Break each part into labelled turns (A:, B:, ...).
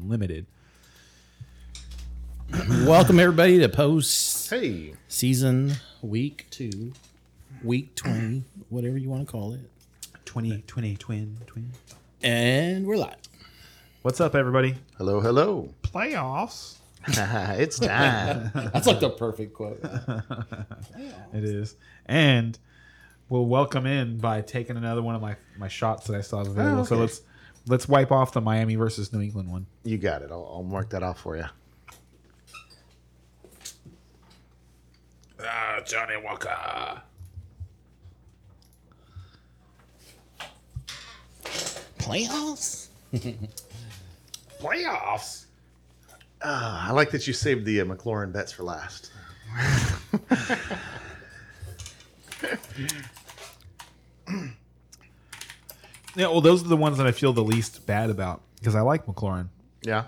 A: Unlimited. Welcome everybody to post
B: Hey,
A: season week two, week twenty, whatever you want to call it,
C: 20, 20, twin, twin.
A: and we're live.
C: What's up, everybody?
B: hello, hello.
C: Playoffs.
B: it's time.
A: That's like the perfect quote.
C: It is. And we'll welcome in by taking another one of my, my shots that I still have available. So
B: okay.
C: let's let's wipe off the Miami versus New England one.
B: you got it. I'll, I'll mark that off for you.
C: Ah, Johnny Walker.
A: Playoffs?
C: Playoffs.
B: Ah, I like that you saved the uh, McLaurin bets for last.
C: Yeah, well, those are the ones that I feel the least bad about because I like McLaurin.
B: Yeah.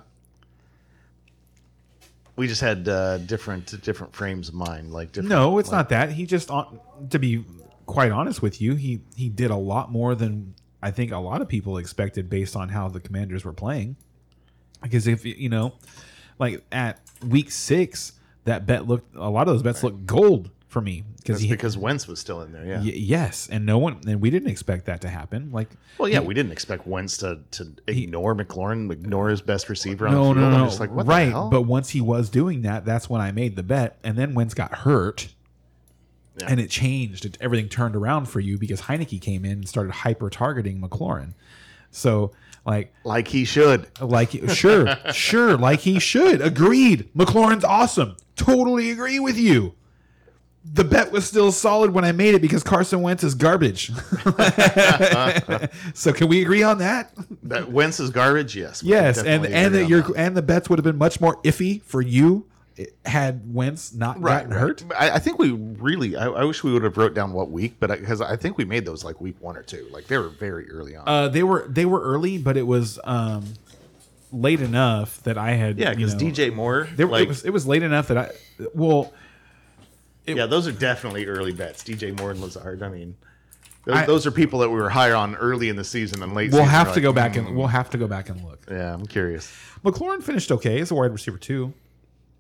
B: We just had uh, different different frames of mind, like different.
C: No, it's
B: like-
C: not that. He just, on, to be quite honest with you, he, he did a lot more than I think a lot of people expected based on how the commanders were playing. Because if, you know, like at week six, that bet looked, a lot of those bets looked gold for me. Because
B: That's
C: he,
B: because Wentz was still in there. Yeah.
C: y- yes, and no one, and we didn't expect that to happen. Like,
B: Well, yeah, we didn't expect Wentz to, to ignore McLaurin, ignore his best receiver on
C: no,
B: the
C: no,
B: field.
C: no,
B: I'm just like, what the
C: right.
B: hell?
C: But once he was doing that, that's when I made the bet. And then Wentz got hurt,
B: Yeah.
C: and it changed. It, everything turned around for you because Heineke came in and started hyper targeting McLaurin. So, like,
B: like he should.
C: like sure, sure, like he should. Agreed. McLaurin's awesome. Totally agree with you. The bet was still solid when I made it because Carson Wentz is garbage. so can we agree on that?
B: That Wentz is garbage. Yes. we can
C: Yes, and
B: definitely
C: and
B: agree
C: that
B: on
C: your
B: that.
C: and the bets would have been much more iffy for you had Wentz not gotten hurt.
B: I, I think we really. I, I wish we would have wrote down what week, but because I, think we made those like week one or two. Like they were very early on.
C: Uh, they were they were early, but it was um, late enough that I had
B: yeah,
C: you
B: because
C: know,
B: DJ Moore.
C: They,
B: like,
C: it was it was late enough that I well
B: yeah, those are definitely early bets. DJ Moore and Lazard. I mean, those,
C: I-
B: those are people that we were higher on early in the season than late.
C: we'll
B: season.
C: have
B: We're
C: to
B: like,
C: go back and we'll have to go back and look.
B: Yeah, I'm curious.
C: McLaurin finished okay as a wide receiver too.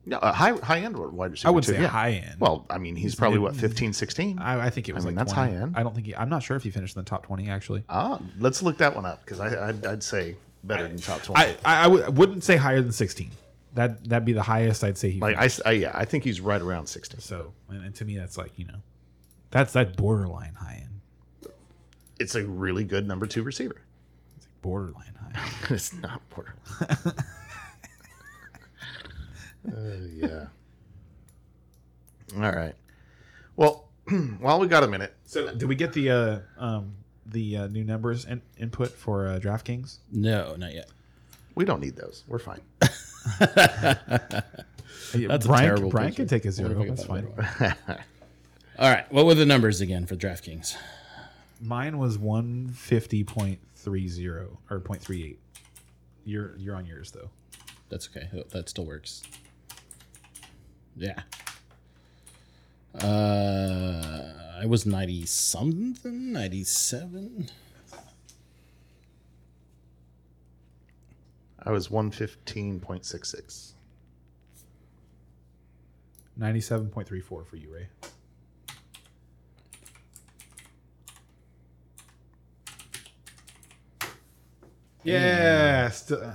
B: Yeah, a uh, high high end wide receiver.
C: I would
B: too,
C: say
B: yeah.
C: high end.
B: Well, I mean, he's probably what 15, 16?
C: I, I think it was
B: mean,
C: like
B: that's
C: 20.
B: high end.
C: I don't think he, I'm not sure if he finished in the top twenty actually.
B: Ah, let's look that one up because I I'd, I'd say better than top twenty.
C: I I, I w- wouldn't say higher than sixteen. That that'd be the highest I'd say he
B: like I, s- I- yeah, I think he's right around sixteen.
C: So, and, and to me, that's like you know, that's that borderline high end,
B: It's a really good number two receiver.
C: it's like borderline high. End.
B: it's not portal. Oh, yeah. All right. Well, while we got a minute,
C: So, did we get the uh, um, the uh, new numbers and input for uh, DraftKings?
A: No, not yet.
B: we don't need those. We're fine.
C: That's
A: a
C: Brian,
A: terrible
C: Brian
A: picture.
C: can take a zero.
A: Wonder if I
C: That's
A: got that
C: fine.
A: All right. What were the numbers again for DraftKings?
C: Mine was one fifty point three zero or point three eight. You're you're on yours though.
A: That's okay. That- That still works. Yeah. Uh, I was 90 something, 97.
B: I was one fifteen point six six.
C: Ninety seven point three four for you, Ray. Yeah, st- uh,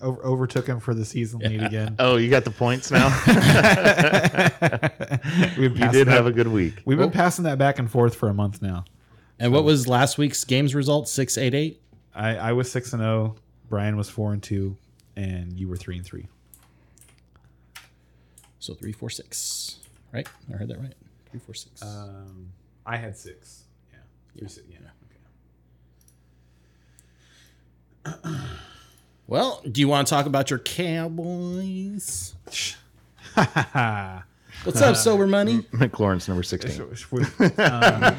C: over, overtook him for the season lead again.
B: Oh, you got the points now.
C: We've
B: you did have a Oh. good week.
C: We've been passing that back and forth for a month now.
A: And what was last week's games result? 688?
C: I, I was six and zero. Brian was four and two, and you were three and three.
A: So 346. Right? I heard that right. 346.
B: Uh,
C: Um, I had six. Yeah, three, six, yeah. Okay.
A: well, do you want to talk about your Cowboys? What's up, Sober Money?
B: McLaurin's number sixteen.
C: um,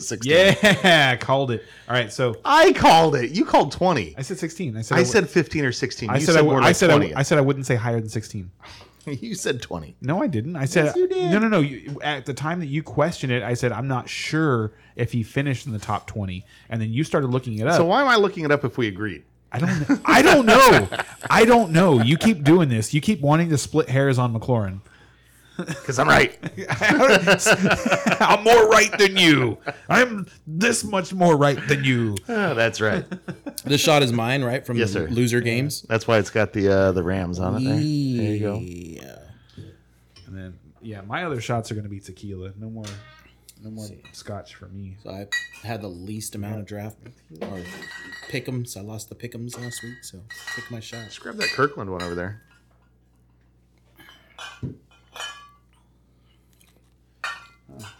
B: 16.
C: Yeah, called it. All right, so
B: I called it. You called twenty.
C: I said 16. I said
B: I
C: would-
B: said fifteen or sixteen.
C: I
B: you
C: said I,
B: more
C: would- I
B: like
C: said I, would-
B: 20.
C: I said I wouldn't say higher than 16.
B: you said twenty.
C: No, I didn't. I said
B: you did.
C: No, no, no. You, at the time that you questioned it, I said I'm not sure if he finished in the top 20, and then you started looking it up.
B: So why am I looking it up if we agreed?
C: I don't. kn- I don't know. I don't know. You keep doing this. You keep wanting to split hairs on McLaurin.
B: Because I'm right.
C: I'm more right than you. I'm this much more right than you.
B: Oh, that's right.
A: This shot is mine, right? From
B: Yes,
A: the
B: sir.
A: loser games.
B: That's why it's got the uh, the Rams on it. There. there you go.
A: Yeah.
C: And then yeah, my other shots are gonna be tequila. No more, no more scotch for me.
A: So I had the least amount of draft or pickums. I lost the pickums last week, so pick my shot.
B: Just grab that Kirkland one over there.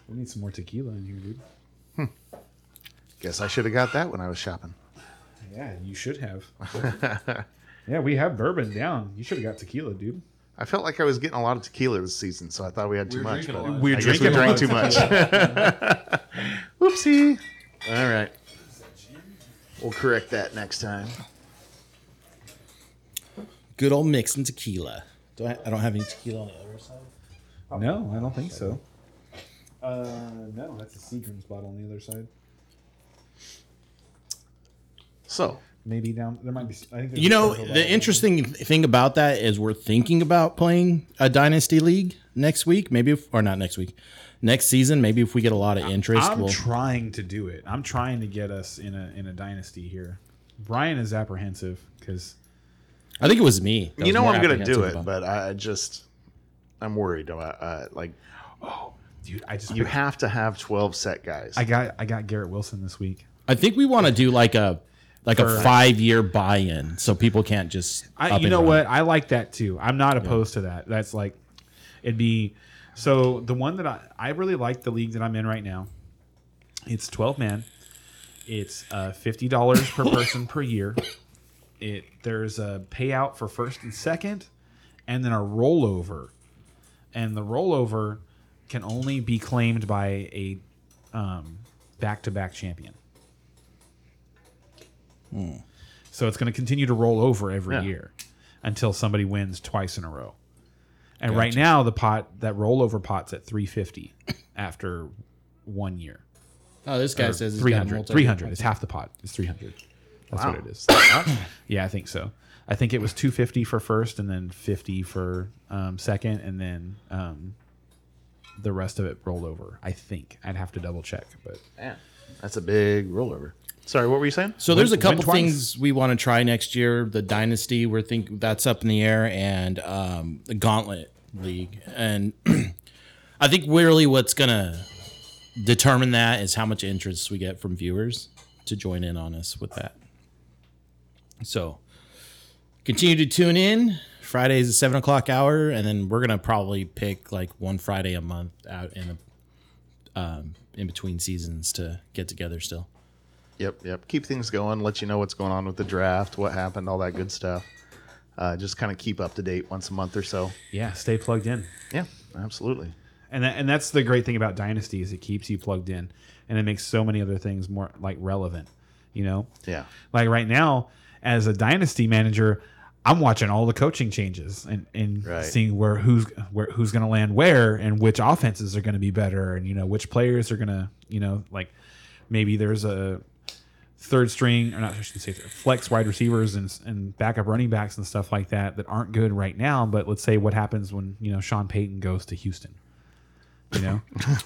C: We need some more tequila in here, dude.
B: Guess I should have got that when I was shopping.
C: Yeah, you should have. yeah, we have bourbon down. You should have got tequila, dude.
B: I felt like I was getting a lot of tequila this season, so I thought we had too
D: We're
B: much.
D: drinking
B: but
D: a lot.
B: I guess we drank too much. Whoopsie. All right. We'll correct that next time.
A: Good old mix and tequila. Do I, I don't have any tequila on the other side.
C: No, I don't think so. Oh. Uh, no, that's a Seagram's bottle on the other side.
B: So,
C: Maybe down there might be. I think there's
A: You
C: a
A: know,
C: special
A: the
C: bottle.
A: interesting thing about that is we're thinking about playing a dynasty league next week, maybe if, or not next week, next season. Maybe if we get a lot of interest,
C: I'm
A: we'll.
C: trying to do it. I'm trying to get us in a in a dynasty here. Brian is apprehensive because
A: I think it was me. that
B: you
A: was
B: know
A: more
B: I'm going to do
A: apprehensive
B: it,
A: about-
B: but I just, I'm worried about, uh, like,
C: dude, I just
B: you have to have 12 set guys.
C: I got I got Garrett Wilson this week.
A: I think we want to do like a like
C: For-
A: a five year buy in, so people can't just.
C: I,
A: up
C: you
A: and
C: know
A: run.
C: what? I like that too. I'm not opposed to that. That's like, it'd be. So the one that I I really like the league that I'm in right now. It's 12 man. It's uh, fifty dollars per person per year. It there's a payout for first and second, and then a rollover, and the rollover can only be claimed by a um, back-to-back champion. So it's going to continue to roll over every
B: Yeah.
C: year until somebody wins twice in a row. And right now, the pot that rollover pot's at 350 after one year.
A: Oh, this guy says he's got
C: 300.
A: multi-
C: 300. It's half the pot. It's 300. That's
B: Wow.
C: what it is. yeah, I think so. I think it was 250 for first and then 50 for um, second and then um, the rest of it rolled over. I think. I'd have to double check, but
B: Man, that's a big rollover. Sorry, what were you saying?
A: So there's a
C: Win- win
A: couple
C: twice.
A: things we want to try next year. The dynasty, we're think that's up in the air, and um, the gauntlet league. And I think really what's gonna determine that is how much interest we get from viewers to join in on us with that. So continue to tune in. Fridays at seven o'clock hour, and then we're gonna probably pick like one Friday a month out in the, um, in between seasons to get together still.
B: Yep, yep. Keep things going. Let you know what's going on with the draft, what happened, all that good stuff. Uh, just kind of keep up to date once a month or so.
C: yeah, stay plugged in.
B: Yeah, absolutely.
C: and that, and that's the great thing about dynasty is it keeps you plugged in and it makes so many other things more like relevant you know
B: Yeah.
C: like right now as a dynasty manager i'm watching all the coaching changes and, and
B: Right.
C: seeing where who's where who's going to land where and which offenses are going to be better and you know which players are going to you know like maybe there's a third string or not I should say third, flex wide receivers and, and backup running backs and stuff like that that aren't good right now but let's say what happens when you know Sean Payton goes to Houston you know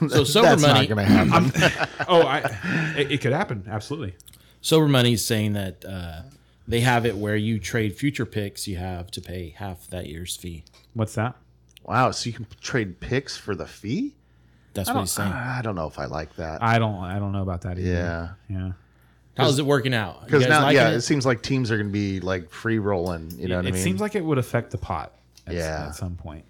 A: So sober
B: That's
A: money.
B: not going to happen.
C: oh I it, it could happen absolutely
A: Sober Money's saying that uh, they have it where you trade future picks you have to pay half that year's fee.
C: what's that
B: wow, so you can trade picks for the fee?
A: That's what he's saying.
B: I don't know if I like that.
C: I don't I don't know about that either
B: yeah.
C: yeah
A: How's it working out? You
B: Because
A: guys
B: now,
A: liking
B: yeah,
A: it?
B: it? seems like teams are going to be like free rolling. You know what I
C: it
B: mean?
C: seems like it would affect the pot at,
B: Yeah.
C: at some point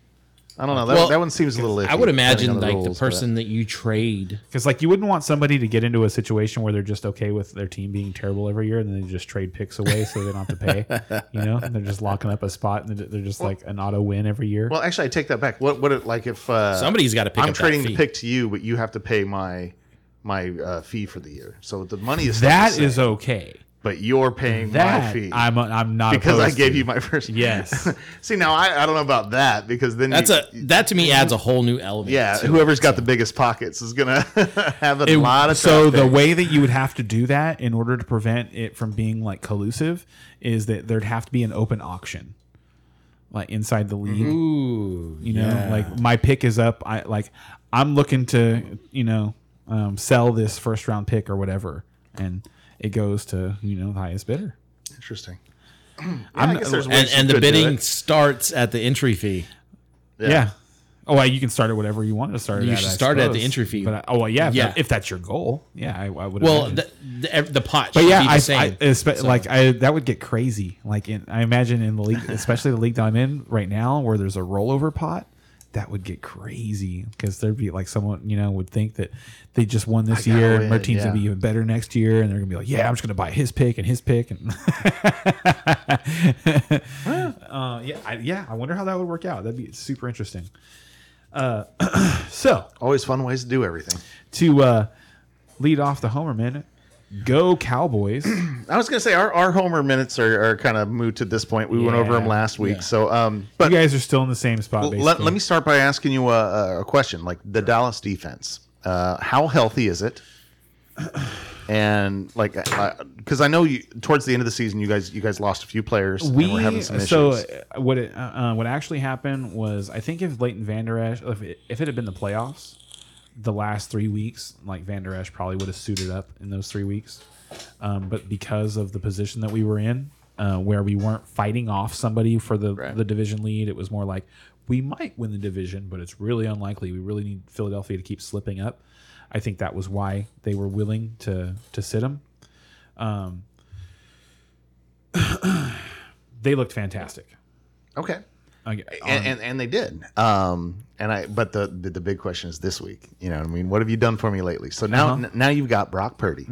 B: I don't know. That,
A: Well,
B: that one seems a little iffy.
A: I would
B: depending
A: imagine
B: on
A: like
B: rules,
A: the
B: but-
A: person that you trade.
C: because like you wouldn't want somebody to get into a situation where they're just okay with their team being terrible every year and then they just trade picks away so they don't have to pay you know and they're just locking up a spot and they're they're just like an auto win every year
B: Well, actually, I take that back. What would it like if uh,
A: Somebody's got to pick
B: I'm
A: up
B: trading
A: that fee.
B: the pick to you, but you have to pay my my uh, fee for the year. So the money is
C: That
B: still the
C: is
B: same.
C: okay.
B: but you're paying my
C: That
B: fee
C: I'm I'm not
B: because I
C: opposed
B: gave
C: to.
B: you my first.
C: Yes.
B: See, now I, I don't know about that because then
A: That's
B: you-
A: a that to me adds a whole new element.
B: yeah.
A: to it.
B: Whoever's got the biggest pockets is gonna have a
C: It-
B: lot of
C: so the
B: traffic.
C: way that you would have to do that in order to prevent it from being like collusive is that there'd have to be an open auction like inside the league
A: Ooh,
C: you know like my pick is up i like i'm looking to you know um, sell this first round pick or whatever and it goes to you know the highest bidder
B: interesting.
C: I'm-
B: I guess there's
A: and
B: ways you
A: and the
B: could do
A: bidding
B: it.
A: starts at the entry fee.
C: yeah, Oh, well, you can start it whatever you want to start it.
A: You
C: at,
A: should
C: I
A: start at the
C: suppose.
A: entry fee.
C: But I, oh, well, yeah, if
A: Yeah.
C: that- if that's your goal, yeah, I, I would.
A: Well,
B: Mm-hmm.
C: imagine.
A: the, the, the pot
C: But
A: should
C: yeah,
A: be the
C: I,
A: same.
C: I espe- like I that would get crazy. Like in, I imagine in the league, especially the league that I'm in right now, where there's a rollover pot, that would get crazy because there'd be like someone you know would think that they just won this
B: gotta
C: year,
B: win,
C: and their team's gonna
B: yeah.
C: be even better next year, and they're gonna be like, yeah, I'm just gonna buy his pick and his pick, and uh, yeah, I, yeah. I wonder how that would work out. That'd be super interesting. Uh, so
B: Always fun ways to do everything.
C: to uh, lead off the Homer minute, go Cowboys.
B: I was gonna say our, our Homer minutes are, are kind of moot at this point. We went over
C: Yeah,
B: them last week, so um, but
C: you guys are still in the same spot. Basically.
B: let, let me start by asking you a, a question. Like the Dallas defense, uh, how healthy is it? And like, because I, know you towards the end of the season, you guys you guys lost a few players.
C: we
B: and were having some issues.
C: so uh, what it, uh, uh, what actually happened was I think if Leighton Vander Esch if it, if it had been the playoffs, the last three weeks like Vander Esch probably would have suited up in those three weeks, um, but because of the position that we were in, uh, where we weren't fighting off somebody for the
B: Right.
C: the division lead, it was more like we might win the division, but it's really unlikely. We really need Philadelphia to keep slipping up. I think that was why they were willing to to sit him. They looked fantastic.
B: okay,
C: Like, on-
B: and, and and they did. Um, and I but the, the the big question is this week. You know, what I mean, what have you done for me lately? So now
C: Uh-huh.
B: n- now you've got Brock Purdy.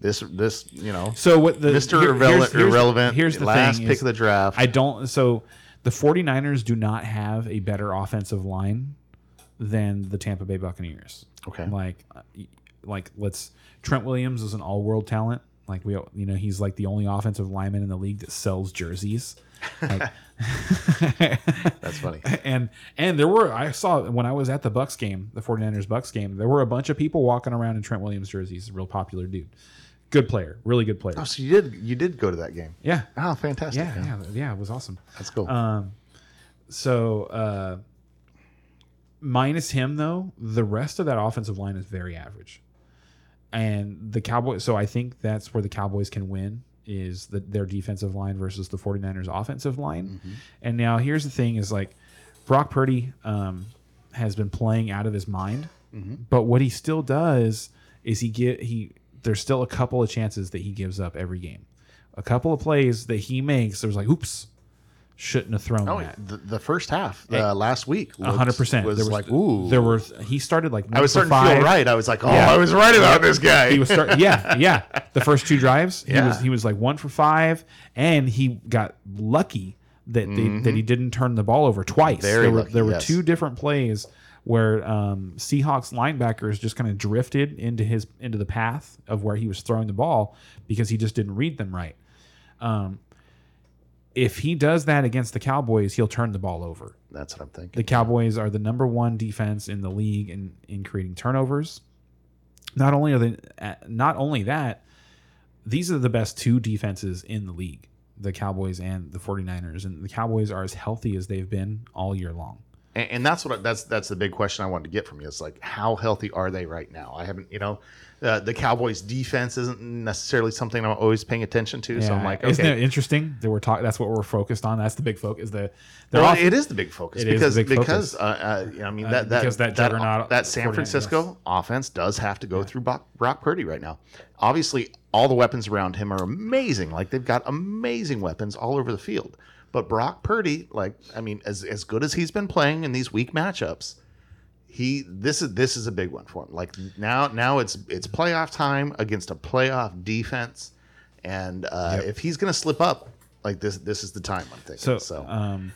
B: This this you know
C: Mm-hmm. So what the
B: Mr.
C: here-
B: Irrele- Irrelevant,
C: Here's the
B: last
C: thing
B: pick
C: is
B: of the draft.
C: I don't. So the 49ers do not have a better offensive line than the Tampa Bay Buccaneers.
B: Okay.
C: Like, uh, like let's Trent Williams is an all-world talent. Like we, you know, he's like the only offensive lineman in the league that sells jerseys. Like,
B: that's funny.
C: and and there were I saw when I was at the Bucks game, the 49ers Bucks game, there were a bunch of people walking around in Trent Williams jerseys. Real popular dude, good player, really good player.
B: Oh, so you did you did go to that game?
C: Yeah,
B: Oh, fantastic!
C: yeah, yeah, yeah. It was awesome.
B: that's cool.
C: Uh, So, uh, minus him though, the rest of that offensive line is very average, and the Cowboys. So I think that's where the Cowboys can win is the, their defensive line versus the 49ers offensive line. And now here's the thing: is like Brock Purdy um, has been playing out of his mind, but what he still does is he get he there's still a couple of chances that he gives up every game. A couple of plays that he makes, there's like, oops, shouldn't have thrown
B: Oh,
C: that.
B: the, the first half uh, last week,
C: A Eh, hundred percent.
B: was,
C: There was
B: like, ooh,
C: There were. He started like.
B: I was starting to feel right. I was like, oh,
C: Yeah.
B: I was right about this guy.
C: He was start. Yeah, yeah. The first two drives, he
B: Yeah.
C: was he was like one for five, and he got lucky that they, that he didn't turn the ball over twice.
B: Mm-hmm. Very
C: there were,
B: lucky,
C: there were
B: yes.
C: two different plays where um, Seahawks linebackers just kind of drifted into his into the path of where he was throwing the ball because he just didn't read them right. Um, if he does that against the Cowboys, he'll turn the ball over.
B: That's what I'm thinking.
C: The Cowboys are the number one defense in the league in, in creating turnovers. Not only are they, uh, not only that, these are the best two defenses in the league, the Cowboys and the 49ers. And the Cowboys are as healthy as they've been all year long.
B: And, and that's what I, that's that's the big question I wanted to get from you. It's like, how healthy are they right now? I haven't, you know, uh, the Cowboys' defense isn't necessarily something I'm always paying attention to. so I'm like, okay,
C: isn't it interesting that we're talking? That's what we're focused on. That's the big focus. Is the they're
B: well,
C: off-
B: it is the big focus
C: It is
B: because
C: the big
B: because
C: focus.
B: Uh, uh, I mean
C: Uh,
B: that that
C: because that
B: that,
C: juggernaut
B: that San
C: 49ers.
B: Francisco offense does have to go through Brock, Brock Purdy right now. Obviously, all the weapons around him are amazing. Like they've got amazing weapons all over the field. But Brock Purdy, like I mean, as as good as he's been playing in these weak matchups, he this is this is a big one for him. Like now now it's it's playoff time against a playoff defense, and uh, if he's going to slip up, like this this is the time I'm thinking. So,
C: So, um,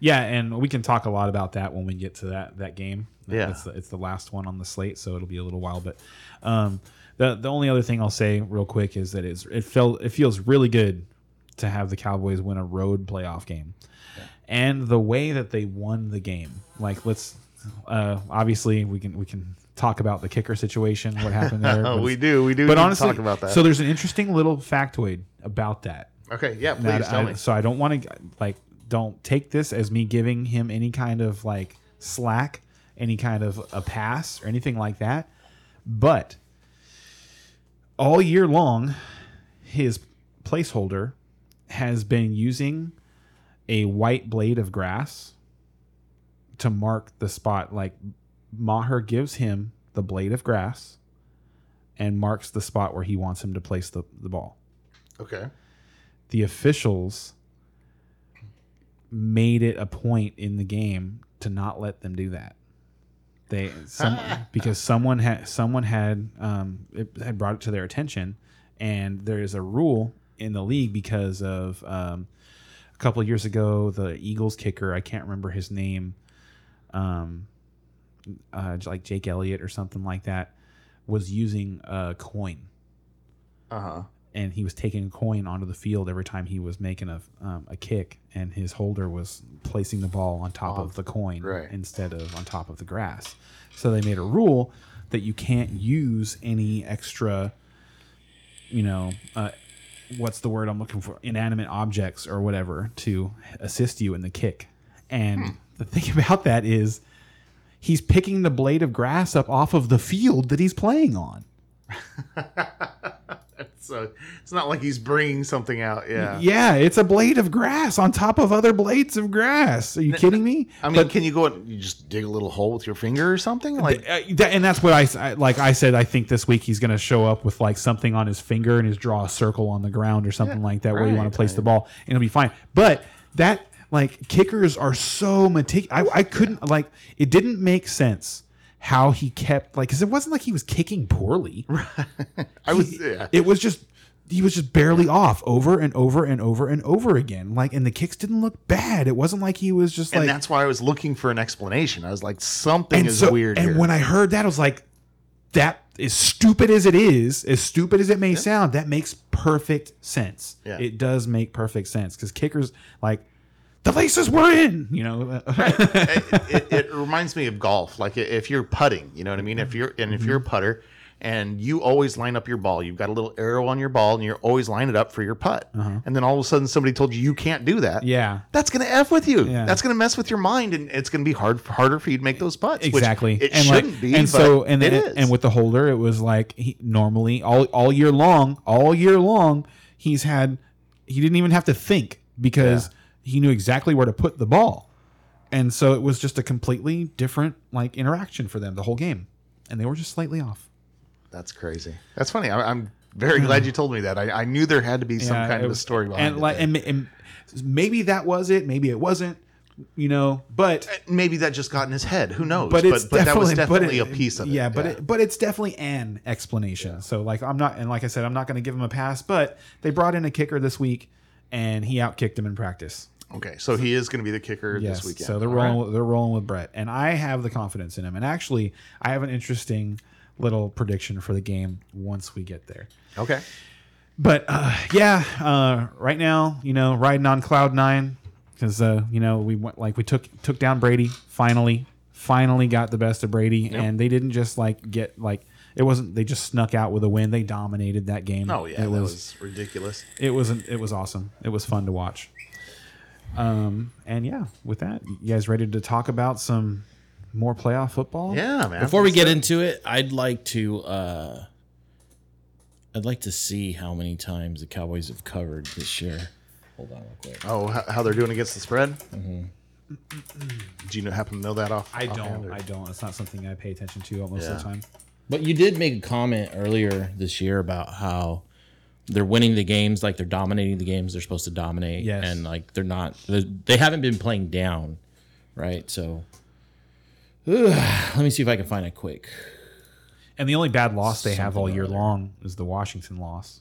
C: yeah, and we can talk a lot about that when we get to that that game.
B: Yeah.
C: it's the, it's the last one on the slate, so it'll be a little while. But um, The the only other thing I'll say real quick is that it's it felt it feels really good to have the Cowboys win a road playoff game, and the way that they won the game. Like let's uh, obviously we can we can talk about the kicker situation, what happened there. but-
B: we do. We do.
C: but
B: need to
C: honestly,
B: talk about that.
C: so there's an interesting little factoid about that.
B: okay, yeah. Please
C: Now,
B: tell
C: I-
B: me.
C: So I don't want to like don't take this as me giving him any kind of like slack, any kind of a pass or anything like that. But all year long, his placeholder has been using a white blade of grass to mark the spot. Like Maher gives him the blade of grass and marks the spot where he wants him to place the, the ball
B: Okay.
C: the officials made it a point in the game to not let them do that. They some, because someone had someone had um, it had brought it to their attention, and there is a rule in the league because of um, a couple of years ago the Eagles kicker I can't remember his name, um, uh, like Jake Elliott or something like that, was using a coin
B: Uh huh.
C: and he was taking a coin onto the field every time he was making a um, a kick, and his holder was placing the ball on top of the coin
B: right.
C: instead of on top of the grass. So they made a rule that you can't use any extra, you know, uh, what's the word I'm looking for? Inanimate objects or whatever to assist you in the kick. And the thing about that is, he's picking the blade of grass up off of the field that he's playing on.
B: So it's not like he's bringing something out. Yeah.
C: Yeah, it's a blade of grass on top of other blades of grass. Are you kidding me?
B: I mean, can you go and you just dig a little hole with your finger or something? Like,
C: Uh, that- and that's what I s- I- like. I said I think this week he's going to show up with like something on his finger and just draw a circle on the ground or something like that where you want
B: right.
C: to place the ball and it'll be fine. But that like kickers are so meticulous. I, I couldn't like it didn't make sense how he kept like because it wasn't like he was kicking poorly.
B: I was. Yeah.
C: It was just he was just barely off over and over and over and over again. Like and the kicks didn't look bad. It wasn't like he was just
B: and
C: like
B: that's why I was looking for an explanation. I was like, something
C: and
B: is
C: so-
B: weird
C: And
B: here.
C: when I heard that, I was like, that as stupid as it is, as stupid as it may sound, that makes perfect sense.
B: Yeah.
C: It does make perfect sense because kickers like the laces were in, you know.
B: it, it reminds me of golf. Like i- if you're putting, you know what I mean. If you're and
C: Mm-hmm.
B: if you're a putter, and you always line up your ball, you've got a little arrow on your ball, and you're always line it up for your putt. And then all of a sudden, somebody told you you can't do that.
C: Uh-huh. yeah.
B: That's gonna f with you.
C: Yeah.
B: That's gonna mess with your mind, and it's gonna be hard harder for you to make those putts. which
C: Exactly.
B: it shouldn't be.
C: And so and
B: it
C: and-
B: is.
C: and with the holder, it was like he, normally all all year long, all year long, he's had he didn't even have to think because he knew exactly where to put the ball. And so it was just a completely different like interaction for them the whole game. And they were just slightly off.
B: that's crazy. That's funny. I, I'm very glad you told me that. I, I knew there had to be some
C: Yeah,
B: kind of
C: it
B: a
C: was-
B: story behind
C: And
B: it.
C: like
B: there.
C: and, and maybe that was it, maybe it wasn't, you know, but
B: Maybe that just got in his head. Who knows?
C: but it's
B: but, that was
C: definitely, but
B: definitely
C: it-
B: a piece of it.
C: Yeah, but It, but it's definitely an explanation. So like I'm not, and like I said, I'm not going to give him a pass. But they brought in a kicker this week, and he outkicked him in practice.
B: Okay, so he is going to be the kicker
C: Yes,
B: this weekend.
C: so they're
B: All
C: rolling.
B: right.
C: with- They're rolling with Brett, and I have the confidence in him. And actually, I have an interesting little prediction for the game once we get there.
B: Okay,
C: But uh, yeah, uh, right now, you know, riding on cloud nine because uh, you know we went like we took took down Brady finally, finally got the best of Brady, and they didn't just like get like it wasn't they just snuck out with a win. They dominated that game.
B: oh yeah,
C: it
B: that
C: was,
B: was, ridiculous.
C: it was an, it was awesome. It was fun to watch. Um, and yeah, with that, you guys ready to talk about some more playoff football?
B: Yeah, man.
A: Before we get into it, I'd like to uh I'd like to see how many times the Cowboys have covered this year. Hold on real quick.
B: oh, how, how they're doing against the spread? Mm-hmm. Do you know happen to know that off?
C: I
B: offhand,
C: don't.
B: or-
C: I don't. It's not something I pay attention to most of
B: Yeah.
C: the time.
A: But you did make a comment earlier this year about how they're winning the games, like they're dominating the games they're supposed to dominate,
C: Yes.
A: and like they're not, they're, they haven't been playing down, right? So, let me see if I can find it quick.
C: And the only bad loss they have all
A: Something or
C: year
A: other.
C: long is the Washington loss.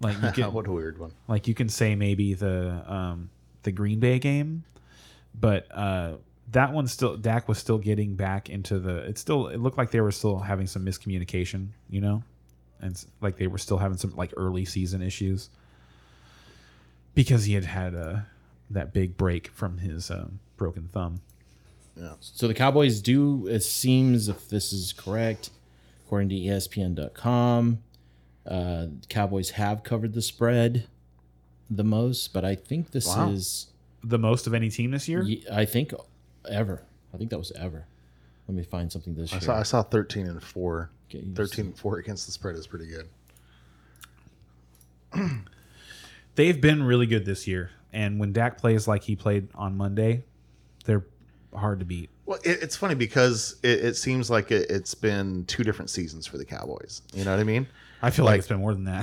C: Like you
B: what
C: can,
B: a weird one.
C: like you can say maybe the um, the Green Bay game, but uh, that one still Dak was still getting back into the. It still it looked like they were still having some miscommunication, you know, and s- like they were still having some like early season issues because he had had uh, that big break from his um, broken thumb.
A: So the Cowboys do, it seems, if this is correct, according to E ESPN.com, uh, the Cowboys have covered the spread the most, but I think this
B: Wow.
A: is,
C: The most of any team this year.
A: ye- I think, ever. I think that was ever. Let me find something this
B: I
A: year.
B: saw, I saw 13 and 4.
A: Okay, you
B: 13 and 4 against the spread is pretty good.
C: they've been really good this year. And when Dak plays like he played on Monday, they're hard to beat.
B: Well, it, it's funny because it, it seems like it, it's been two different seasons for the Cowboys. You know what I mean?
C: I feel like, it's been more than that.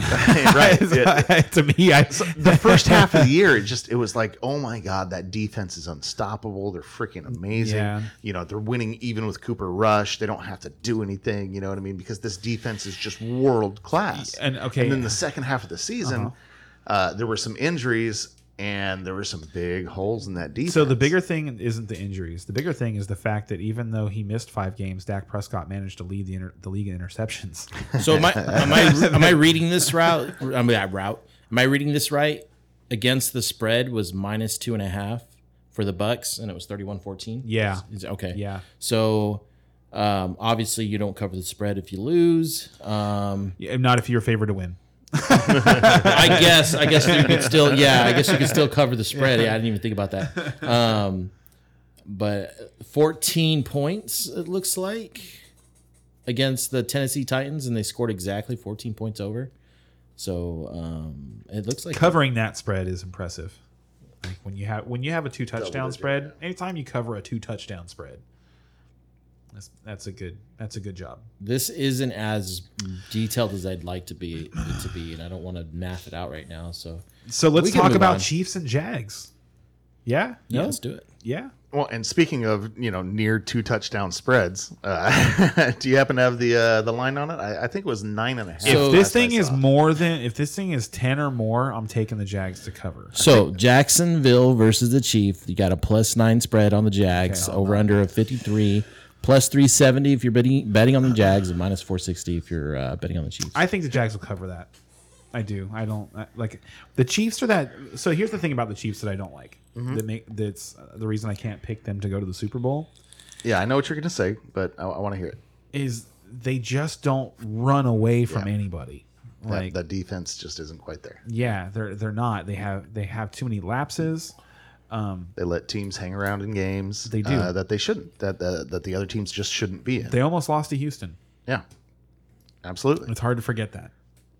B: right.
C: It's
B: It-
C: like- to me, I
B: the first half of the year, it just it was like, oh my god, that defense is unstoppable. They're freaking amazing.
C: Yeah.
B: You know, they're winning even with Cooper Rush. They don't have to do anything. You know what I mean? Because this defense is just world class.
C: And, okay. Uh-huh.
B: and then the second half of the season, uh there were some injuries and there were some big holes in that defense.
C: So the bigger thing isn't the injuries. The bigger thing is the fact that even though he missed five games, Dak Prescott managed to lead the inter- the league in interceptions.
A: So am I, am I am I reading this route? I mean that route. Am I reading this right? Against the spread was minus two and a half for the Bucks, and it was 31-14?
C: Yeah.
A: Is- okay.
C: Yeah.
A: So um, obviously you don't cover the spread if you lose. Um,
C: Yeah, Not if you're favored to win.
A: I guess I guess you could still yeah I guess you could still cover the spread. Yeah, I didn't even think about that. Um, but fourteen points it looks like against the Tennessee Titans, and they scored exactly fourteen points over. So um, it looks like
C: Covering that spread is impressive. Like when you have when you have a two touchdown spread, anytime you cover a two touchdown spread, that's that's a good that's a good job.
A: this isn't as detailed as I'd like to be it to be, and I don't want to math it out right now. So
C: So let's
A: We can
C: talk
A: move
C: about
A: on.
C: Chiefs and Jags. Yeah.
A: yeah,
C: No?
A: let's do it.
C: Yeah.
B: well, and speaking of you know near two touchdown spreads, uh, do you happen to have the uh, the line on it? I, I think it was nine and a half.
A: So-
C: if this
B: last I
C: thing is
B: saw.
C: more than if this thing is ten or more, I'm taking the Jags to cover.
A: So Jacksonville versus the Chief. You got a plus nine spread on the Jags, over under of fifty three, plus three seventy if you're betting betting on the Jags, and minus four sixty if you're uh, betting on the Chiefs.
C: I think the Jags will cover that. I do. I don't I, like the Chiefs are that. So here's the thing about the Chiefs that I don't like. That make that's uh, the reason I can't pick them to go to the Super Bowl
B: Yeah, I know what you're going to say, but I, I want to hear it.
C: is they just don't run away from anybody.
B: That,
C: Like
B: the defense just isn't quite there.
C: yeah, they're they're not. They have they have too many lapses.
B: They let teams hang around in games.
C: They do.
B: uh, that they shouldn't. That, that that the other teams just shouldn't be in.
C: They almost lost to Houston.
B: yeah, absolutely.
C: It's hard to forget that.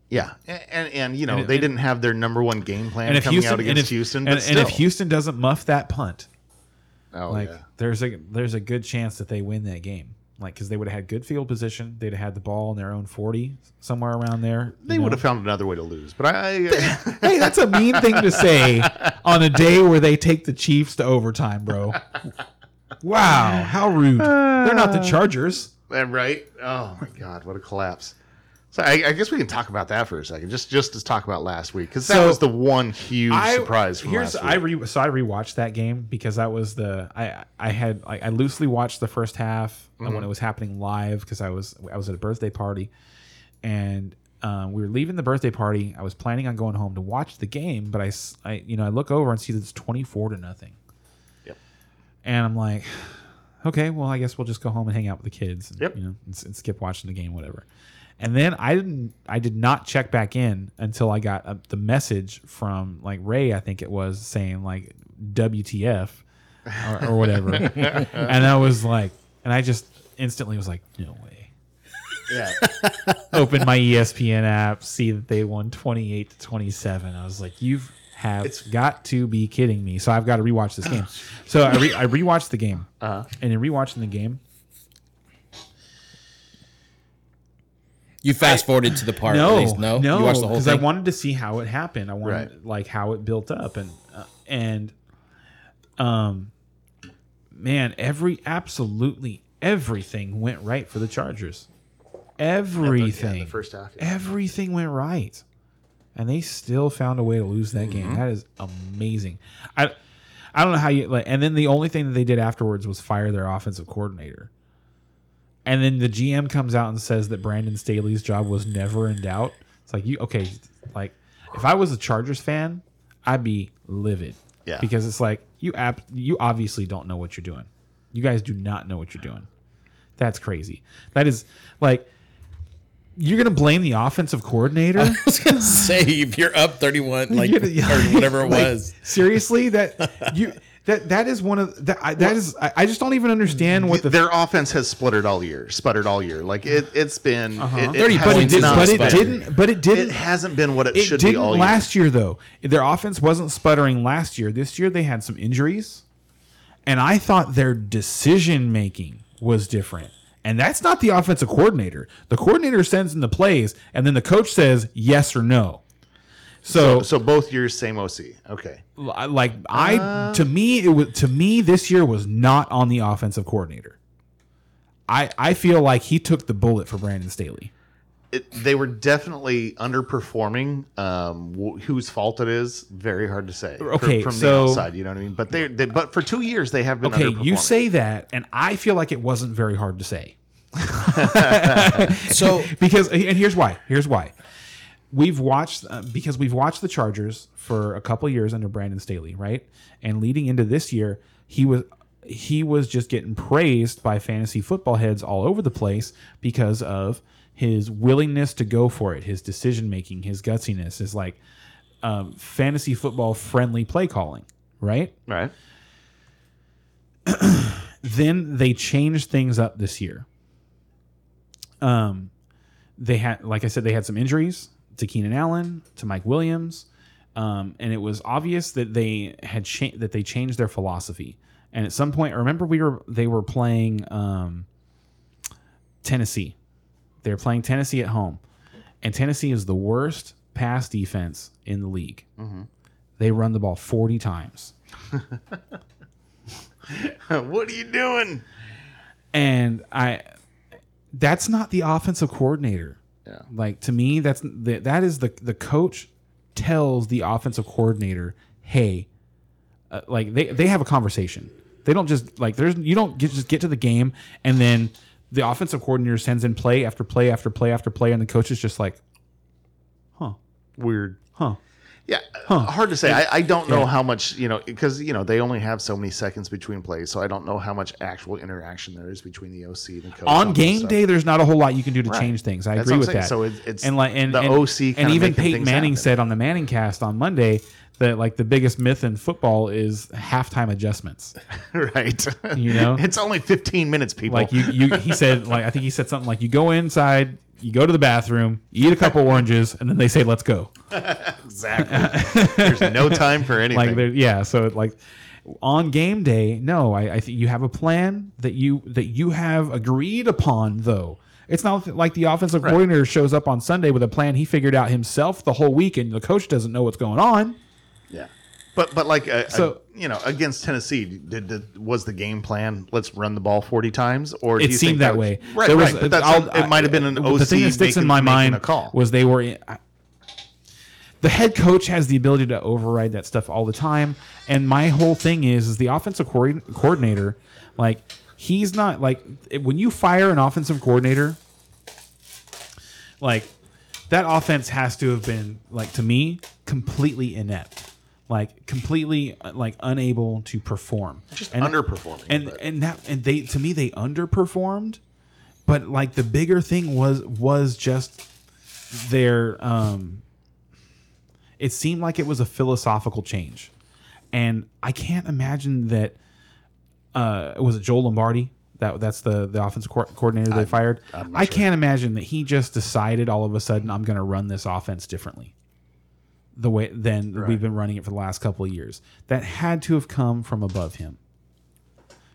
B: Yeah, A- and and you know
C: And-
B: they
C: and-
B: didn't have their number one game plan
C: And if
B: coming
C: Houston
B: out against
C: and if,
B: Houston.
C: and,
B: but
C: and if
B: still.
C: Houston doesn't muff that punt,
B: oh
C: like
B: yeah,
C: there's a there's a good chance that they win that game. Like because they would have had good field position, they'd have had the ball in their own forty somewhere around there. you
B: they
C: know?
B: would have found another way to lose. But I, I
C: Hey, that's a mean thing to say on a day where they take the Chiefs to overtime, bro. Wow, how rude! They're not the Chargers.
B: am Eh, right. Oh my God, what a collapse. So I, I guess we can talk about that for a second. Just just to talk about last week because that
C: So,
B: was the one huge
C: I-
B: surprise from
C: here's
B: last
C: I
B: week.
C: re so I rewatched that game because that was the I I had I, I loosely watched the first half and
B: Mm-hmm.
C: when it was happening live because I was I was at a birthday party and um, we were leaving the birthday party. I was planning on going home to watch the game, but I, s- I- you know I look over and see that it's twenty four to nothing.
B: Yep.
C: And I'm like, okay, well I guess we'll just go home and hang out with the kids. And,
B: Yep.
C: You know, and, s- and skip watching the game, whatever. And then I didn't. I did not check back in until I got uh, the message from like Ray. I think it was saying like WTF or, or whatever. and I was like, and I just instantly was like, no way.
B: yeah,
C: Open my E ESPN app, see that they won twenty eight to twenty seven. I was like, you've have got to be kidding me. So I've got to rewatch this game. So I re- I rewatched the game,
B: Uh-huh.
C: and in rewatching the game,
A: You fast forwarded to the part.
C: no,
A: at least. no,
C: no,
A: You watched the whole
C: I
A: thing.
C: wanted to see how it happened. I wanted
B: Right.
C: like how it built up and uh, and um, man, every absolutely everything went right for the Chargers. Everything,
B: the first half. yeah.
C: everything went right, and they still found a way to lose that game. That is amazing. I I don't know how you like. And then the only thing that they did afterwards was fire their offensive coordinator. And then the GM comes out and says that Brandon Staley's job was never in doubt. It's like you okay, like if I was a Chargers fan, I'd be livid.
B: Yeah.
C: Because it's like you app you obviously don't know what you're doing. You guys do not know what you're doing. That's crazy. That is like you're gonna blame the offensive coordinator.
A: I was gonna say if you're up 31, like
C: You gotta-
A: or whatever it
C: like,
A: was.
C: Seriously, that you that that is one of that. I, that is I, I just don't even understand what the
B: Their offense has spluttered all year, sputtered all year. Like it, it's been
C: Uh-huh.
B: it, it
A: 30
B: has
C: but it,
A: points
C: did,
A: is
B: not
C: but it
A: sputtered.
C: didn't. But it didn't.
B: It hasn't been what it,
C: it
B: should
C: didn't
B: be all
C: last year though. Their offense wasn't sputtering last year. This year they had some injuries, and I thought their decision making was different. And that's not the offensive coordinator. The coordinator sends in the plays, and then the coach says yes or no.
B: year. So both years, same OC. Okay.
C: Li- like I to me it was to me this year was not on the offensive coordinator. I I feel like he took the bullet for Brandon Staley.
B: It, they were definitely underperforming. Um, wh- whose fault it is, very hard to say. fr-
C: Okay,
B: from
C: so-
B: the outside, you know what I mean. But they, they, but for two years they have been
C: Okay, you
B: underperforming.
C: say that, and I feel like it wasn't very hard to say
A: So
C: because and here's why. Here's why. We've watched uh, because we've watched the Chargers for a couple years under Brandon Staley, right? And leading into this year, he was he was just getting praised by fantasy football heads all over the place because of his willingness to go for it, his decision making, his gutsiness, his like um, fantasy football friendly play calling, right?
B: right?
C: then they changed things up this year. Um, they had, like I said, they had some injuries to Keenan Allen, to Mike Williams, um, and it was obvious that they had cha- that they changed their philosophy. And at some point, I remember we were they were playing um, Tennessee. They were playing Tennessee at home, and Tennessee is the worst pass defense in the league. They run the ball forty times.
B: what are you doing?
C: and I that's not the offensive coordinator.
B: Yeah.
C: Like to me, that's the, that is the the coach tells the offensive coordinator, "Hey, uh, like they they have a conversation. They don't just like there's you don't get, just get to the game and then the offensive coordinator sends in play after play after play after play, and the coach is just like, "Huh,
B: Weird.
C: huh."
B: Yeah, uh, hard to say. I, I don't know how much you know because you know they only have so many seconds between plays, so I don't know how much actual interaction there is between the OC and the coach
C: on
B: all that
C: game
B: stuff.
C: day, there's not a whole lot you can do to change things. I
B: That's
C: agree
B: what
C: with
B: I'm saying.
C: that.
B: So it's- it's
C: and like and
B: the
C: and,
B: OC kinda
C: and even
B: making
C: Peyton
B: things
C: Manning
B: happen.
C: said on the Manning Cast on Monday that like the biggest myth in football is halftime adjustments.
B: right?
C: You know?
B: it's only 15 minutes, people.
C: Like you, you he said like I think he said something like you go inside, you go to the bathroom, you eat a couple oranges, and then they say let's go.
B: exactly. There's no time for anything.
C: Like there- yeah, so it, like on game day, no, I, I think you have a plan that you that you have agreed upon though. It's not like the offensive coordinator shows up on Sunday with a plan he figured out himself the whole week and the coach doesn't know what's going on.
B: yeah, but but like uh,
C: So-
B: uh, you know against Tennessee, did, did was the game plan? Let's run the ball 40 times, or do
C: It
B: you think
C: seemed that,
B: was-
C: way.
B: Right,
C: There
B: right.
C: was-
B: but that's
C: I'll-
B: it might have been an
C: the
B: OC
C: thing that sticks
B: making,
C: in my
B: making a
C: mind
B: call.
C: was they were in, I- the head coach has the ability to override that stuff all the time. And my whole thing is, is the offensive coor- coordinator, like he's not like it- when you fire an offensive coordinator, like that offense has to have been like to me completely inept, like completely uh, like unable to perform, just
B: underperforming,
C: and
B: but-
C: and that and they to me they underperformed, but like the bigger thing was was just their um it seemed like it was a philosophical change. And I can't imagine that uh was it Joel Lombardi? That that's the the offensive co- coordinator they fired. I can't imagine that he just decided all of a sudden I'm going to run this offense differently. The way than we've been running it for the last couple of years. That had to have come from above him.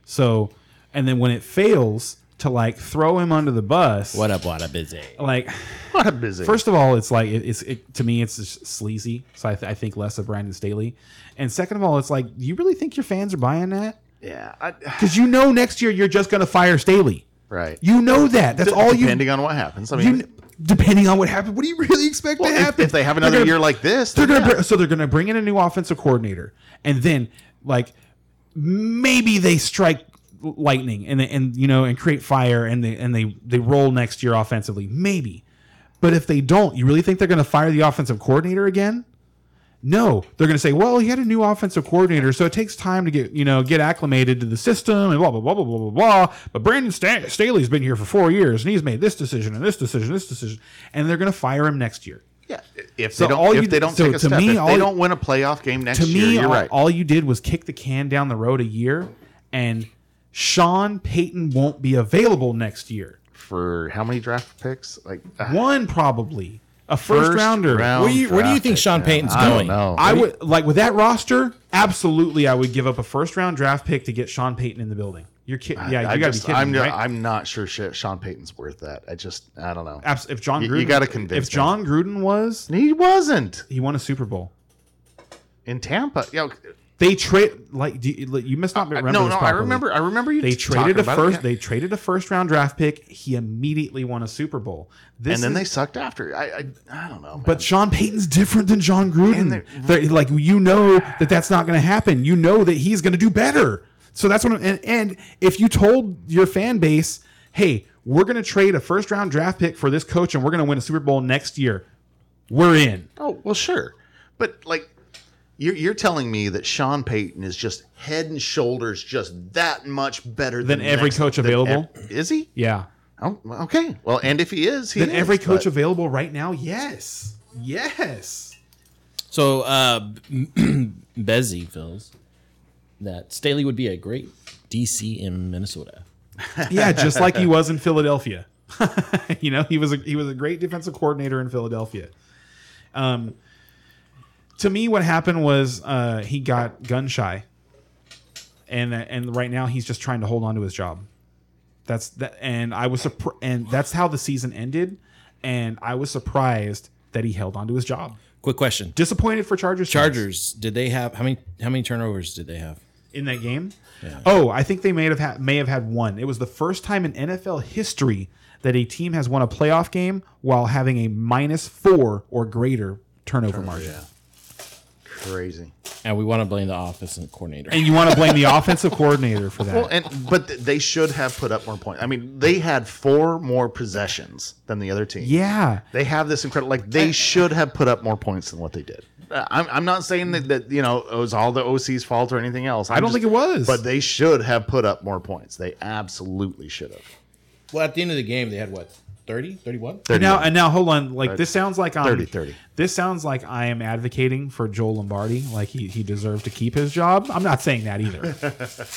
C: So, and then when it fails to like throw him under the bus,
A: what up, what up, busy?
C: like
B: What a busy.
C: First of all, it's like it, it's it, to me, it's just sleazy. So I, th- I think less of Brandon Staley. And second of all, it's like, do you really think your fans are buying that?
B: yeah, I,
C: Because you know next year you're just going to fire Staley.
B: right.
C: You know that. That's all you.
B: depending on what happens. I mean,
C: you kn- depending on what happens, what do you really expect
B: Well,
C: to
B: if-
C: happen?
B: If, they have
C: They're
B: another
C: gonna-
B: year like this,
C: they're
B: then
C: gonna
B: yeah.
C: br- so they're gonna bring in a new offensive coordinator, and then like maybe they strike lightning and and you know and create fire and they and they they roll next year offensively maybe but if they don't you really think they're going to fire the offensive coordinator again no they're going to say well he had a new offensive coordinator so it takes time to get you know get acclimated to the system and blah blah blah blah blah blah blah but brandon Sta- staley's been here for four years and he's made this decision and this decision this decision and they're going to fire him next year
B: Yeah, if
C: So
B: they don't,
C: all
B: if
C: you-
B: they don't
C: so
B: take a
C: to
B: step,
C: me,
B: if
C: all
B: they
C: you-
B: don't win a playoff game next
C: to
B: year,
C: me,
B: you're
C: all,
B: right.
C: all you did was kick the can down the road a year, and Sean Payton won't be available next year.
B: For how many draft picks? Like ah,
C: One probably a uh, first, rounder.
B: round
A: Where do you- where do you
B: draft
A: think
B: pick,
A: Sean
B: man.
A: Payton's
B: I
A: going?
B: Don't know.
C: I would like with that roster. Absolutely, I would give up a first round draft pick to get Sean Payton in the building. You're kidding? Yeah,
B: I
C: you got to be
B: just-
C: kidding.
B: I'm,
C: me,
B: not-
C: right?
B: I'm not sure shit Sean Payton's worth that. I just I don't know.
C: Abs- if John
B: You-
C: Gruden,
B: you gotta convince
C: If John Gruden was,
B: He wasn't
C: he won a Super Bowl.
B: in Tampa. Yeah,
C: They trade like do you, you must not
B: no,
C: remember.
B: no,
C: this
B: I
C: properly.
B: remember. I remember you.
C: They traded
B: talking
C: a
B: about
C: first.
B: it.
C: They traded a first round draft pick. He immediately won a Super Bowl. This
B: and then
C: is-
B: they sucked after. I I, I don't know.
C: But Sean Payton's different than John Gruden.
B: And they're-
C: They're- like you know that that's not going to happen. You know that he's going to do better. So that's what. I'm, and, and if you told your fan base, "Hey, we're going to trade a first round draft pick for this coach, and we're going to win a Super Bowl next year," we're in.
B: Oh, well, sure. But, like, you're, you're telling me that Sean Payton is just head and shoulders just that much better
C: Than
B: than,
C: every
B: next-
C: coach
B: than
C: available?
B: ev- is he?
C: Yeah.
B: Oh, well, okay. Well, and if he is, he
C: Then
B: is,
C: every coach
B: but-
C: available right now. Yes. Yes.
A: So uh, Bezzy feels that Staley would be a great DC in Minnesota.
C: Yeah, just like he was in Philadelphia. you know, he was a he was a great defensive coordinator in Philadelphia. Um, to me, what happened was uh, he got gun shy, and and right now he's just trying to hold on to his job. That's that, and I was surprised, and that's how the season ended, and I was surprised that he held on to his job.
A: Quick question:
C: Disappointed for Chargers. fans
A: Chargers, did they have how many how many turnovers did they have?
C: in that game. Oh, I think they may have had, may have had one. It was the first time in NFL history that a team has won a playoff game while having a minus four or greater turnover margin.
B: Yeah. Crazy.
A: And we want to blame the office and coordinator.
C: And you want to blame the offensive coordinator for that?
B: Well, and but th- they should have put up more points. I mean, they had four more possessions than the other team.
C: yeah,
B: They have this incredible. Like they should have put up more points than what they did. Uh, I'm, I'm not saying that, that you know it was all the OC's fault or anything else. I'm
C: I don't
B: just-
C: think it was.
B: But they should have put up more points. They absolutely should have.
A: Well, at the end of the game, they had what 30, 31?
C: And now and now, hold on. Like this sounds like I'm
B: 30, 30.
C: This sounds like I am advocating for Joe Lombardi. Like he he deserved to keep his job. I'm not saying that either.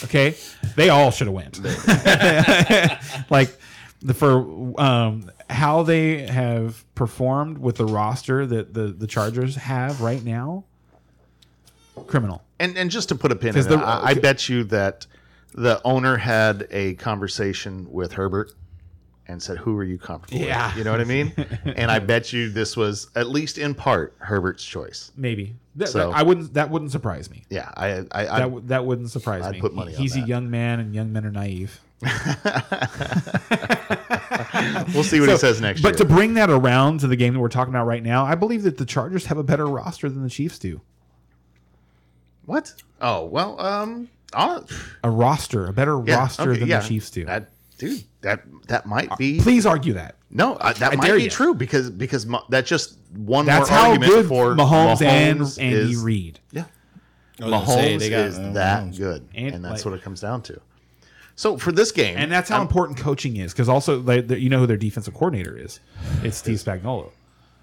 C: okay, they all should have went. like the, for um, how they have performed with the roster that the the Chargers have right now. Criminal.
B: And and just to put a pin in
C: Because
B: it,
C: the-
B: I, I bet you that the owner had a conversation with Herbert and said, "Who are you comfortable
C: Yeah.
B: with?" You know what I mean? and I bet you this was at least in part Herbert's choice.
C: Maybe That-
B: So-
C: I wouldn't. That wouldn't surprise me.
B: Yeah, I I, I
C: That w- that wouldn't surprise
B: I'd
C: me.
B: put money
C: He-
B: on
C: He's a
B: that.
C: young man, and young men are naive.
B: we'll see what he
C: So-
B: says next
C: but
B: year.
C: to bring that around to the game that we're talking about right now, I believe that the Chargers have a better roster than the Chiefs do.
B: what? Oh well, um, I'll-
C: A roster, a better
B: yeah,
C: roster
B: okay,
C: than
B: yeah.
C: the Chiefs do. Uh,
B: That, dude, that that might be
C: Please argue that.
B: no, I, that might
C: dare
B: be
C: you.
B: true because because Ma, that's just one
C: That's
B: more
C: how
B: argument
C: good
B: for
C: Mahomes, and
B: Mahomes
C: Andy
B: is-
C: Reid.
B: Yeah,
A: Oh, they say
B: Mahomes
A: they got-
B: is
A: uh,
B: that
A: Mahomes.
B: good,
C: And,
B: and, that's
C: like-
B: what it comes down to. So for this game,
C: And that's how
B: I'm-
C: important coaching is, because also they, they- you know who their defensive coordinator is. It's Steve Spagnuolo.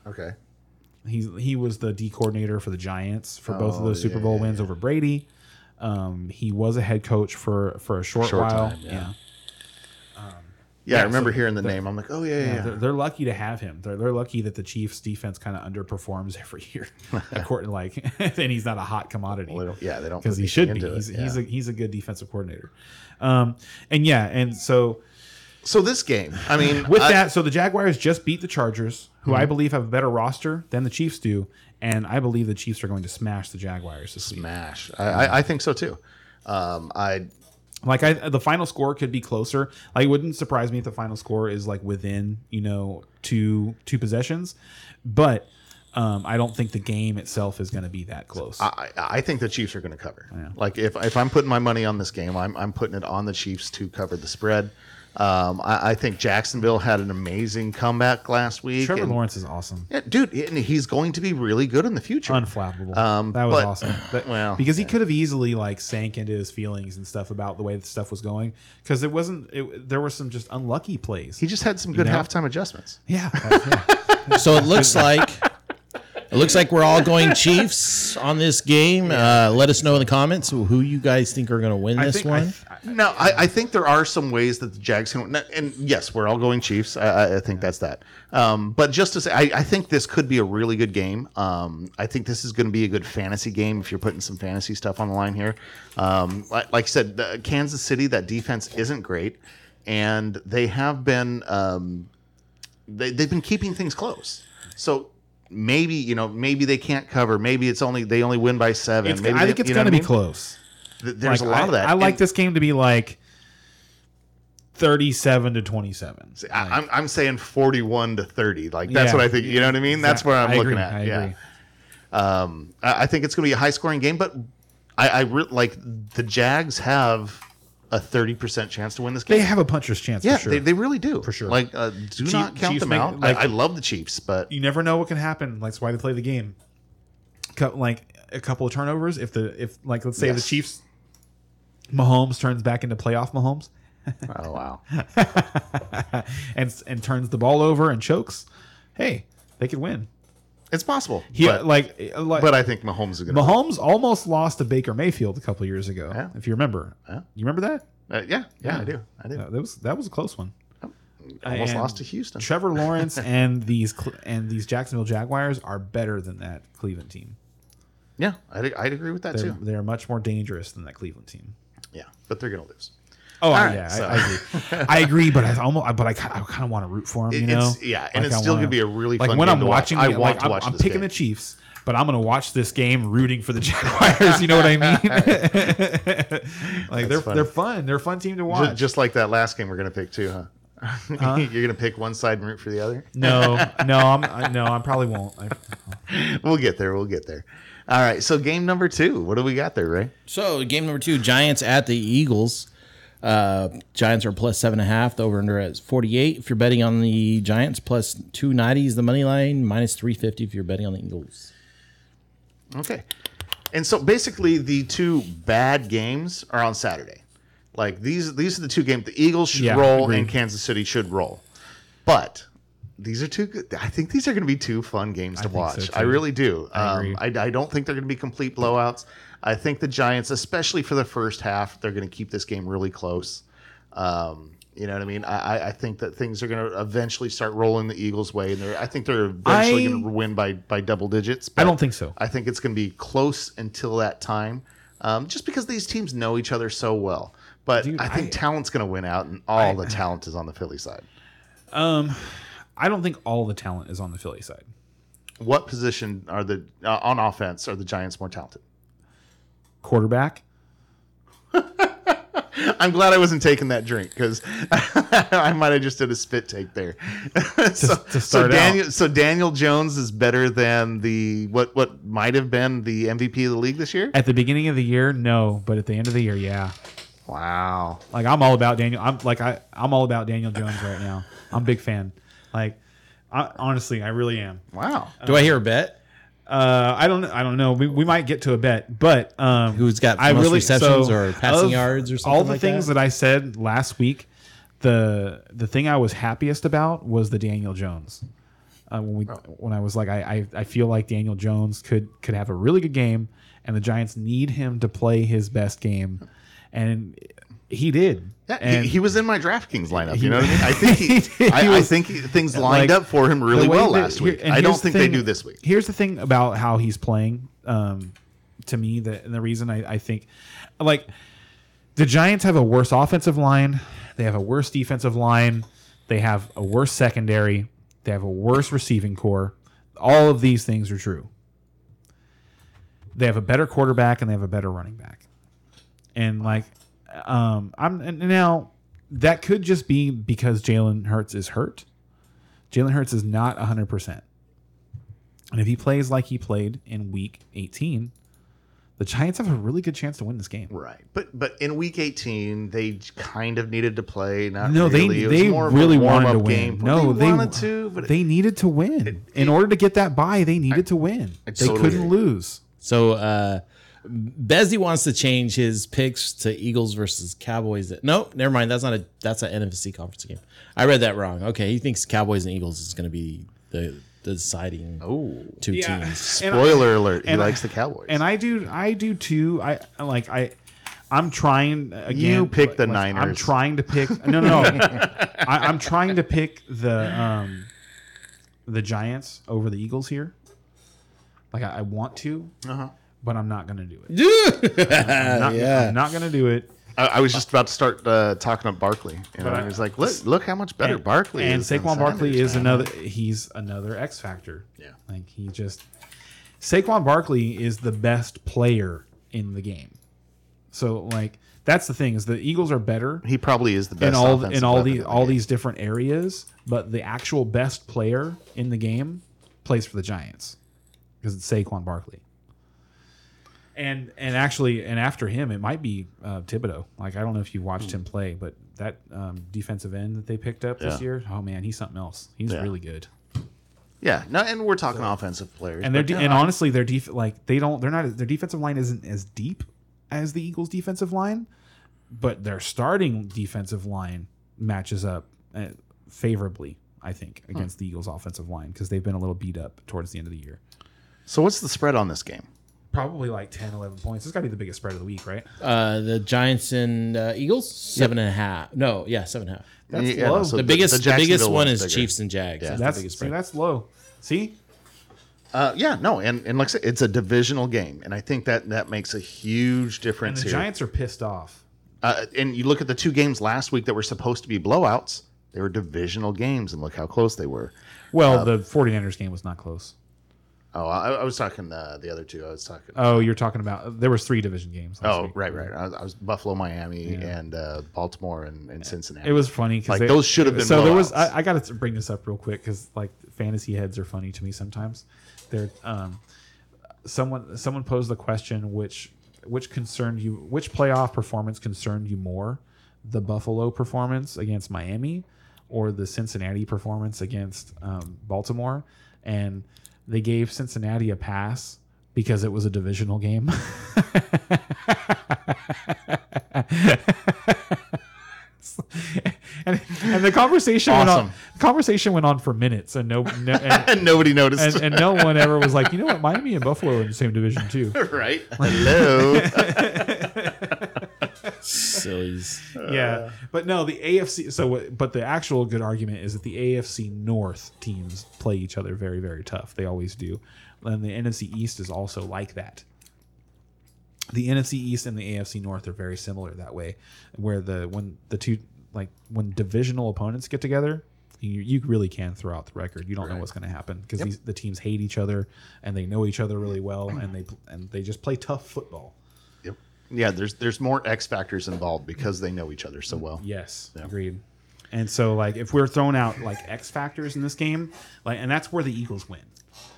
B: okay.
C: He's he was the D coordinator for the Giants for both of
B: Oh,
C: those Super
B: yeah,
C: Bowl
B: yeah,
C: wins over Brady. Um, he was a head coach for for a short,
B: Short
C: while.
B: time,
C: yeah.
B: Yeah, I remember hearing the name. I'm like, oh yeah, yeah. yeah.
C: They're, they're lucky to have him. They're, they're lucky that the Chiefs' defense kind of underperforms every year. According, like, and he's not a hot commodity
B: Well, they don't- yeah, they don't
C: because
B: put
C: he should be.
B: anything into
C: He's,
B: it,
C: he's
B: yeah.
C: a he's a good defensive coordinator. Um, and yeah, and so
B: so this game, I mean,
C: with
B: I- Mm-hmm.
C: that, so the Jaguars just beat the Chargers, who I believe have a better roster than the Chiefs do, and I believe the Chiefs are going to smash the Jaguars this week.
B: smash. I, I, I think so too. Um, I
C: Like I, the final score could be closer. Like it wouldn't surprise me if the final score is like within you know two two possessions, but Um, I don't think the game itself is going to be that close.
B: I, I I think the Chiefs are going to cover. Like if if I'm putting my money on this game, I'm I'm putting it on the Chiefs to cover the spread. Um, I, I think Jacksonville had an amazing comeback last week.
C: Trevor
B: and-
C: Lawrence is awesome.
B: Yeah, dude, and he's going to be really good in the future.
C: Unflappable.
B: Um,
C: that was
B: but-
C: awesome. That-
B: well,
C: because he could have easily like sank into his feelings and stuff about the way the stuff was going. Because it wasn't. It, there were some just unlucky plays.
B: he just had some good
C: You know?
B: halftime adjustments.
C: yeah. yeah.
A: So it looks like it looks like we're all going Chiefs on this game. Uh, let us know in the comments who who you guys think are going to win
C: I
A: this
C: think- I
A: one.
C: th-
B: No, I, I think there are some ways that the Jags can, and yes, we're all going Chiefs. I, I- I think that's that. Um, but just to say, I, I think this could be a really good game. Um, I think this is going to be a good fantasy game if you're putting some fantasy stuff on the line here. Um, like, like I said, the, Kansas City, that defense isn't great, and they have been um, they, they've been keeping things close. So maybe you know maybe they can't cover. Maybe it's only they only win by seven.
C: It's-
B: maybe
C: I
B: they-
C: think it's
B: you know
C: going to
B: what I
C: be
B: mean?
C: close.
B: Th- There's
C: Like,
B: a lot
C: I,
B: of that.
C: I like
B: And-
C: this game to be like thirty-seven to twenty-seven.
B: I, I'm, I'm saying 41 to 30. Like, that's
C: Yeah.
B: what I think. You know what I mean? That's where I'm
C: I
B: looking
C: agree,
B: at.
C: I
B: yeah.
C: agree.
B: Um, I I think it's going to be a high scoring game, but I, I re- like the Jags have a 30% chance to win this game.
C: They have a puncher's chance
B: yeah,
C: for sure.
B: they, they really do. For
C: sure.
B: Like, uh, do not count
C: Chiefs
B: them
C: make-
B: out.
C: like-
B: I, I love the Chiefs, but
C: you never know what can happen. That's why they play the game. Co- like a couple of turnovers. If the if like let's say
B: Yes.
C: the Chiefs, Mahomes turns back into playoff Mahomes, uh,
B: oh, wow.
C: and and turns the ball over and chokes. Hey, they could win.
B: It's possible.
C: He
B: but,
C: like uh, like
B: but I think Mahomes is going to.
C: Mahomes almost lost to Baker Mayfield a couple years ago.
B: Yeah.
C: If you remember,
B: Yeah.
C: you remember that?
B: Uh, yeah, yeah, I do. I do.
C: Uh, that was that was a close one.
B: Almost
C: and
B: lost to Houston.
C: Trevor Lawrence and these Cle- and these Jacksonville Jaguars are better than that Cleveland team.
B: yeah, I'd, I'd agree with that
C: They're,
B: too.
C: they're much more dangerous than that Cleveland team.
B: Yeah, but they're going to lose.
C: Oh
B: All right,
C: yeah,
B: so-
C: I, I agree. I agree, but I almost but I kind of, I kind of want to root for them. You
B: It-
C: know,
B: it's- yeah, and it's
C: I
B: still
C: wanna-
B: gonna be a really
C: like
B: fun
C: when
B: game
C: I'm
B: to watch.
C: watching.
B: I
C: it,
B: want
C: like,
B: to
C: I'm-
B: watch
C: I'm,
B: this
C: picking
B: game.
C: the Chiefs, but I'm gonna watch this game rooting for the Jaguars. You know what I mean? like they're
B: funny.
C: they're fun. They're a fun team to
B: Ju-
C: watch.
B: Just, like that last game we're going to pick too, huh? You're going to pick one side and root for the other?
C: no, no, I'm I, no, I probably won't. I,
B: We'll get there. We'll get there. All right. So game number two. What do we got there, Ray?
A: So game number two, Giants at the Eagles. Uh, Giants are plus seven and a half. The over under is forty eight. If you're betting on the Giants, plus two ninety is the money line. Minus three fifty if you're betting on the Eagles.
B: Okay. And so basically the two bad games are on Saturday. Like these these are the two games the Eagles should
C: Yeah,
B: roll
C: agreed.
B: and Kansas City should roll. But these are two good. I think these are going to be two fun games to
C: think so,
B: watch. I
C: too.
B: really do. I, um,
C: agree.
B: I, I don't think they're going to be complete blowouts. I think the Giants, especially for the first half, they're going to keep this game really close. Um, you know what I mean? I, I- I think that things are going to eventually start rolling the Eagles' way, and they're, I think they're eventually
C: I-
B: going to win by by double digits.
C: I
B: but-
C: don't think so.
B: I think it's going to be close until that time, um, just because these teams know each other so well. But
C: Dude,
B: I think
C: I-
B: talent's going to win out, and all the talent is on the Philly side.
C: Um, I don't think all the talent is on the Philly side.
B: What position are the uh, on offense are the Giants more talented?
C: Quarterback.
B: I'm glad I wasn't taking that drink because I might have just did a spit take there. so,
C: to
B: so
C: start out.
B: Daniel, so Daniel Jones is better than the what what might have been the MVP of the league this year.
C: At the beginning of the year, no, but at the end of the year, yeah.
B: Wow,
C: Like I'm all about Daniel. I'm like I I'm all about Daniel Jones right now. I'm a big fan. Like I, honestly, I really am.
B: wow.
A: Do I hear a bet?
C: Uh, I don't I don't know. We, we might get to a bet, but um,
A: Who's got
C: I
A: most receptions
C: so,
A: or passing
C: of
A: yards or something
C: All the
A: like
C: things that. I said last week, the the thing I was happiest about was the Daniel Jones. Uh, when we
B: Oh.
C: when I was like I, I I feel like Daniel Jones could could have a really good game, and the Giants need him to play his best game, and he did.
B: Yeah,
C: and
B: he, he was in my DraftKings lineup. You know what I mean? I think he, I,
C: He
B: I
C: was-
B: think he, things lined
C: like,
B: up for him really
C: the way
B: well
C: that-
B: last
C: here-
B: week.
C: and
B: I
C: here's
B: don't
C: the
B: think
C: thing-
B: they do this week.
C: Here's the thing about how he's playing. Um, to me, that and the reason I, I think, like, the Giants have a worse offensive line. They have a worse defensive line. They have a worse secondary. They have a worse receiving core. All of these things are true. They have a better quarterback and they have a better running back. And like, um, I'm and now that could just be because Jalen Hurts is hurt. Jalen Hurts is not hundred percent. And if he plays like he played in week 18, the Giants have a really good chance to win this game.
B: Right, but but in week 18, they j- kind of needed to play. Not
C: No, they
B: really. It was
C: they
B: more of a
C: really wanted
B: warm-up
C: to win.
B: Game.
C: No, they,
B: wanted to, but
C: they needed to win. in order to get that bye, they needed to win.
B: I
C: they
B: totally
C: couldn't
B: agree.
C: lose.
A: So uh Bezzy wants to change his picks to Eagles versus Cowboys. No, never mind. That's not a that's an NFC conference game. I read that wrong. Okay, he thinks Cowboys and Eagles is going to be the, the deciding
B: oh,
A: two
C: Yeah.
A: teams.
C: And I-
B: spoiler alert! He
C: and I-
B: likes the Cowboys.
C: And I do, I do too. I I like I. I'm trying uh, again.
B: You pick the
C: like, I'm
B: Niners.
C: trying to pick. No, no, no. I, I'm trying to pick the um, the Giants over the Eagles here. Like I, I want to,
B: Uh-huh.
C: but I'm not gonna do it. I'm not, I'm
A: yeah.
C: not gonna do it.
B: I, I was just about to start uh, talking up Barkley. You know,
C: But I-
B: and he's like, look, look how much better
C: And-
B: Barkley
C: and
B: is. than
C: Saquon Barkley
B: Sanders,
C: is
B: man.
C: another. He's another X factor.
B: Yeah.
C: like he just Saquon Barkley is the best player in the game. So like that's the thing is the Eagles are better
B: He probably is the best
C: in all
B: offensive
C: in all
B: weapon
C: the
B: the
C: all
B: game.
C: these different areas, but the actual best player in the game plays for the Giants because it's Saquon Barkley. And and actually and after him it might be uh, Thibodeau. Like I don't know if you watched
B: Hmm.
C: him play, but that um, defensive end that they picked up this
B: Yeah.
C: year, oh man, he's something else. He's
B: Yeah.
C: really good.
B: Yeah, no, and we're talking offensive players.
C: And they're
B: but
C: de-
B: no,
C: and
B: I-
C: honestly, their def- like they don't they're not their defensive line isn't as deep as the Eagles' defensive line, but their starting defensive line matches up uh, favorably, I think, against the Eagles' offensive line because they've been a little beat up towards the end of the year.
B: so what's the spread on this game?
C: Probably like 10, 11 points. It's got to be the biggest spread of the week, right?
A: Uh, the Giants and uh, Eagles seven and a half. No, yeah, seven and a half.
C: That's
B: Yeah, no,
C: low.
B: so
A: The, biggest the, biggest
B: Jacksonville
A: one
B: one's
A: is
B: bigger.
A: Chiefs and Jags.
B: Yeah.
A: That's,
C: That's
A: the biggest
C: see,
A: spread.
C: that's low. See,
B: Uh, yeah, no, and, and like I said, it's a divisional game, and I think that that makes a huge
C: and
B: difference
C: the
B: here.
C: Giants are pissed off.
B: uh, and you look at the two games last week that were supposed to be blowouts; they were divisional games, and look how close they were.
C: Well,
A: Uh,
C: the 49ers game was not close.
B: Oh, I, I was talking uh, the other two. I was talking.
C: Oh, you're talking about there was three division games. last
B: oh,
C: week.
B: right, right. I was, I was Buffalo, Miami, and uh, Baltimore, and, and Cincinnati.
C: It was funny because
B: Like, those should have been
C: So there was.
B: blowouts.
C: I, I got to bring this up real quick because like fantasy heads are funny to me sometimes. They're um, someone someone posed the question which which concerned you which playoff performance concerned you more, the Buffalo performance against Miami, or the Cincinnati performance against um, Baltimore, and they gave Cincinnati a pass because it was a divisional game. and, and the conversation went
B: Awesome.
C: on. The conversation went on for minutes, and no, no and,
B: and nobody noticed.
C: and, and no one ever was like, you know what, Miami and Buffalo are in the same division too.
B: right? Hello.
A: Sillies.
C: yeah, but no, the AFC. So, what- but the actual good argument is that the AFC North teams play each other very, very tough. They always do, and the NFC East is also like that. The NFC East and the AFC North are very similar that way, where the when the two like when divisional opponents get together. You, you really can throw out the record. You don't know what's going to happen because these the teams hate each other and they know each other really well and they and they just play tough football.
B: Yep. Yeah, there's there's more X factors involved because they know each other so well.
C: Yes, agreed. And so, like, if we're throwing out like X factors in this game, like, and that's where the Eagles win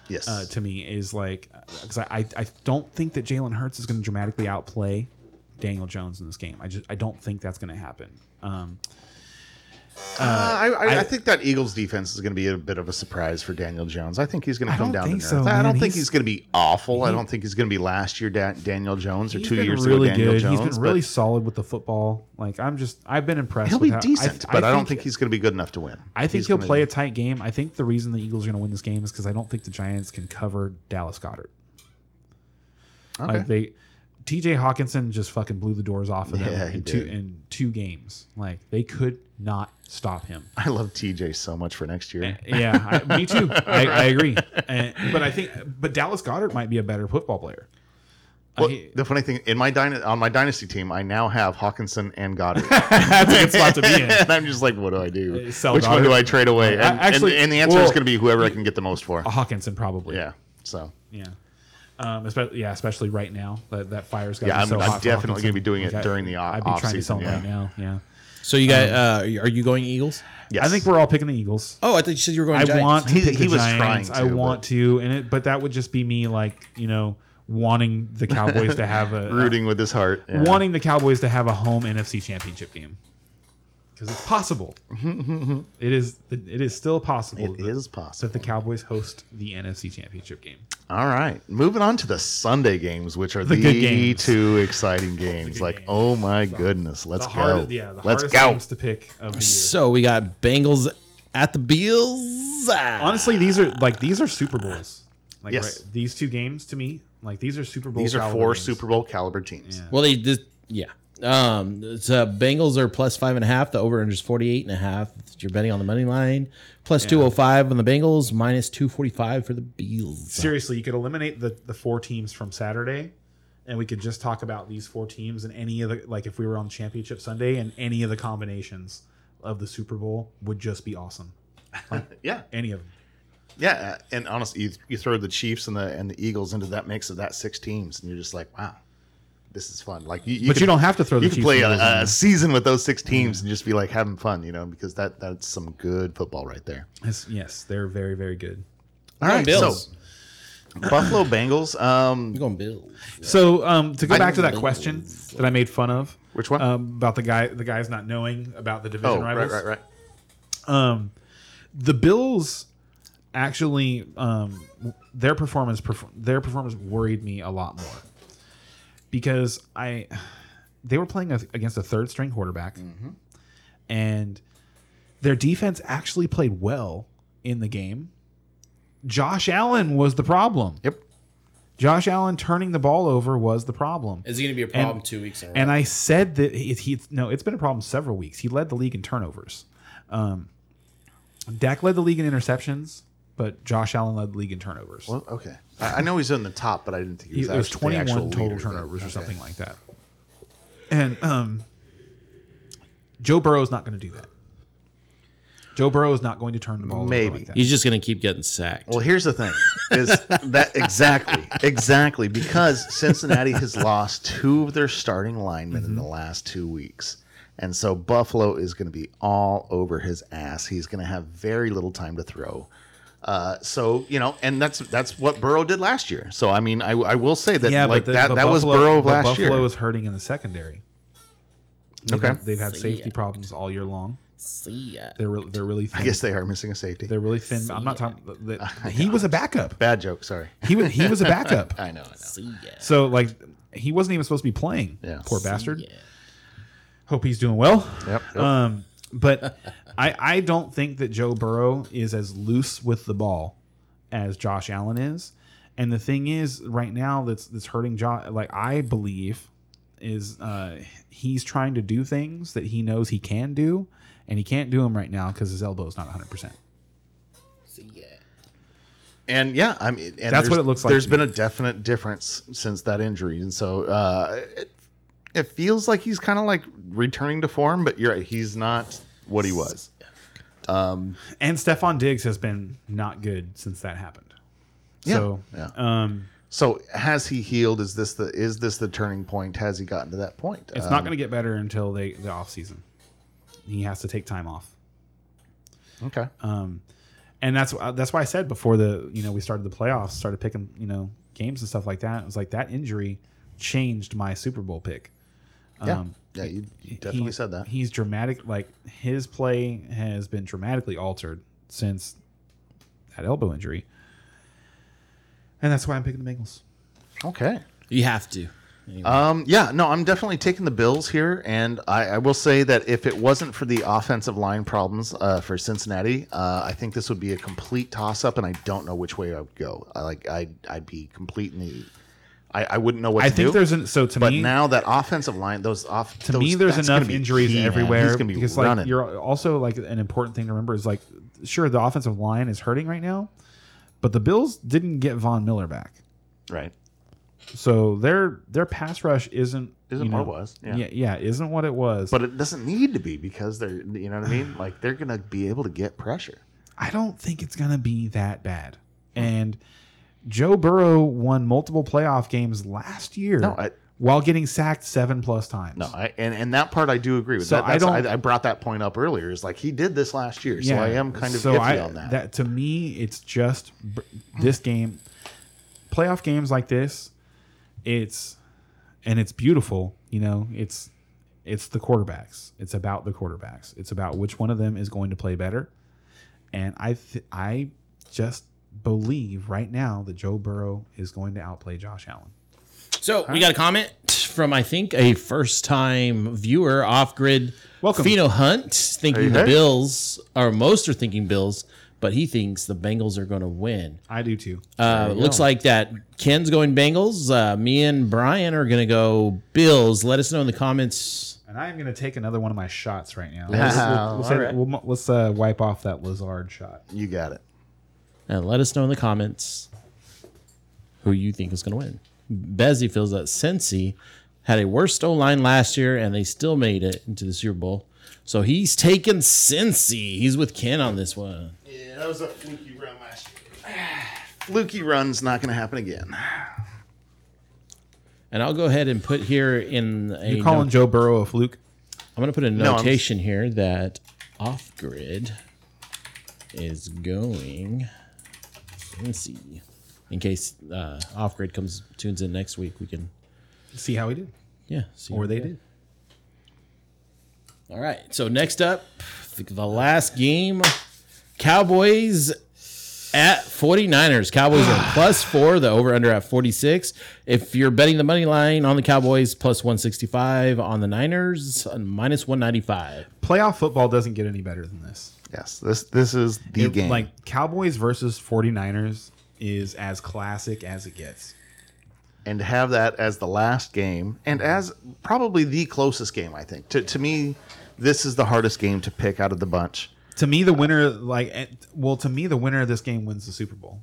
B: Yes.
C: uh, to me is like because I, I I don't think that Jalen Hurts is going to dramatically outplay Daniel Jones in this game. I just I don't think that's going to happen. Um,
B: Uh, I, I, I
C: I-
B: think that Eagles defense is going to be a bit of a surprise for Daniel Jones. I think he's going to
C: I
B: come
C: don't
B: down to
C: think
B: earth.
C: so,
B: I don't
C: man.
B: think
C: He's-
B: he's going to be awful. I don't think he's going to be last year da- Daniel Jones or
C: he's
B: two
C: been
B: years
C: really
B: ago Daniel
C: good.
B: Jones.
C: he's been
B: but
C: really solid with the football. Like I'm just I've been impressed.
B: he'll
C: with
B: be
C: how- I-
B: decent, but I, don't think he's going to be good enough to win.
C: I think
B: He's
C: he'll
B: gonna-
C: play a tight game. I think the reason the Eagles are going to win this game is because I don't think the Giants can cover Dallas Goddard.
B: Okay.
C: Like they, T.J. Hawkinson just fucking blew the doors off of them
B: Yeah, he
C: in two
B: did.
C: in two games. Like they could not stop him.
B: I love TJ so much for next year.
C: Yeah, I, me too. I, I agree. And, but I think, but Dallas Goddard might be a better football player.
B: Well,
C: he-
B: the funny thing in my dyna- on my dynasty team, I now have Hawkinson and Goddard.
C: That's a good spot to be in.
B: and I'm just like, what do I do?
C: Uh, sell
B: Which one
C: Goddard.
B: do I trade away? And,
C: Uh, actually,
B: and, and the answer is
C: well- uh,
B: going to be whoever I can get the most for.
C: Hawkinson probably.
B: Yeah. So
C: yeah. Um, especially, yeah, especially right now that that fire's got.
B: Yeah,
C: be
B: I'm-
C: so
B: I'm
C: hot for
B: definitely gonna be
C: Hawkinson.
B: doing it
C: Like, I-
B: during the off-
C: I'd be trying to
B: off-season,
C: sell him
B: yeah.
C: right now. Yeah.
A: So you
B: Um,
A: got? uh, are you going Eagles?
B: Yes.
C: I think we're all picking the Eagles.
A: Oh, I thought you said you were going.
C: I
A: Giants.
C: want to
B: He-
C: pick
B: he
C: the
B: was
C: Giants.
B: trying
C: I
B: to,
C: want
B: but-
C: to, and it, but that would just be me, like you know, wanting the Cowboys to have a
B: rooting with his heart. Yeah.
C: wanting the Cowboys to have a home NFC Championship game because it's possible. it is. It is still possible.
B: It
C: that-
B: is
C: that
B: possible.
C: the Cowboys host the NFC Championship game.
B: All right. Moving on to the Sunday games, which are the,
C: good games.
B: two exciting games. Like, oh my goodness, let's
C: The
B: go.
C: hardest, yeah, the
B: let's
C: hardest
B: go.
C: games to pick of the year.
A: So we got Bengals at the Bills.
C: Honestly, these are like these are Super Bowls. Like
B: Yes.
C: right, these two games to me, like these are Super Bowl.
B: These are
C: caliber
B: four
C: games.
B: Super Bowl caliber teams.
C: Yeah.
A: Well, they did. Yeah. Um, it's, uh, Bengals are plus five and a half. The over under is 48 and a half. You're betting on the money line. Plus 205 on the Bengals, minus 245 for the Bills.
C: Seriously, you could eliminate the the four teams from Saturday, and we could just talk about these four teams and any of the like if we were on Championship Sunday and any of the combinations of the Super Bowl would just be awesome.
B: Yeah.
C: Any of them.
B: Yeah, and honestly, you, you throw the Chiefs and the and the Eagles into that mix of that six teams, and you're just like, wow, this is fun. Like, you, you
C: But you don't have to throw the
B: You can
C: Chiefs
B: play
C: and Bills in
B: a,
C: there.
B: a season with those six teams and just be like having fun, you know, because that that's some good football right there.
C: Yes, yes, they're very very good.
B: All
A: Going
B: right,
A: Bills.
B: so Buffalo Bengals. Um,
A: You're going Bills.
C: So um, to go
B: I-
C: back to that question that I made fun of,
B: Which one?
C: um, about the guy the guys not knowing about the division
B: oh, right,
C: rivals.
B: right, right.
C: Um, the Bills actually um, their performance perf- their performance worried me a lot more because I they were playing a, against a third string quarterback and their defense actually played well in the game. Josh Allen was the problem.
B: Yep.
C: Josh Allen turning the ball over was the problem.
A: Is he going to be a problem
C: problem And-
A: two weeks in
C: And I said that he, he no, it's been a problem several weeks. He led the league in turnovers. Um, Dak led the league in interceptions, but Josh Allen led the league in turnovers.
B: Well, okay. I, I know he's in the top, but I didn't think
C: He-
B: he was,
C: it
B: actually
C: was
B: the
C: 21
B: actual
C: total
B: leader, but-
C: turnovers or
B: okay.
C: something like that. And um, Joe Burrow's not going to do that. Joe Burrow is not going to turn the ball over
B: Maybe.
C: like that.
A: He's just going to keep getting sacked.
B: Well, here's the thing: is that exactly, exactly because Cincinnati has lost two of their starting linemen
C: Mm-hmm.
B: in the last two weeks, and so Buffalo is going to be all over his ass. He's going to have very little time to throw. Uh, so you know, and that's that's what Burrow did last year. So I mean, I, I will say that
C: yeah,
B: like
C: but the-
B: that
C: but
B: that was
C: Buffalo-
B: Burrow of
C: but
B: last
C: Buffalo
B: year.
C: is hurting in the secondary. They've
B: Okay.
C: had- they've had safety
A: Sick.
C: problems all year long.
A: See ya.
C: They're re- they're really.
B: I
C: Thin.
B: guess they are missing a safety.
C: They're really thin. I'm not talking. th- th- he was a backup.
B: Bad joke. Sorry.
C: He was he was a backup.
B: I know. I know.
A: See ya.
C: So like, he wasn't even supposed to be playing.
B: Yeah.
C: Poor bastard.
A: Yeah.
C: Hope he's doing well.
B: Yep. yep.
C: Um, but I I don't think that Joe Burrow is as loose with the ball as Josh Allen is. And the thing is, right now that's that's hurting Josh. Like I believe is uh, he's trying to do things that he knows he can do, and he can't do them right now because his elbow is not 100. percent
A: See ya.
B: And yeah, I mean, and
C: That's what
B: there's-
C: it looks like
B: There's
C: to
B: been a definite difference since that injury, and so uh, it, it feels like he's kind of like returning to form. But you're right, he's not what he was.
C: And Stefan Diggs has been not good since that happened.
B: Yeah.
C: So,
B: Yeah.
C: um,
B: So has he healed? Is this the is this the turning point? Has he gotten to that point?
C: it's not going to get better until they the off season. He has to take time off,
B: Okay.
C: um, and that's wh- that's why I said before the you know we started the playoffs, started picking you know games and stuff like that. It was like that injury changed my Super Bowl pick.
B: yeah.
C: um,
B: yeah. You, you definitely
C: He-
B: said that.
C: He's dramatic. Like his play has been dramatically altered since that elbow injury, and that's why I'm picking the Bengals.
B: Okay.
A: You have to.
B: Um, yeah, no, I'm definitely taking the Bills here, and I, I will say that if it wasn't for the offensive line problems uh, for Cincinnati, uh, I think this would be a complete toss-up, and I don't know which way I would go. I, like, I'd, I'd be completely, I, I wouldn't know what
C: I
B: to do.
C: think there's an so to
B: but
C: me
B: now that offensive line, those off
C: to
B: those,
C: me there's
B: that's
C: enough
B: gonna be
C: injuries
B: key, man.
C: everywhere
B: He's gonna be
C: because
B: running.
C: like you're also like an important thing to remember is like sure the offensive line is hurting right now, but the Bills didn't get Von Miller back,
B: right.
C: so their their pass rush isn't
B: Isn't
C: you
B: what
C: know,
B: it was, yeah.
C: yeah isn't what it was. But
B: But it doesn't need to be because they're, you know what I mean? Like they're gonna be able to get pressure.
C: I don't think it's gonna be that bad.
B: Hmm.
C: And Joe Burrow won multiple playoff games last year
B: No, I-
C: while getting sacked seven plus times.
B: No, I, and and that part I do agree with.
C: So
B: that,
C: I
B: that's- I,
C: don't-
B: I brought that point up earlier. Is like he did this last year, so I am kind of
C: so
B: iffy
C: I-
B: on that.
C: To me, it's just br- this game, playoff games like this. It's and it's beautiful. You know, it's it's the quarterbacks. It's about the quarterbacks. It's about which one of them is going to play better. And I th- I just believe right now that Joe Burrow is going to outplay Josh Allen.
A: So we got a comment from I think a first time viewer off grid.
C: Welcome.
A: Fino Hunt thinking
B: Hey,
A: the
B: hey.
A: Bills or most are thinking Bills, but he thinks the Bengals are going to win.
C: I do too.
A: Uh, looks like that Ken's going Bengals. Uh, me and Brian are going to go Bills. Let us know in the comments.
C: And I'm going to take another one of my shots right now.
B: Yeah,
C: Let's, we'll, we'll say-
B: alright.
C: we'll- let's, uh, wipe off that Lazard shot.
B: You got it.
A: And Uh, let us know in the comments who you think is going to win. Bezzy feels that Cincy had a worse O line last year and they still made it into the Super Bowl. So he's taking Cincy. He's with Ken on this one.
B: Yeah, that was a fluky run last year. fluky run's not going to happen again.
A: And I'll go ahead and put here in a
C: You're calling
A: no-
C: Joe Burrow a fluke?
A: I'm going to put a
B: No, I'm-
A: notation here that off grid is going Cincy. In case uh, off grid comes tunes in next week, we can
C: See how he did.
A: yeah see
C: Or they
A: did.
C: did.
A: All right. So next up, the- the last game Cowboys at 49ers. Cowboys are plus four, the over under at 46. If you're betting the money line on the Cowboys, plus 165 on the Niners, uh, minus 195.
C: Playoff football doesn't get any better than this.
B: Yes, this this is the
C: It-
B: game.
C: Like Cowboys versus 49ers is as classic as it gets.
B: and to have that as the last game and as probably the closest game i think to, to me this is the hardest game to pick out of the bunch
C: To me, the winner, like, eh, well, to me, the winner of this game wins the Super Bowl.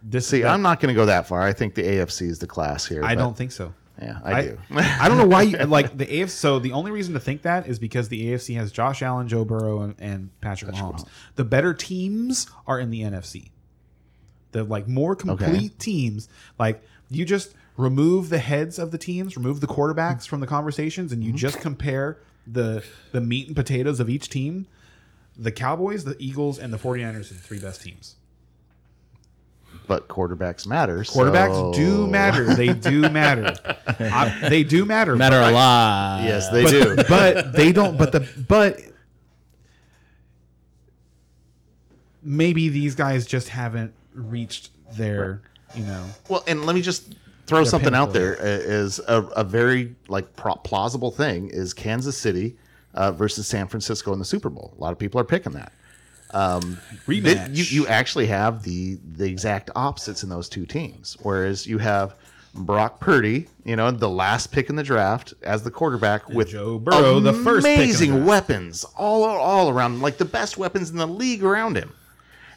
C: This,
B: see
C: that-
B: i'm not going to go that far i think the afc is the class here
C: I
B: but-
C: don't think so.
B: yeah i, do
C: I don't know why. You, like the AFC. So the only reason to think that is because the AFC has Josh Allen, Joe Burrow, and, and Patrick Mahomes. The better teams are in the NFC. The like more complete teams. Like you just remove the heads of the teams, remove the quarterbacks from the conversations, and you just compare the the meat and potatoes of each team. The Cowboys, the Eagles, and the 49ers are the three best teams.
B: but quarterbacks matter
C: Quarterbacks
B: so-
C: do matter. They do matter. I- they do matter.
A: Matter a lot.
B: yes they
C: but,
B: do
C: but they don't. But the but maybe these guys just haven't reached their you know
B: well and let me just throw something out
C: pinnacle.
B: there uh, is a, a very like pro- plausible thing is kansas city uh, versus san francisco in the super bowl a lot of people are picking that Th-
C: rematch.
B: you, you actually have the the exact opposites in those two teams. Whereas you have Brock Purdy, you know, the last pick in the draft as the quarterback with
C: Joe Burrow, the first pick in the
B: amazing
C: draft.
B: weapons all all around, him, like the best weapons in the league around him.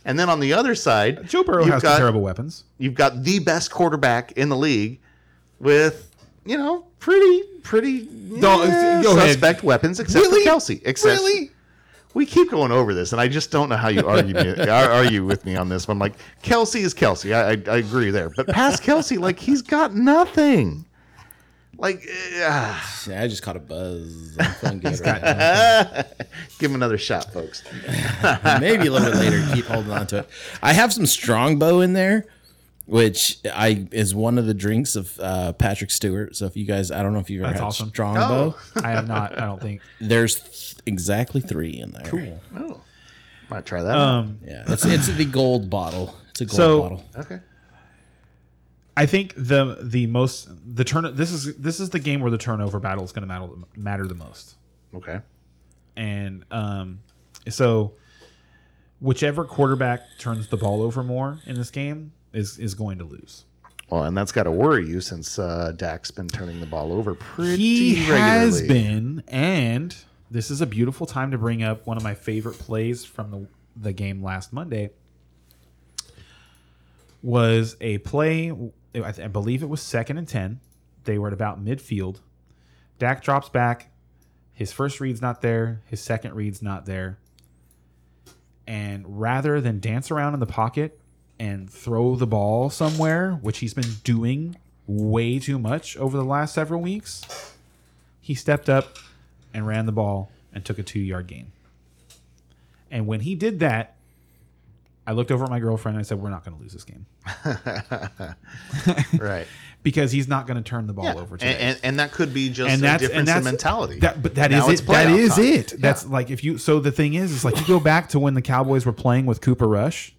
B: And then on the other side,
C: Joe Burrow
B: you've
C: has
B: got,
C: terrible weapons.
B: You've got the best quarterback in the league with you know pretty pretty
C: Don't-
B: yeah,
C: go ahead.
B: suspect weapons except
C: Really?
B: for Kelsey. Except
C: Really?
B: we keep going over this, and I just don't know how you argue me, ar- argue with me on this one. Like Kelsey is Kelsey, I, I, I agree there, but past Kelsey, like he's got nothing. Like, uh,
A: I just caught a buzz. I'm feeling good right now.
B: give him another shot, folks.
A: maybe a little bit later. Keep holding on to it. I have some strongbow in there, which I is one of the drinks of uh, Patrick Stewart. So if you guys, I don't know if you've ever
C: That's
A: had
C: awesome.
A: strongbow.
C: I have not. I don't think.
A: There's th- exactly three in there. Cool.
B: Oh, might try that.
C: Um,
A: Yeah, it's it's the gold bottle. It's a gold
C: So-
A: bottle.
B: okay,
C: I think the the most the turn. This is this is the game where the turnover battle is going to matter matter the most.
B: okay.
C: and um, so whichever quarterback turns the ball over more in this game is is going to lose.
B: Well, and that's got to worry you since uh, Dak's been turning the ball over pretty
C: He
B: regularly.
C: has been, and this is a beautiful time to bring up one of my favorite plays from the the game last Monday. Was a play, I th- I believe it was second and ten. They were at about midfield. Dak drops back. His first read's not there. His second read's not there. And rather than dance around in the pocket and throw the ball somewhere, which he's been doing way too much over the last several weeks, he stepped up and ran the ball and took a two yard gain. And when he did that, I looked over at my girlfriend and I said, We're not going to lose this game
B: right.
C: because he's not going to turn the ball
B: Yeah.
C: over
B: and,
C: today.
B: and, and that could be just
C: and
B: a
C: that's
B: difference
C: and that's
B: in mentality.
C: That, but that is
B: Now it's
C: it. That
B: playoff
C: is
B: time.
C: it. That's like if you. So the thing is, is like you go back to when the Cowboys were playing with Cooper Rush,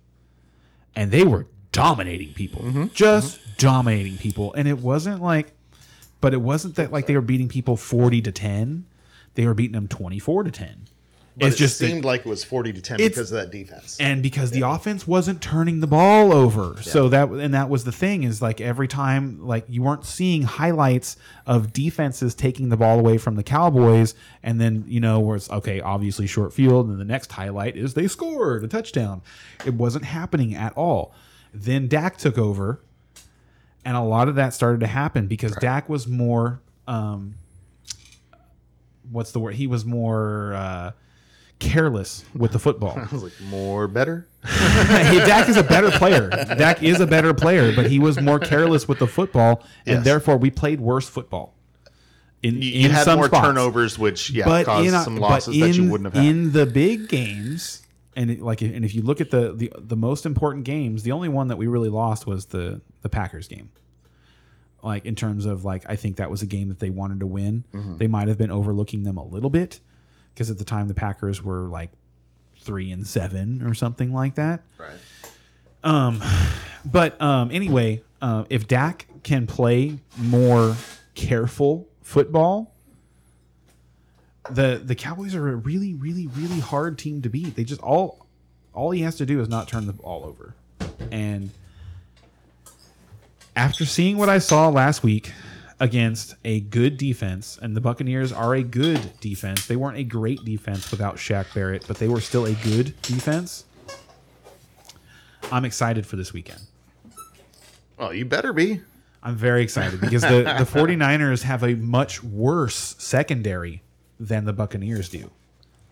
C: and they were dominating people,
B: Mm-hmm.
C: just dominating people, and it wasn't like, but it wasn't that like they were beating people forty to ten, they were beating them twenty four to ten.
B: But
C: it's
B: it
C: just that-
B: seemed like it was forty to ten
C: It's-
B: because of that defense.
C: and because the offense wasn't turning the ball over so that and that was the thing is like every time like you weren't seeing highlights of defenses taking the ball away from the cowboys and then you know where it's okay obviously short field and the next highlight is they scored a touchdown it wasn't happening at all then dak took over and a lot of that started to happen because dak was more um what's the word he was more uh careless with the football
B: I was like, more better.
C: Hey, Dak is a better player. Dak is a better player, but he was more careless with the football, and
B: Yes.
C: therefore we played worse football. In,
B: You,
C: in
B: you had
C: some
B: more
C: spots.
B: turnovers, which yeah
C: but
B: caused
C: in a-
B: some
C: but
B: losses that you
C: in-
B: wouldn't have had.
C: in the big games. And it, like, and if you look at the, the the most important games, the only one that we really lost was the the Packers game. Like in terms of like, I think that was a game that they wanted to win.
B: Mm-hmm.
C: They might have been overlooking them a little bit because at the time the Packers were like three and seven or something like that.
B: right.
C: But um, anyway, uh, if Dak can play more careful football, the the Cowboys are a really, really, really hard team to beat. They just all all he has to do is not turn the ball over. And after seeing what I saw last week against a good defense, and the Buccaneers are a good defense. They weren't a great defense without Shaq Barrett, but they were still a good defense. I'm excited for this weekend.
B: Well, you better be.
C: I'm very excited because the, the 49ers have a much worse secondary than the Buccaneers do.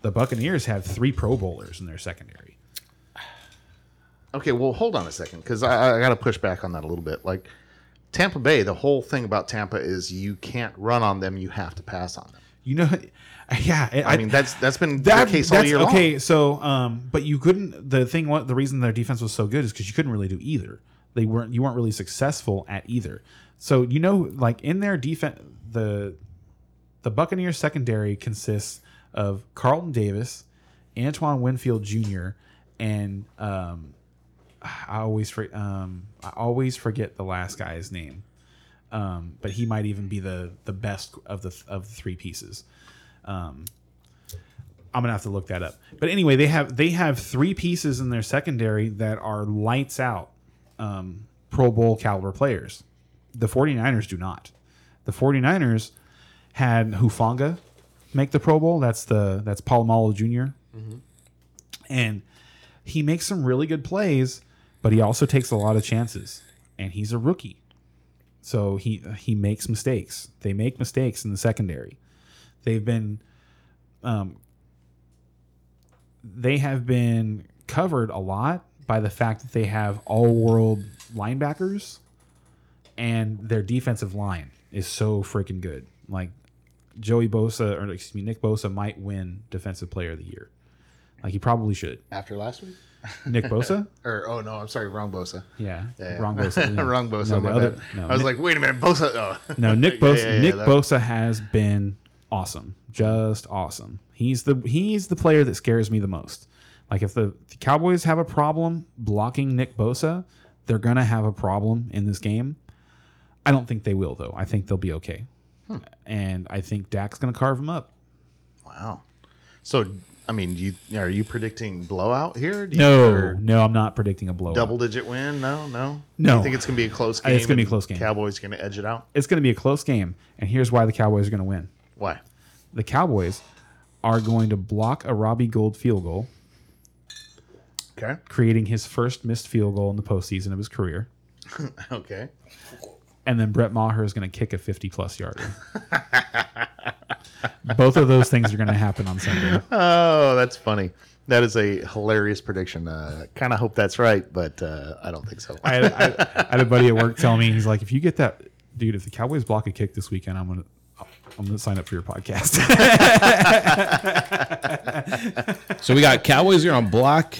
C: The Buccaneers have three Pro Bowlers in their secondary.
B: Okay, well, hold on a second because I, I got to push back on that a little bit. Like Tampa Bay, the whole thing about Tampa is you can't run on them; you have to pass on them.
C: You know, yeah. I,
B: I, mean, that's that's been
C: that,
B: the case all
C: that's
B: year long.
C: okay. So, um, but you couldn't. The thing, what the reason their defense was so good is because you couldn't really do either. They weren't. You weren't really successful at either. So you know, like in their defense, the the Buccaneers secondary consists of Carlton Davis, Antoine Winfield Jr., and um, I always for, um, I always forget the last guy's name. Um, but he might even be the the best of the of the three pieces. I'm gonna have to look that up. But anyway, they have they have three pieces in their secondary that are lights out, um, Pro Bowl caliber players. The 49ers do not. The 49ers had Hufanga make the Pro Bowl. That's the that's Palomalo junior and he makes some really good plays, but he also takes a lot of chances, and he's a rookie, so he he makes mistakes. They make mistakes in the secondary. They've been they have been covered a lot by the fact that they have all world linebackers and their defensive line is so freaking good. Like Joey Bosa, or excuse me, Nick Bosa might win Defensive Player of the Year. Like he probably should.
B: After last week,
C: Nick Bosa?
B: or oh no, I'm sorry, wrong Bosa.
C: Yeah.
B: Yeah.
C: Wrong Bosa. yeah.
B: wrong Bosa.
C: No,
B: my
C: the other-
B: bad.
C: no,
B: I was
C: Nick-
B: like, wait a minute, Bosa. Oh.
C: No, Nick
B: Yeah,
C: Bosa.
B: yeah, yeah,
C: Nick
B: that-
C: Bosa has been awesome, just awesome. He's the he's the player that scares me the most. Like if the, the Cowboys have a problem blocking Nick Bosa, they're gonna have a problem in this game. I don't think they will though. I think they'll be okay,
B: Hmm.
C: and I think Dak's gonna carve him up.
B: Wow. So, I mean, do you are you predicting blowout here? Do you,
C: No,
B: or
C: no, I'm not predicting a blowout.
B: double digit win? No, no,
C: No.
B: You think it's gonna be a close
C: I
B: game?
C: think it's gonna be a
B: and
C: close game.
B: Cowboys gonna edge it out.
C: It's gonna be a close game, and here's why the Cowboys are gonna win.
B: Why?
C: the Cowboys are going to block a Robbie Gold field goal,
B: Okay.
C: creating his first missed field goal in the postseason of his career.
B: Okay.
C: And then Brett Maher is going to kick a 50 plus yarder. Both of those things are going to happen on Sunday.
B: Oh, that's funny. That is a hilarious prediction. Uh, kind of hope that's right, but uh, I don't think so.
C: I, I, I had a buddy at work tell me, he's like, if you get that, dude, if the Cowboys block a kick this weekend, I'm gonna I'm gonna sign up for your podcast.
A: So we got Cowboys here on block.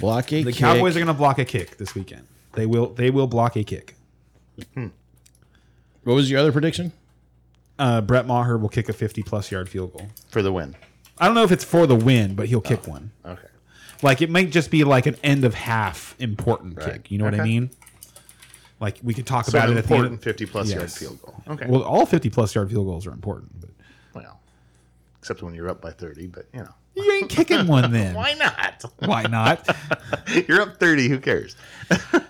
A: Block a
C: the
A: kick.
C: Cowboys are gonna block a kick this weekend. They will they will block a kick.
A: What was your other prediction?
C: Uh, Brett Maher will kick a 50 plus yard field goal.
B: for the win.
C: I don't know if it's for the win, but he'll kick one.
B: Okay.
C: Like it might just be like an end of half important
B: Right.
C: kick. You know what I
B: Okay.
C: mean? Like we could talk
B: So
C: about
B: an
C: it at the end.
B: important 50 plus yard
C: Yes.
B: field goal. Okay. Well,
C: Well, all 50 plus yard field goals are important, but
B: except when you're up by 30, but you know.
C: you ain't kicking one then.
B: Why not?
C: Why not?
B: you're up 30, who cares?
C: Well,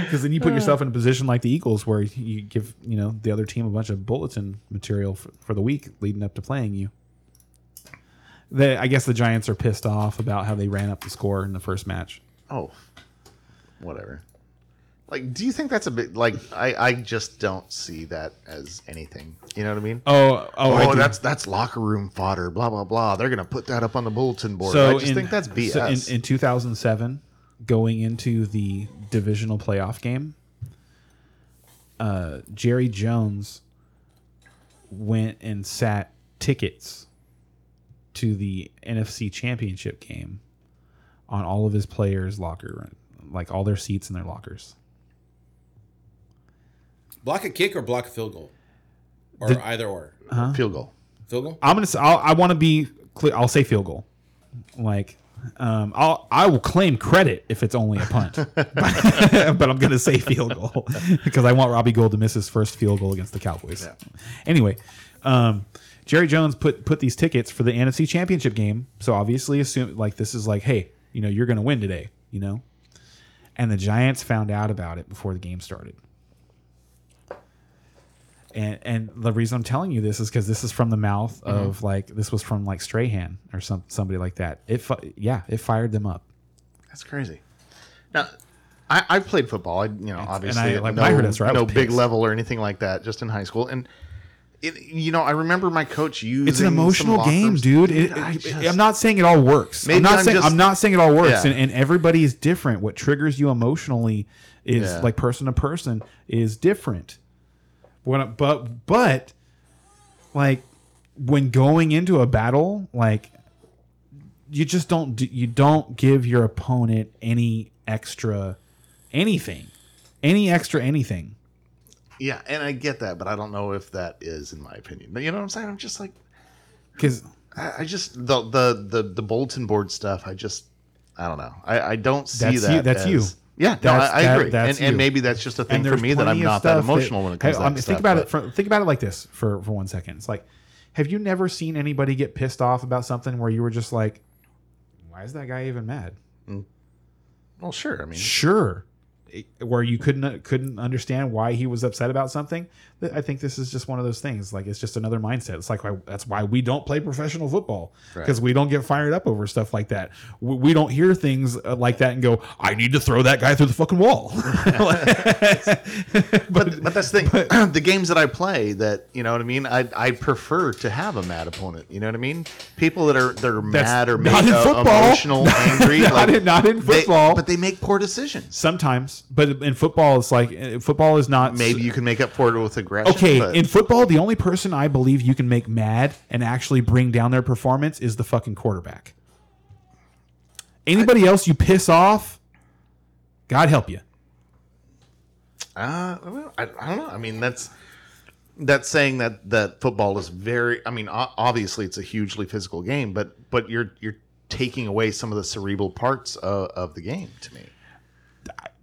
C: because then you
B: Uh.
C: put yourself in a position like the Eagles, where you give you know the other team a bunch of bulletin material for, for the week leading up to playing you. The, I guess the Giants are pissed off about how they ran up the score in the first match.
B: Oh, whatever. Like, do you think that's a bit like I? I just don't see that as anything. You know what I mean?
C: Oh, oh, I
B: oh,
C: do.
B: that's that's locker room fodder. Blah blah blah. They're gonna put that up on the bulletin board. I just
C: in-
B: think that's BS.
C: so in, in 2007, going into the divisional playoff game, uh, Jerry Jones went and sat tickets to the NFC Championship game on all of his players' locker, like all their seats in their lockers.
A: Block a kick or block a field goal, or either or.
B: Field goal.
A: Field goal.
C: I'm gonna. s- I'll, I want to be clear. I'll say field goal. Like, um, I'll I will claim credit if it's only a punt, but, but I'm gonna say field goal because I want Robbie Gold to miss his first field goal against the Cowboys. Anyway, um, Jerry Jones put put these tickets for the NFC Championship game, so obviously assume like this is like, hey, you know, you're gonna win today, you know, and the Giants found out about it before the game started. And, and the reason I'm telling you this is because this is from the mouth of like this was from like Strahan or some somebody like that. It fi- yeah, it fired them up.
B: That's crazy. Now, I, I've played football. I, you know, obviously,
C: I- like,
B: no,
C: when I heard that's right, I
B: no
C: was
B: big
C: pissed.
B: level or anything like that, just in high school. And it, you know, I remember my coach using.
C: It's an
B: some
C: emotional
B: locker
C: game,
B: rooms-
C: dude. It- it-
B: I just-
C: I'm not saying it all works.
B: Maybe
C: I'm not
B: I'm
C: saying
B: just-
C: I'm not saying it all works,
B: Yeah.
C: and, and everybody is different. What triggers you emotionally is
B: Yeah.
C: like person to person is different. When I- but but like when going into a battle, like you just don't do, you don't give your opponent any extra anything, any extra anything.
B: Yeah, and I get that, but I don't know if that is, in my opinion. But you know what I'm saying? I'm just like,
C: Because
B: I, I just the, the the the bulletin board stuff. I just, I don't know. I, I don't see
C: That's
B: that.
C: you- that's
B: as-
C: you.
B: Yeah, no,
C: That's-
B: I, I
C: that-
B: agree,
C: that's
B: and, and
C: you.
B: maybe that's just a thing for
C: there's
B: me that I'm
C: plenty of
B: not that
C: stuff
B: emotional when it comes
C: Hey,
B: to that
C: I mean,
B: stuff,
C: Think about
B: but-
C: it. For, think about it like this for for one second. It's like, have you never seen anybody get pissed off about something where you were just like, why is that guy even mad?
B: Well, sure. I mean,
C: Sure, It- where you couldn't couldn't understand why he was upset about something. Th- I think this is just one of those things. Like it's just another mindset. It's like why, that's why we don't play professional football because we don't get fired up over stuff like that. We, we don't hear things uh, like that and go, I need to throw that guy through the fucking wall.
B: but but that's the thing. the games that I play, that you know what I mean. I I prefer to have a mad opponent. You know what I mean. People that are they're mad or
C: not
B: made,
C: in
B: uh,
C: football.
B: emotional, angry.
C: Not
B: like,
C: in- not in
B: they-
C: football.
B: but they make poor decisions.
C: Sometimes, but in football, it's like uh, football is not
B: Maybe you can make up for it with aggression.
C: Okay,
B: but
C: in football, the only person I believe you can make mad and actually bring down their performance is the fucking quarterback. Anybody else you piss off, God help you.
B: Uh, well, I, I don't know. I mean, that's that's saying that that football is very. I mean, o- obviously, it's a hugely physical game, but but you're you're taking away some of the cerebral parts of, of the game to me.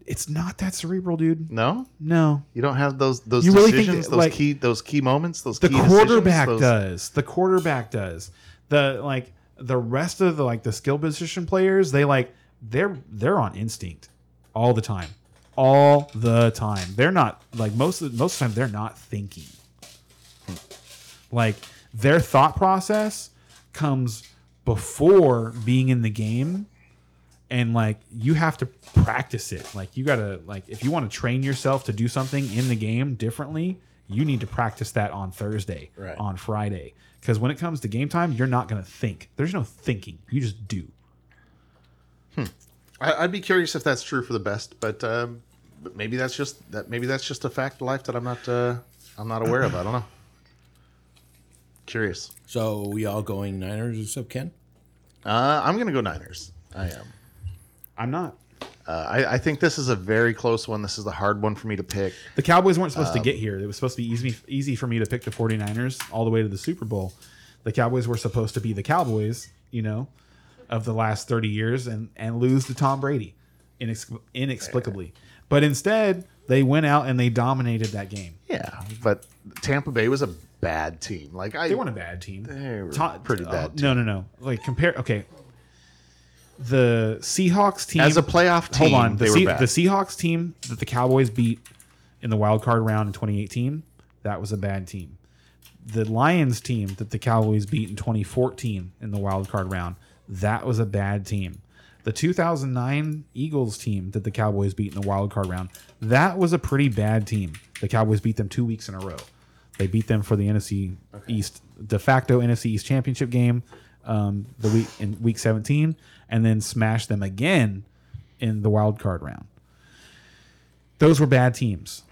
C: It's not that cerebral, dude.
B: No,
C: No,
B: you don't have those those
C: You really think
B: decisions,
C: that,
B: those
C: like,
B: key those key moments, those
C: the
B: key
C: quarterback
B: decisions, those-
C: does. The quarterback does. The like the rest of the like the skill position players, they like they're they're on instinct all the time, all the time. They're not like most of the, most of the time they're not thinking. Like their thought process comes before being in the game and like you have to practice it like you gotta like if you want to train yourself to do something in the game differently you need to practice that on thursday
A: Right.
C: on friday because when it comes to game time you're not gonna think there's no thinking you just do
B: I, I'd be curious if that's true for the best, but um, but maybe that's just that. Maybe that's just a fact of life that I'm not. Uh, I'm not aware of. I don't know. Curious.
A: So we all going Niners except Ken?
B: Uh, I'm gonna go Niners. I am.
D: I'm not.
B: Uh, I, I think this is a very close one. This is the hard one for me to pick.
C: The Cowboys weren't supposed
B: Um,
C: to get here. It was supposed to be easy easy for me to pick the 49ers all the way to the Super Bowl. The Cowboys were supposed to be the Cowboys, you know, of the last 30 years and and lose to Tom Brady inex- inexplicably. But instead, they went out and they dominated that game.
B: Yeah, but Tampa Bay was a bad team. Like I
C: They weren't a bad team.
B: They were
C: To-
B: pretty
C: uh,
B: bad. team.
C: No, no, no. Like compare okay. The Seahawks team
B: As a playoff team,
C: Hold on, the,
B: they
C: Se-
B: were bad.
C: the Seahawks team that the Cowboys beat in the wild card round in 2018, that was a bad team. The Lions team that the Cowboys beat in 2014 in the wild card round, that was a bad team. The 2009 Eagles team that the Cowboys beat in the wild card round, that was a pretty bad team. The Cowboys beat them two weeks in a row. They beat them for the NFC East de facto NFC East championship game um, the week in week 17, and then smashed them again in the wild card round. Those were bad teams.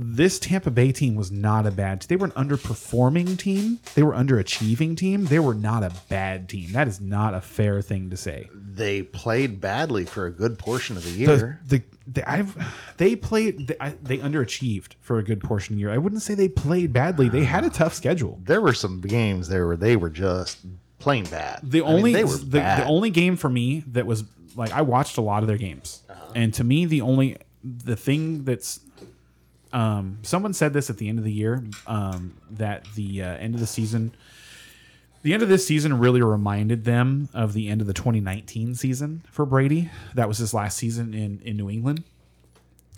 C: This Tampa Bay team was not a bad. They were an underperforming team. They were underachieving team. They were not a bad team. That is not a fair thing to say.
B: they played badly for a good portion of the
C: The,
B: year.
C: the, the, I've, they played. They, I, they underachieved for a good portion of the year. I wouldn't say they played badly. They had a tough schedule.
B: there were some games there where they were just plain bad.
C: The
B: I mean,
C: only
B: they were
C: the,
B: bad.
C: the only game for me that was like I watched a lot of their games,
B: Uh-huh.
C: and to me the only the thing that's um, someone said this at the end of the year um, that the uh, end of the season, the end of this season really reminded them of the end of the 2019 season for Brady. That was his last season in in New England,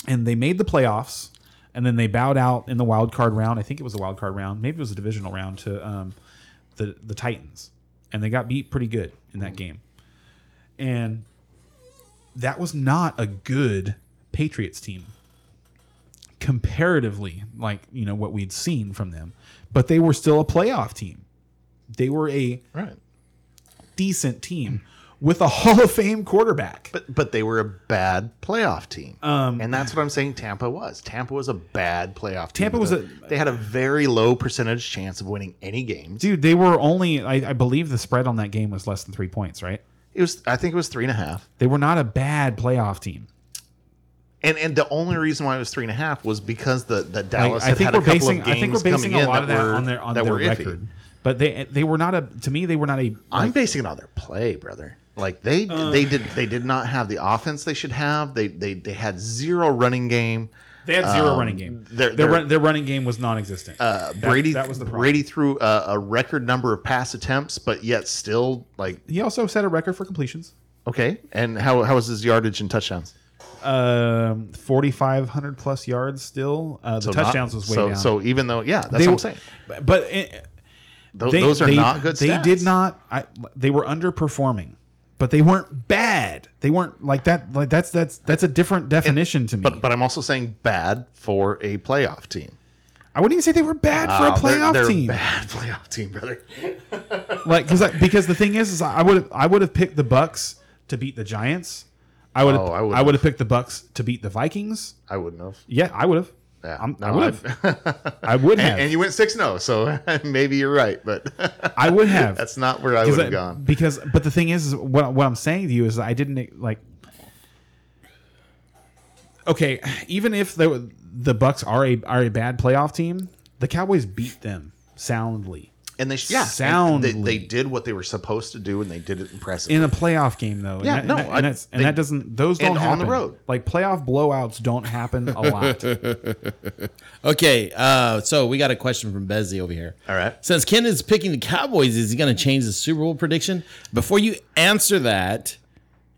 C: and they made the playoffs, and then they bowed out in the wild card round. I think it was the wild card round, maybe it was a divisional round to um, the the Titans, and they got beat pretty good
B: Mm-hmm.
C: in that game, and that was not a good Patriots team comparatively, like you know what we'd seen from them, but they were still a playoff team. They were a
B: right.
C: decent team with a Hall of Fame quarterback.
B: But but they were a bad playoff team,
C: Um,
B: and that's what I'm saying. Tampa was. Tampa was a bad playoff. team.
C: Tampa was a-
B: They had a very low percentage chance of winning any games.
C: Dude, they were only I, I believe the spread on that game was less than three points, right?
B: It was. I think it was three and a half.
C: They were not a bad playoff team.
B: And and the only reason why it was three and a half was because the the Dallas
C: I, I
B: had
C: think
B: had a
C: we're
B: couple
C: basing
B: of
C: I
B: games
C: think we're basing
B: coming in
C: a lot of
B: that,
C: that
B: were,
C: on their on
B: that
C: their
B: were iffy.
C: record. But they they were not a to me they were not a
B: I'm basing it on their play, brother. Like they they did they did not have the offense they should have. They they they had zero running game.
C: they had zero
B: um,
C: running game.
B: they're-
C: their
B: they're-
C: run, their running game was non-existent.
B: Uh, Brady
C: that was the problem.
B: Brady threw a, a record number of pass attempts, but yet still like
C: he also set a record for completions.
B: okay. And how how was his yardage and touchdowns?
C: um, 4,500 plus yards still. Uh, the
B: So not-
C: touchdowns was way
B: so
C: down.
B: so even though yeah, that's
C: They
B: what
C: were-
B: I'm saying.
C: But it,
B: Tho-
C: they,
B: those are
C: they-
B: not good.
C: They
B: stats.
C: did not. I, they were underperforming, but they weren't bad. They weren't like that. Like that's that's that's a different definition to me.
B: But but I'm also saying bad for a playoff team.
C: I wouldn't even say they were bad
B: Wow,
C: for a
B: Ah, they're-
C: playoff
B: they're
C: team.
B: Bad playoff team, brother.
C: like because because the thing is, is I would I would have picked the Bucks to beat the Giants. I would have
B: Oh, I would've.
C: I would have picked the Bucks to beat the Vikings.
B: I wouldn't have.
C: Yeah, I would have.
B: Yeah,
C: I'm- I
B: no,
C: would have. I would have.
B: and, and you went six no, so maybe you're right, but
C: I would have.
B: that's not where I would
C: Because
B: have
C: I-
B: gone.
C: Because, but the thing is, is what what I'm saying to you is, I didn't like. Okay, even if the the Bucks are a are a bad playoff team, the Cowboys beat them soundly
B: And they sh- yeah, and
C: soundly.
B: they, they did what they were supposed to do, and they did it impressive.
C: in a playoff game, though.
B: Yeah,
C: and
B: no,
C: that, and, that,
B: I-
C: and, that's, and
B: they-
C: that doesn't those don't
B: and on
C: happen
B: the road.
C: Like playoff blowouts don't happen a lot.
A: Okay, uh, so we got a question from Bezzy over here.
B: All right.
A: Since Ken is picking the Cowboys, is he going to change the Super Bowl prediction? Before you answer that,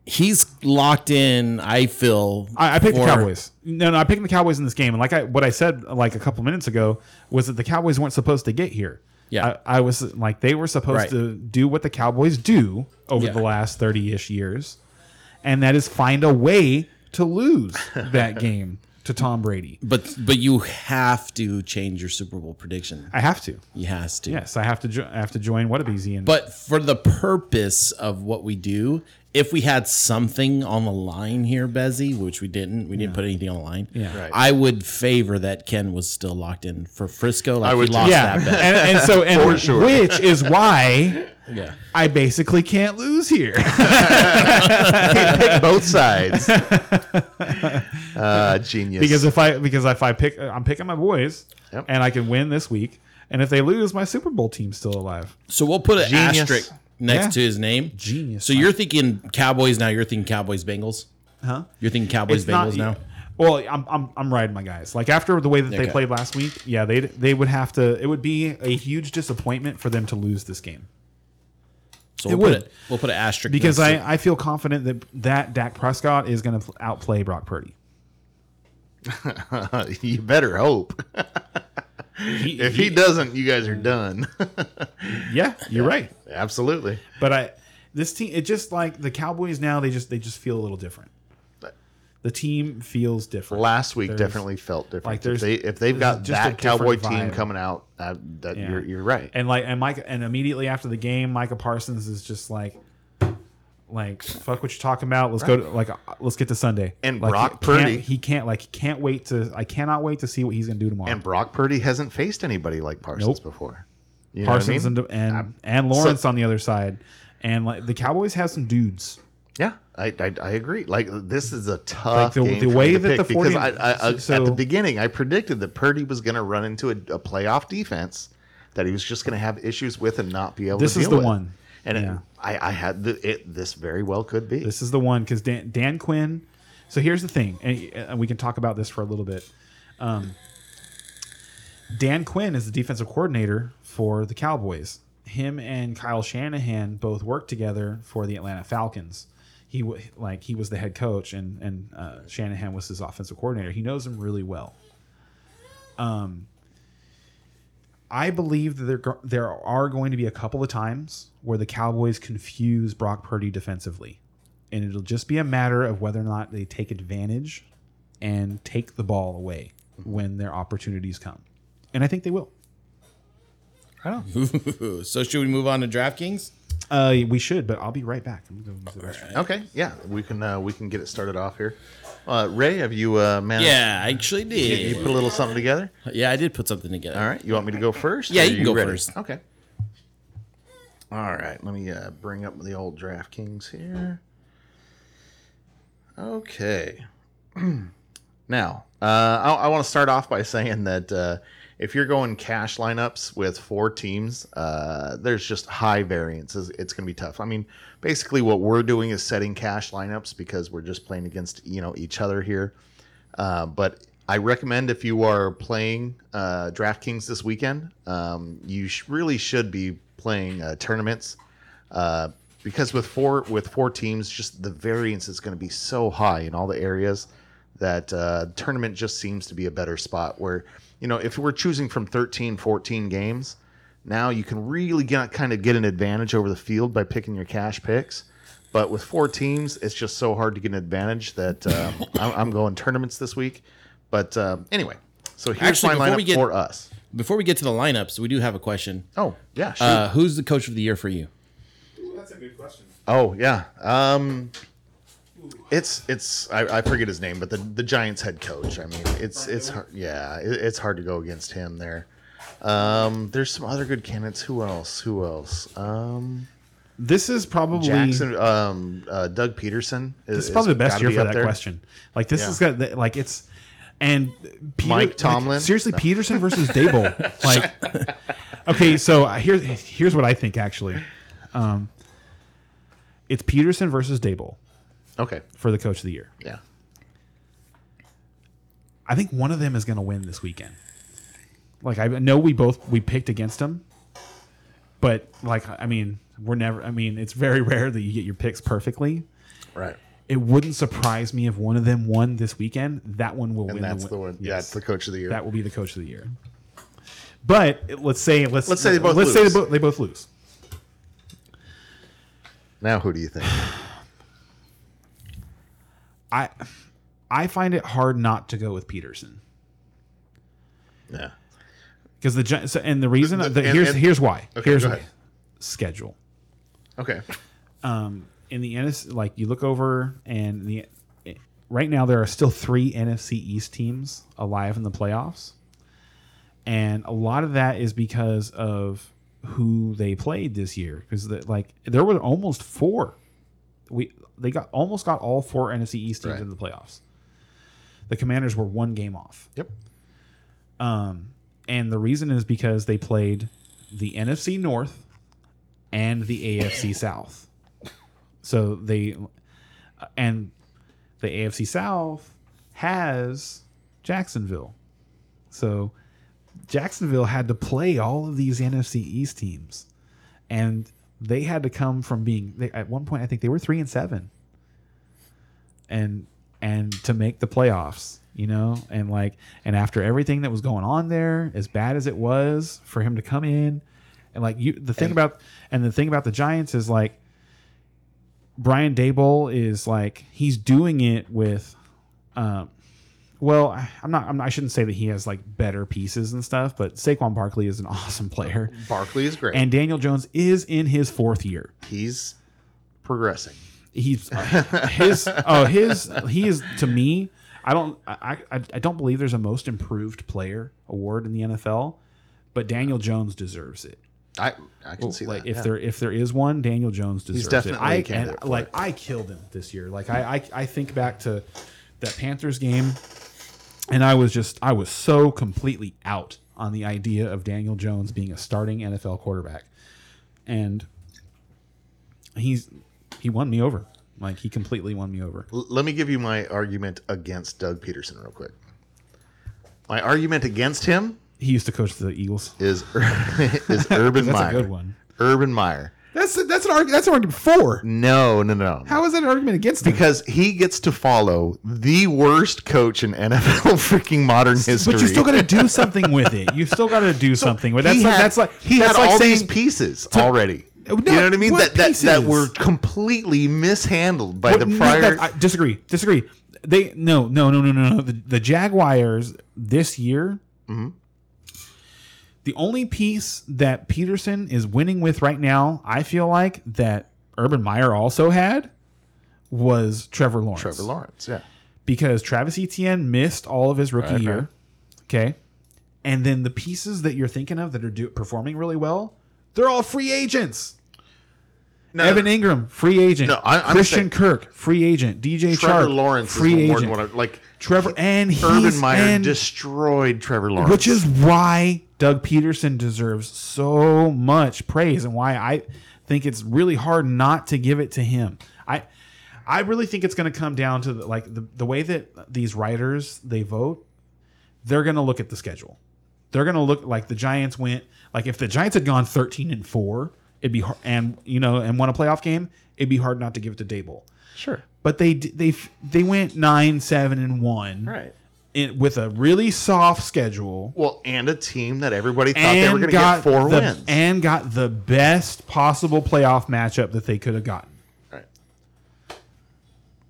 A: he's locked in. I feel.
C: I, I picked
A: for-
C: the Cowboys. No, no, I picked the Cowboys in this game, and like I, what I said like a couple minutes ago was that the Cowboys weren't supposed to get here.
A: Yeah.
C: I, I was like they were supposed
A: Right.
C: to do what the Cowboys do over
A: Yeah.
C: the last thirty-ish years, and that is find a way to lose that game to Tom Brady.
A: But but you have to change your Super Bowl prediction.
C: I have to.
A: You has to.
C: Yes, I have to. Jo- I have to join Whatabeezy and
A: But for the purpose of what we do, if we had something on the line here, Bezzy, which we didn't, we didn't put anything on the line.
C: Yeah. Right.
A: I would favor that Ken was still locked in for Frisco. Like
B: I would
A: he
B: too.
A: lost
C: yeah,
A: that bet.
C: and, and so
B: For
C: and
B: sure.
C: which is why
A: Yeah.
C: I basically can't lose here.
B: pick both sides. Uh, genius.
C: because if I because if I pick I'm picking my boys
B: Yep.
C: and I can win this week and if they lose my Super Bowl team's still alive.
A: So we'll put an
B: Genius.
A: asterisk next
C: Yeah.
A: to his name.
C: Genius.
A: So you're thinking Cowboys now. You're thinking Cowboys Bengals.
C: Huh?
A: You're thinking Cowboys Bengals now.
C: Well, I'm, I'm I'm riding my guys. Like after the way that
A: Okay.
C: they played last week, yeah, they they would have to it would be a huge disappointment for them to lose this game.
A: So
C: It
A: we'll put
C: would.
A: it. We'll put an asterisk
C: Because
A: next to-
C: I, I feel confident that that Dak Prescott is going to outplay Brock Purdy.
B: you better hope. if he doesn't, you guys are done.
C: Yeah, you're right.
B: Absolutely.
C: But I this team it just like the Cowboys now they just they just feel a little different. The team feels different.
B: Last week
C: There's-
B: definitely felt different.
C: like,
B: if
C: there's-
B: they if they've got
C: just a
B: that cowboy
C: different
B: team
C: vibe.
B: coming out, uh, that
C: Yeah.
B: you're you're right.
C: And like and Mike and immediately after the game, Micah Parsons is just like like fuck what you're talking about. Let's go to like uh, let's get to Sunday.
B: And
C: like,
B: Brock
C: he can't-
B: Purdy.
C: he can't like he can't wait to I cannot wait to see what he's gonna do tomorrow.
B: And Brock Purdy hasn't faced anybody like Parsons
C: Nope.
B: before. You know what I
C: Parsons
B: mean?
C: and and, and Lawrence on the other side. And like the Cowboys have some dudes.
B: Yeah, I, I, I agree. Like this is a tough
C: Like, the-
B: game
C: the
B: for
C: way
B: me to
C: that
B: pick
C: the
B: because
C: 40
B: I, I, I-
C: so-
B: at the beginning I predicted that Purdy was going to run into a, a playoff defense that he was just going to have issues with and not be able.
C: This
B: to
C: is
B: deal
C: the
B: with.
C: one.
B: and
C: Yeah.
B: it, I I had the, it. This very well could be.
C: This is the one because Dan, Dan Quinn. So here's the thing, and, and we can talk about this for a little bit. Um, Dan Quinn is the defensive coordinator for the Cowboys. Him and Kyle Shanahan both worked together for the Atlanta Falcons. He w- like he was the head coach, and and uh, Shanahan was his offensive coordinator. He knows him really well. Um, I believe that there go- there are going to be a couple of times where the Cowboys confuse Brock Purdy defensively, and it'll just be a matter of whether or not they take advantage and take the ball away
B: Mm-hmm.
C: when their opportunities come. And I think they will.
A: Ooh, so should we move on to DraftKings?
C: Uh, we should, but I'll be right back. I'm gonna go to the restroom.
B: okay, yeah, we can uh, we can get it started off here. Uh, Ray, have you uh, managed?
A: Yeah, I actually
B: you,
A: did.
B: you put a little something together.
A: yeah, I did put something together.
B: All right, you want me to go first?
A: Yeah,
B: or
A: you can
B: are
A: go first.
B: Okay. All right, let me uh, bring up the old DraftKings here. Okay. now, uh, I, I want to start off by saying that uh, if you're going cash lineups with four teams, uh, there's just high variances. It's going to be tough. I mean, basically, what we're doing is setting cash lineups because we're just playing against you know each other here. Uh, but I recommend if you are playing uh, DraftKings this weekend, um, you sh- really should be playing uh, tournaments uh, because with four with four teams, just the variance is going to be so high in all the areas that uh, tournament just seems to be a better spot. Where you know if we're choosing from 13, 14 games, now you can really get kind of get an advantage over the field by picking your cash picks. But with four teams, it's just so hard to get an advantage that um, I'm, I'm going tournaments this week. But um, anyway, so here's
A: Actually, before
B: my lineup
A: we get-
B: for us.
A: Before we get to the lineups, we do have a question.
B: Oh yeah, shoot.
A: Uh, who's the coach of the year for you?
B: oh yeah. Um, it's it's I, I forget his name, but the, the Giants head coach. I mean, it's it's hard, yeah, it, it's hard to go against him there. Um, there's some other good candidates. Who else? Who else? Um,
C: This is probably
B: Jackson. Um, uh, Doug Peterson. Is,
C: This is probably the best
B: gotta
C: year
B: be
C: for
B: up
C: that
B: there.
C: question. Like this
B: Yeah.
C: has got the- like it's and Peter,
B: Mike Tomlin?
C: like, seriously, Peterson versus Dable. Like, okay, so here's here's what I think actually. Um, it's Peterson versus Dable
B: Okay.
C: for the coach of the year.
B: Yeah.
C: I think one of them is going to win this weekend. Like I know we both we picked against him, but like I mean we're never. I mean it's very rare that you get your picks perfectly.
B: Right.
C: It wouldn't surprise me if one of them won this weekend. That one will
B: And
C: win.
B: that's
C: win-
B: the one. Yeah,
C: Yes.
B: it's the coach of the year.
C: that will be the coach of the year. But it- let's say let's
B: Let's say they both
C: let's say
B: lose.
C: they, bo- they both lose.
B: now, who do you think?
C: I I find it hard not to go with Peterson
B: yeah.
C: because the Gi- so, and the reason
B: The-
C: that
B: and-
C: here's
B: and-
C: here's why
B: Okay,
C: here's
B: go
C: why
B: ahead.
C: schedule
B: Okay.
C: um, in the NFC, like you look over and the right now there are still three NFC East teams alive in the playoffs, and a lot of that is because of who they played this year. Because like there were almost four, we they got almost got all four NFC East teams
B: Right.
C: in the playoffs. The Commanders were one game off.
B: Yep.
C: Um, and the reason is because they played the NFC North and the AFC South. So they and the AFC South has Jacksonville. So Jacksonville had to play all of these NFC East teams and they had to come from being they, at one point I think they were 3 and 7 and and to make the playoffs you know and like and after everything that was going on there as bad as it was for him to come in and like you the thing about and the thing about the giants is like brian dable is like he's doing it with um well, I- I'm not, I'm not. I shouldn't say that he has like better pieces and stuff, but Saquon Barkley is an awesome player,
B: Barkley is great.
C: and Daniel Jones is in his fourth year
B: he's progressing.
C: he's uh, his oh his he is to me i don't I, I i don't believe there's a most improved player award in the nfl but daniel jones deserves it
B: I I can see
C: like
B: that.
C: if
B: yeah.
C: there if there is one daniel jones deserves
B: definitely
C: it i
B: a candidate
C: and,
B: for
C: like i killed him this year like I, I i think back to that panthers game and i was just i was so completely out on the idea of daniel jones being a starting nfl quarterback and he's he won me over like he completely won me over
B: L- let me give you my argument against Doug Peterson real quick. My argument against him
C: he used to coach the eagles
B: is is Urban
C: that's
B: Meyer.
C: a good one
B: Urban Meyer.
C: that's that's an argument that's an argument for
B: No, no, no. no.
C: how is that an argument against him?
B: Because he gets to follow the worst coach in NFL freaking modern history.
C: But you still got to do something with it. You still got to do something with it. That's
B: he
C: like,
B: had,
C: that's like
B: he
C: that's
B: had
C: like
B: all
C: saying,
B: these pieces already.
C: No,
B: you know what I mean?
C: what
B: That, that that
C: pieces?
B: were completely mishandled by
C: But
B: the
C: no,
B: prior.
C: that- I disagree. Disagree. They no no no no no no. The, the Jaguars this year.
B: Mm-hmm.
C: The only piece that Peterson is winning with right now, I feel like that Urban Meyer also had, was Trevor Lawrence.
B: Trevor Lawrence, yeah.
C: because Travis Etienne missed all of his rookie
B: Right,
C: year.
B: right.
C: Okay. And then the pieces that you're thinking of that are do- performing really well, they're all free agents.
B: No,
C: Evan Ingram, free agent.
B: No, I- I'm
C: Christian
B: saying-
C: Kirk, free agent. DJ
B: Trevor
C: Chark,
B: Lawrence
C: free
B: is more than
C: agent.
B: what I like.
C: Trevor and he's
B: Urban Meyer
C: and-
B: destroyed Trevor Lawrence,
C: which is why Doug Peterson deserves so much praise and why I think it's really hard not to give it to him. I I really think it's going to come down to the, like the, the way that these writers they vote, they're going to look at the schedule. They're going to look like the Giants went like if the Giants had gone 13 and 4, it'd be hard, and you know and won a playoff game, it'd be hard not to give it to Dable.
B: sure,
C: But they d- they f- they went 9 7 and 1
B: right?
C: in, with a really soft schedule
B: Well, and a team that everybody thought
C: and
B: they were going to
C: got
B: get four
C: the,
B: wins.
C: and got the best possible playoff matchup that they could have gotten.
B: right.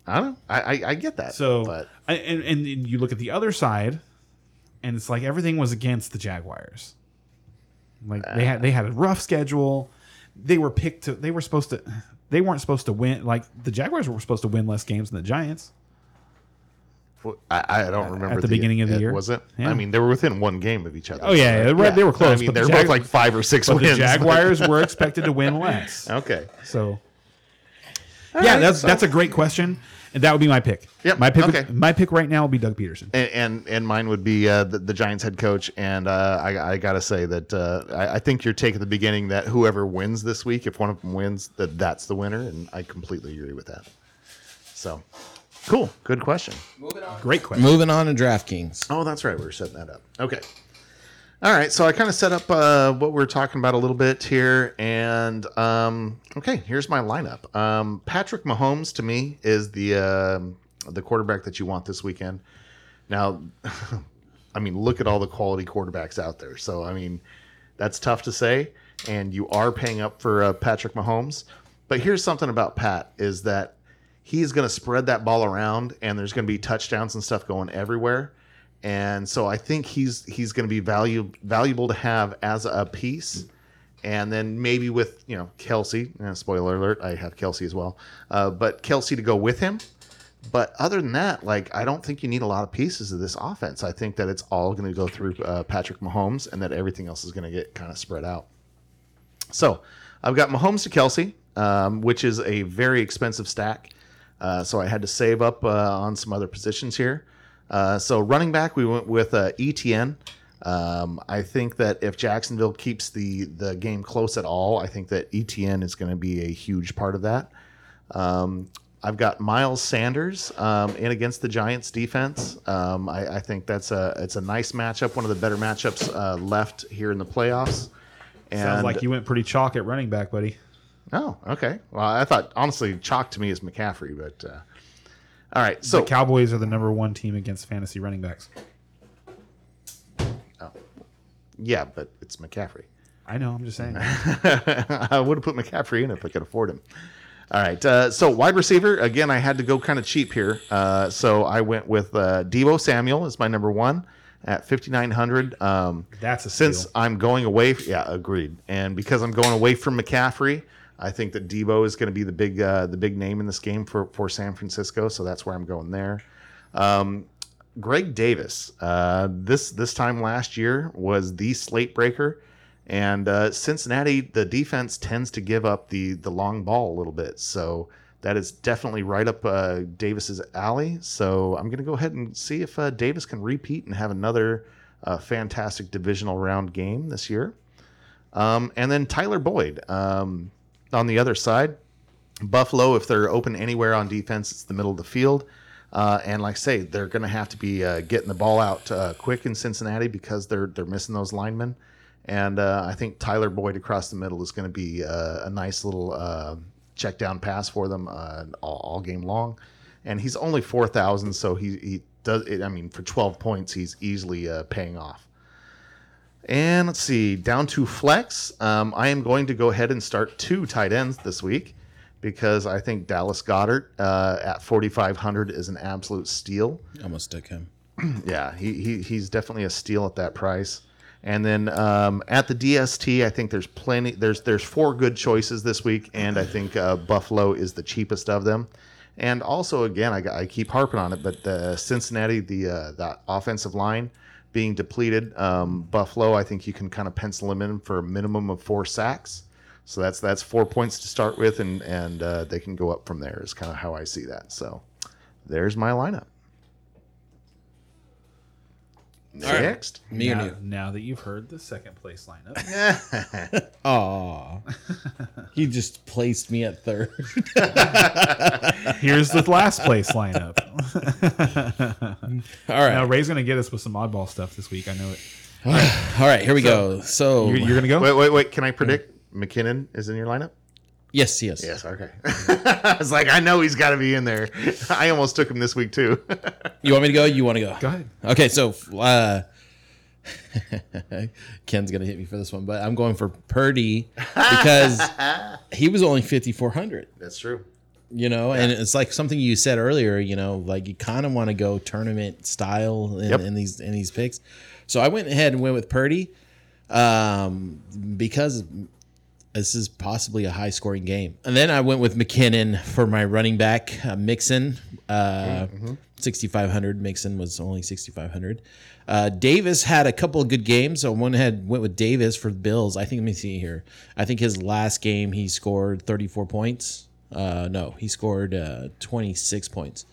B: I don't. know. I, I I get that.
C: So,
B: but
C: I- and, and and you look at the other side, and it's like everything was against the Jaguars. Like they had they had a rough schedule. They were picked to. They were supposed to. They weren't supposed to win. Like the Jaguars were supposed to win less games than the Giants.
B: well, I, I don't remember
C: the beginning of the
B: it-
C: year?
B: Was it?
C: Yeah.
B: I mean, they were within one game of each other.
C: Oh, yeah, they were- they were close,
B: I mean,
C: but
B: they
C: the
B: were
C: Jag-
B: both like five or six
C: But
B: wins.
C: the Jaguars were expected to win less.
B: okay.
C: So, yeah,
B: right,
C: that's
B: so-
C: that's a great question, and that would be my pick.
B: Yep,
C: my pick.
B: okay.
C: My pick right now will be Doug Peterson.
B: And, and and mine would be uh, the, the Giants head coach, and uh, I, I gotta say that uh, I, I think your take at the beginning that whoever wins this week, if one of them wins, that that's the winner, and I completely agree with that. So, cool, good question.
C: Great question.
A: Moving on to DraftKings.
B: Oh, that's right. We were setting that up. Okay. All right. So I kind of set up uh, what we're talking about a little bit here. And um, okay, here's my lineup. Um, Patrick Mahomes to me is the um the quarterback that you want this weekend. Now, I mean, look at all the quality quarterbacks out there. So I mean, that's tough to say. And you are paying up for uh, Patrick Mahomes. But here's something about Pat is that he's going to spread that ball around and there's going to be touchdowns and stuff going everywhere and so i think he's he's going to be value, valuable to have as a piece and then maybe with you know Kelsey. And spoiler alert: I have Kelsey as well, uh, but Kelsey to go with him. But other than that, like I don't think you need a lot of pieces of this offense. I think that it's all going to go through uh, Patrick Mahomes, and that everything else is going to get kind of spread out. So I've got Mahomes to Kelsey, um, which is a very expensive stack. Uh, so I had to save up uh, on some other positions here. Uh, so running back, we went with uh, ETN. Um, I think that if Jacksonville keeps the the game close at all, I think that ETN is going to be a huge part of that. Um, I've got Miles Sanders um, in against the Giants defense. Um, I, I think that's a it's a nice matchup, one of the better matchups uh, left here in the playoffs. And
C: Sounds like you went pretty chalk at running back, buddy.
B: Oh, okay. Well, I thought honestly, chalk to me is McCaffrey, but uh, all right. So
C: the Cowboys are the number one team against fantasy running backs.
B: yeah, but it's McCaffrey.
C: I know. I'm just saying.
B: I would have put McCaffrey in if I could afford him. All right. Uh, so wide receiver again, I had to go kind of cheap here. Uh, so I went with uh, Debo Samuel as my number one at 5900. Um,
C: That's a
B: since
C: steal.
B: I'm going away, yeah, agreed. And because I'm going away from McCaffrey, I think that Debo is going to be the big uh, the big name in this game for for San Francisco. So that's where I'm going there. Um, Greg Davis, uh, this this time last year was the slate breaker, and uh, Cincinnati the defense tends to give up the the long ball a little bit, so that is definitely right up uh, Davis's alley. So I'm going to go ahead and see if uh, Davis can repeat and have another uh, fantastic divisional round game this year. Um, and then Tyler Boyd um, on the other side. Buffalo, if they're open anywhere on defense, it's the middle of the field. Uh, and like I say, they're going to have to be uh, getting the ball out uh, quick in Cincinnati because they're they're missing those linemen. And uh, I think Tyler Boyd across the middle is going to be uh, a nice little uh, check down pass for them uh, all, all game long. And he's only four thousand, so he he does. It, I mean, for twelve points, he's easily uh, paying off. And let's see, down to flex. Um, I am going to go ahead and start two tight ends this week because I think Dallas Goddard uh, at 4,500 is an absolute steal.
A: I'm gonna stick him.
B: Yeah, he, he he's definitely a steal at that price. And then um, at the DST, I think there's plenty. There's there's four good choices this week, and I think uh, Buffalo is the cheapest of them. And also, again, I, I keep harping on it, but the Cincinnati, the uh, the offensive line being depleted, um, Buffalo, I think you can kind of pencil them in for a minimum of four sacks. So that's that's four points to start with, and and uh, they can go up from there. Is kind of how I see that. So there's my lineup.
A: right.
B: Next.
A: Me
C: now,
A: or you?
C: now that you've heard the second place lineup,
A: Oh, you just placed me at third.
C: here's the last place lineup.
A: All right,
C: Now Ray's gonna get us with some oddball stuff this week. I know it.
A: all right. Here we go. So
C: You're, you're gonna go.
B: Wait, wait, wait. Can I predict McKinnon is in your lineup?
A: yes, yes,
B: Okay. I was like, I know he's got to be in there. I almost took him this week too.
A: You want me to go? You want to go?
C: Go ahead.
A: Okay, so uh, Ken's gonna hit me for this one, but I'm going for Purdy because he was only 5400.
B: That's true.
A: You know, and it's like something you said earlier. You know, like you kind of want to go tournament style in,
B: Yep.
A: in these in these picks. So I went ahead and went with Purdy um, because this is possibly a high scoring game. And then I went with McKinnon for my running back, uh, Mixon. Uh, 6,500. Mixon was only 6,500. Uh, Davis had a couple of good games. So one had went with Davis for the Bills. I think, let me see here. I think his last game he scored 34 points. Uh, no, he scored uh, 26 points.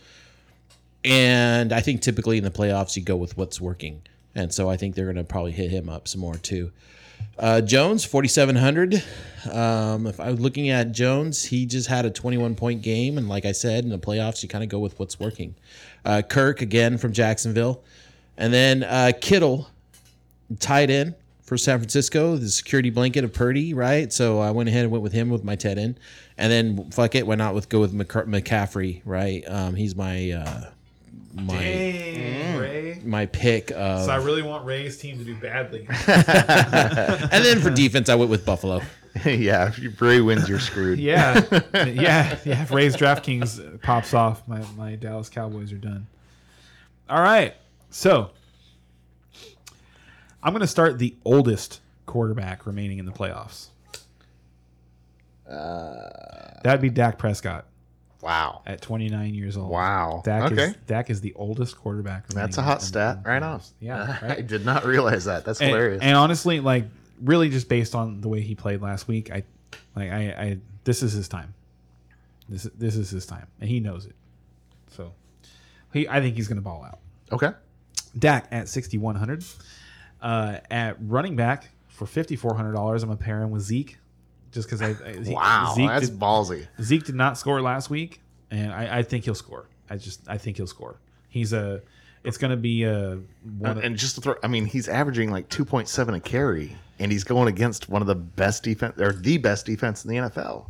A: And I think typically in the playoffs, you go with what's working. And so I think they're going to probably hit him up some more too. Uh, Jones, 4,700. Um, if I was looking at Jones, he just had a 21 point game. And like I said, in the playoffs, you kind of go with what's working. Uh, Kirk, again, from Jacksonville. And then uh, Kittle, tied in for San Francisco, the security blanket of Purdy, right? So I went ahead and went with him with my tight end. And then, fuck it, why not with go with McCar- McCaffrey, right? Um, he's my. Uh, my
C: Ray.
A: my pick of
C: So I really want Ray's team to do badly.
A: and then for defense i went with buffalo
B: yeah, if you Bray wins, you're screwed.
C: Yeah, yeah, yeah. If Ray's DraftKings pops off, my, my Dallas Cowboys are done. All right, so I'm going to start the oldest quarterback remaining in the playoffs.
B: Uh,
C: That'd be Dak Prescott
B: Wow.
C: at 29 years old.
B: Wow.
C: Dak
B: okay.
C: is Dak is the oldest quarterback.
B: That's
C: remaining
B: a hot
C: in-
B: stat.
C: in-
B: Right on.
C: Yeah,
B: I
C: right?
B: did not realize that. That's
C: and,
B: hilarious.
C: and honestly, like really, just based on the way he played last week, I like I, I this is his time. This this is his time, and he knows it. So he, I think he's going to ball out.
B: okay.
C: Dak at 6,100. Uh, at running back for $5,400, I'm a pairing with Zeke just because I, I he-
B: Wow.
C: Zeke,
B: that's
C: did,
B: ballsy.
C: Zeke did not score last week, and I, I think he'll score. I just I think he'll score. He's a it's going to be a one of,
B: and just to throw, I mean, he's averaging like 2.7 a carry, and he's going against one of the best defense or the best defense in the NFL.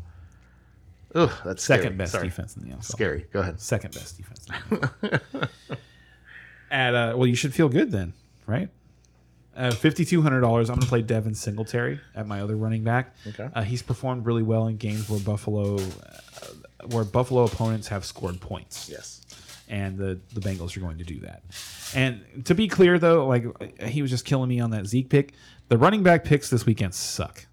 B: Ugh, that's
C: second
B: scary.
C: best
B: Sorry.
C: defense in the NFL.
B: Scary. Go ahead.
C: Second best defense. in the NFL. at uh, well, you should feel good then, right? Uh, fifty-two hundred dollars. I'm going to play Devin Singletary at my other running back.
B: Okay.
C: Uh, he's performed really well in games where Buffalo, uh, where Buffalo opponents have scored points,
B: Yes.
C: and the the Bengals are going to do that. And to be clear, though, like he was just killing me on that Zeke pick. The running back picks this weekend suck.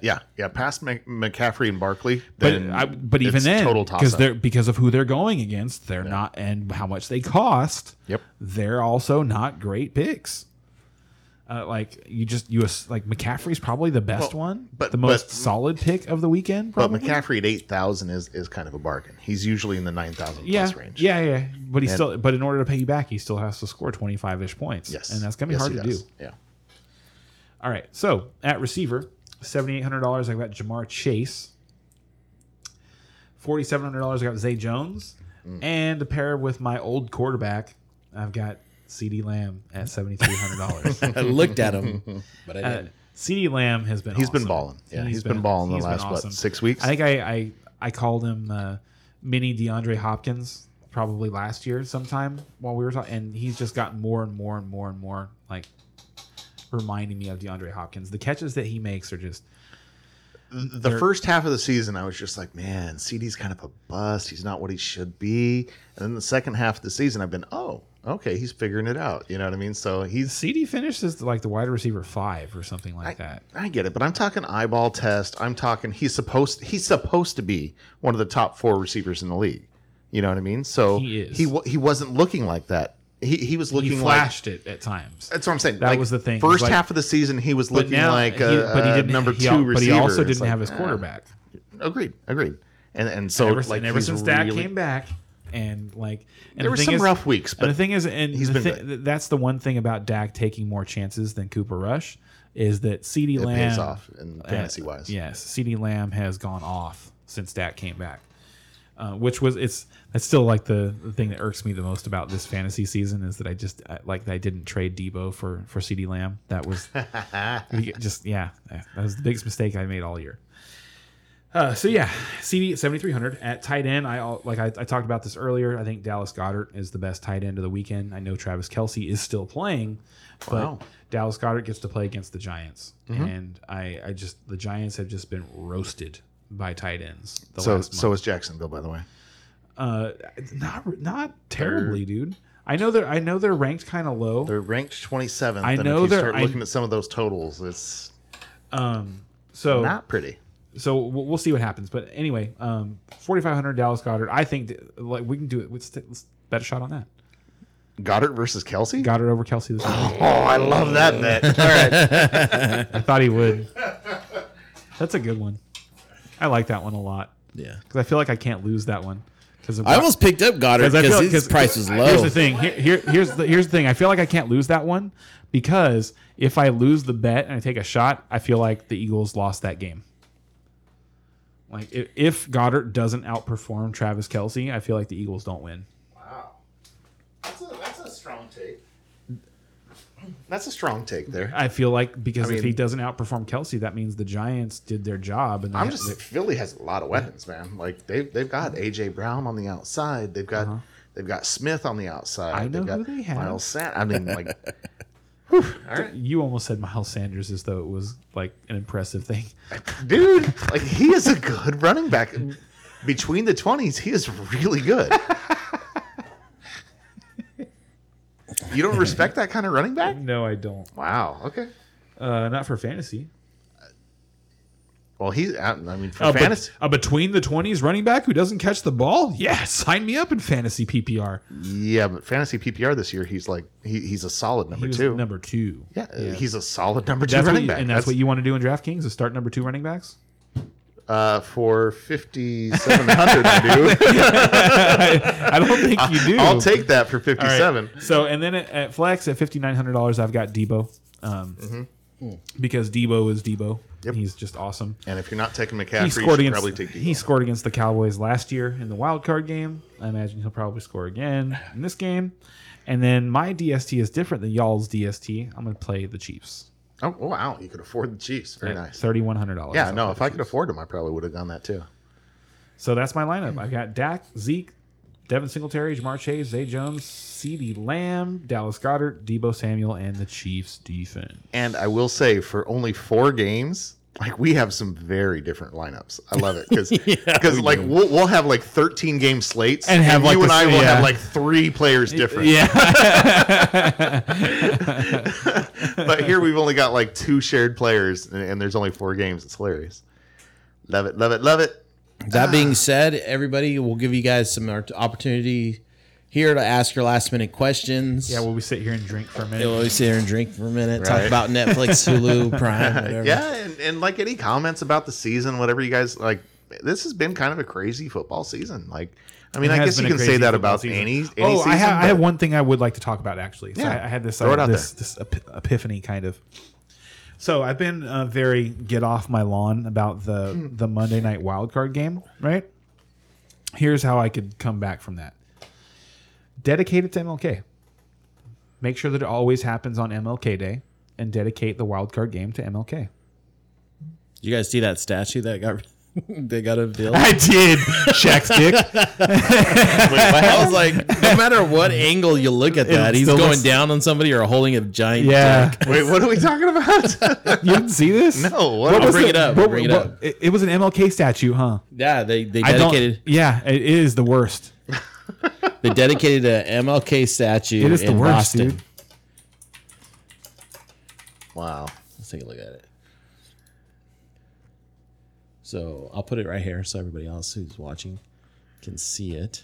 B: Yeah. Yeah. Past Mc- McCaffrey and Barkley.
C: But
B: Then
C: I, but even
B: it's
C: then,
B: total
C: because
B: toss
C: they're because of who they're going against, they're not and how much they cost.
B: Yep.
C: they're also not great picks. Uh, like you just you ass- like McCaffrey's probably the best
B: Well,
C: one,
B: but-
C: the most
B: but-
C: solid pick of the weekend.
B: But
C: Probably.
B: McCaffrey at 8,000 is, is kind of a bargain. He's usually in the 9,000
C: yeah,
B: plus range.
C: yeah, yeah. But he still, but in order to pay you back, he still has to score twenty five ish points.
B: Yes.
C: and that's gonna be
B: Yes,
C: hard
B: he
C: to
B: does.
C: do.
B: Yeah.
C: All right, so at receiver, seventy eight hundred dollars. I got Jamar Chase. Forty seven hundred dollars. I got Zay Jones, and to pair with my old quarterback, I've got C.D. Lamb at seventy three hundred dollars.
A: I looked at him, but I
C: uh,
A: didn't.
C: CD Lamb has been
B: He's
C: awesome.
B: been balling. Yeah.
C: He's
B: he's been,
C: been-
B: balling the
C: he's been
B: last,
C: awesome.
B: what, six weeks?
C: I think I I, I called him uh, mini DeAndre Hopkins probably last year sometime while we were talking, and he's just gotten more and more and more and more like reminding me of DeAndre Hopkins. The catches that he makes are just
B: the first half of the season, I was just like, man, CD's kind of a bust. He's not what he should be. And then the second half of the season, I've been, oh, okay, he's figuring it out. You know what I mean? So he's,
C: CD finishes like the wide receiver five or something like that.
B: I get it, but I'm talking eyeball test. I'm talking he's supposed he's supposed to be one of the top four receivers in the league. You know what I mean? So
C: He is.
B: He, wa- he wasn't looking like that. He he was looking
C: He
B: like
C: flashed it at times.
B: that's what I'm saying.
C: That
B: Like,
C: was the thing.
B: First
C: Like-
B: half of the season, he was looking like
C: he-
B: a,
C: but he didn't
B: number
C: he
B: two
C: al-
B: receiver.
C: but he also
B: It's
C: didn't
B: like,
C: have his
B: ah,
C: quarterback.
B: agreed, agreed. And and so
C: ever,
B: like
C: and ever
B: he's
C: since Dak
B: really-
C: came back, and like and
B: There
C: the
B: were
C: thing
B: some
C: is-
B: rough weeks,
C: and
B: but
C: the thing is, and
B: he's
C: the
B: been
C: thi- that's the one thing about Dak taking more chances than Cooper Rush is that Ceedee
B: it
C: Lamb
B: pays off in fantasy wise.
C: Yes, Ceedee Lamb has gone off since Dak came back, uh, which was it's that's still like the, the thing that irks me the most about this fantasy season is that I just I, like I didn't trade Debo for for Ceedee Lamb. That was just yeah, that was the biggest mistake I made all year. Uh, so yeah, CD at 7300 at tight end. I all- like I, I talked about this earlier. I think Dallas Goddard is the best tight end of the weekend. I know Travis Kelsey is still playing, but
B: Wow.
C: Dallas Goddard gets to play against the Giants, and I I just the Giants have just been roasted by tight ends. The
B: So
C: last month.
B: so is Jacksonville, by the way.
C: uh, not not terribly, dude. I know they're I know they're ranked kind of low.
B: They're ranked 27th.
C: I
B: and
C: know
B: if you
C: they're-
B: start
C: I-
B: looking at some of those totals, it's
C: um, so
B: not pretty.
C: so we'll, we'll see what happens. But anyway, um, 4,500 Dallas Goddard. I think th- like we can do it. Let's, t- let's bet a shot on that.
B: Goddard versus Kelsey?
C: Goddard over Kelsey this week.
B: Oh, I love that bet. All right.
C: I thought he would. That's a good one. I like that one a lot
A: Yeah.
C: because I feel like I can't lose that one. Because
A: I almost picked up Goddard because his price was low.
C: Here's the thing. Here, here, here's the here's the thing. I feel like I can't lose that one because if I lose the bet and I take a shot, I feel like the Eagles lost that game. Like if, if Goddard doesn't outperform Travis Kelsey, I feel like the Eagles don't win.
B: Wow. That's a, that's a strong take. That's a strong take there.
C: I feel like because
B: I
C: if
B: mean-
C: he doesn't outperform Kelsey, that means the Giants did their job. And
B: I'm
C: they-
B: just
C: they-
B: Philly has a lot of weapons, man. Like they've they've got AJ Brown on the outside. They've got they've got Smith on the outside.
C: Uh-huh. I know
B: they've got
C: who they have.
B: Miles Sand. I mean, like
C: you almost said Miles Sanders as though it was like an impressive thing.
B: dude, like he is a good running back. Between the twenties, he is really good. you don't respect that kind of running back?
C: No, I don't.
B: Wow. Okay.
C: Uh, not for fantasy.
B: Well, he's out. I mean, for
C: A, bet-
B: fantasy,
C: a Uh, between the twenties running back who doesn't catch the ball. Yeah, sign me up in fantasy PPR.
B: yeah, but fantasy PPR this year, he's like he, he's a solid
C: He
B: number
C: was
B: two.
C: number two.
B: yeah, he's a solid number two
C: That's what
B: running
C: you,
B: back,
C: and that's, what you want to do in DraftKings is start number two running backs.
B: uh, for fifty seven hundred, dude.
C: I don't think you do.
B: I'll take that for
C: All right.
B: fifty-seven.
C: So and then at, at flex at fifty nine hundred dollars, I've got Debo, um, because Debo is Debo.
B: Mm-hmm. Yep.
C: He's just awesome.
B: And if you're not taking
C: He
B: McCaffrey, you
C: scored
B: should
C: against
B: probably take
C: he
B: Debo.
C: scored against the Cowboys last year in the wild card game. I imagine he'll probably score again in this game. And then my DST is different than y'all's DST. I'm gonna play the Chiefs.
B: Oh wow, you could afford the Chiefs. Very nice.
C: Thirty one hundred dollars.
B: Yeah, no, if I could afford him, I probably would have done that too.
C: So that's my lineup. I've got Dak, Zeke, Devin Singletary, Jamar Chase, Zay Jones, CeeDee Lamb, Dallas Goddard, Debo Samuel, and the Chiefs defense.
B: And I will say, for only four games, like we have some very different lineups. I love it because like we'll, we'll have like thirteen game slates,
C: And have, like,
B: you and
C: the-
B: I will
C: yeah.
B: have like three players different.
C: Yeah.
B: but here we've only got like two shared players, and, and there's only four games. It's hilarious. Love it, love it, love it.
A: That being said, everybody, we'll give you guys some art- opportunity here to ask your last minute questions.
C: Yeah, well, we sit here and drink for a minute.
A: We'll always sit here and drink for a minute, talk
B: Right.
A: about Netflix, Hulu, Prime, whatever.
B: Yeah, and, and like any comments about the season, whatever you guys like. This has been kind of a crazy football season. Like, I mean,
C: It
B: I
C: has
B: guess you
C: been a
B: can
C: crazy
B: say that
C: football
B: about
C: season.
B: any any season.
C: oh, I, have, I
B: but-
C: have one thing I would like to talk about actually. So
B: Yeah.
C: I, I had this
B: Throw it
C: uh,
B: out
C: this, this ep- epiphany kind of. So I've been uh, very get off my lawn about
B: Hmm.
C: the the Monday night wild card game, right? Here's how I could come back from that. Dedicate it to MLK. Make sure that it always happens on MLK Day, and dedicate the wild card game to MLK.
A: Did you guys see that statue that got they got a deal?
C: I did, Shaq's dick.
A: I was like, no matter what angle you look at that, he's
C: still
A: going
C: looks-
A: down on somebody or holding a giant.
C: Yeah,
B: Wait, what are we talking about?
C: you didn't see this?
B: no, what,
A: I'll
C: was
A: bring
C: the-
A: it up,
C: what-
A: I'll bring it
C: what-
A: up.
C: It, it was an MLK statue, huh?
A: yeah. They they
C: I don't-
A: dedicated
C: Yeah, it is the worst.
A: they dedicated a MLK statue
C: It is the
A: in
C: worst,
A: Boston.
C: dude.
B: wow.
A: Let's take a look at it. So I'll put it right here so everybody else who's watching can see it.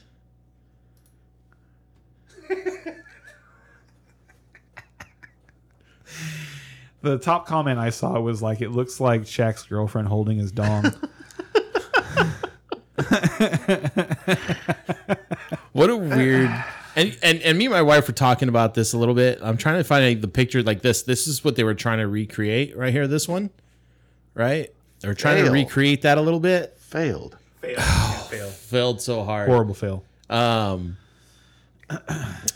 C: The top comment I saw was like, "It looks like Shaq's girlfriend holding his dong."
A: What a weird. And, and, and me and my wife were talking about this a little bit. I'm trying to find like, the picture like this. This is what they were trying to recreate right here. This one, right? They were trying to
B: Fail.
A: recreate that a little bit.
B: Failed.
A: Failed so hard.
C: Horrible fail.
A: um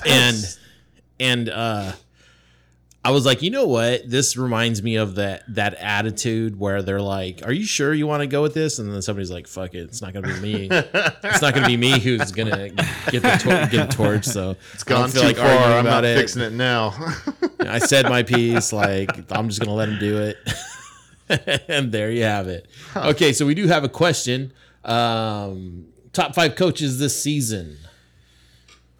A: and and uh i was like you know what this reminds me of that that attitude where they're like are you sure you want to go with this and then somebody's like fuck it it's not gonna be me it's not gonna be me who's gonna get the tor- get a torch so it's
B: Gone too far. I'm not fixing it now.
A: i said my piece like i'm just gonna let him do it and there you have it okay so we do have a question um top five coaches this season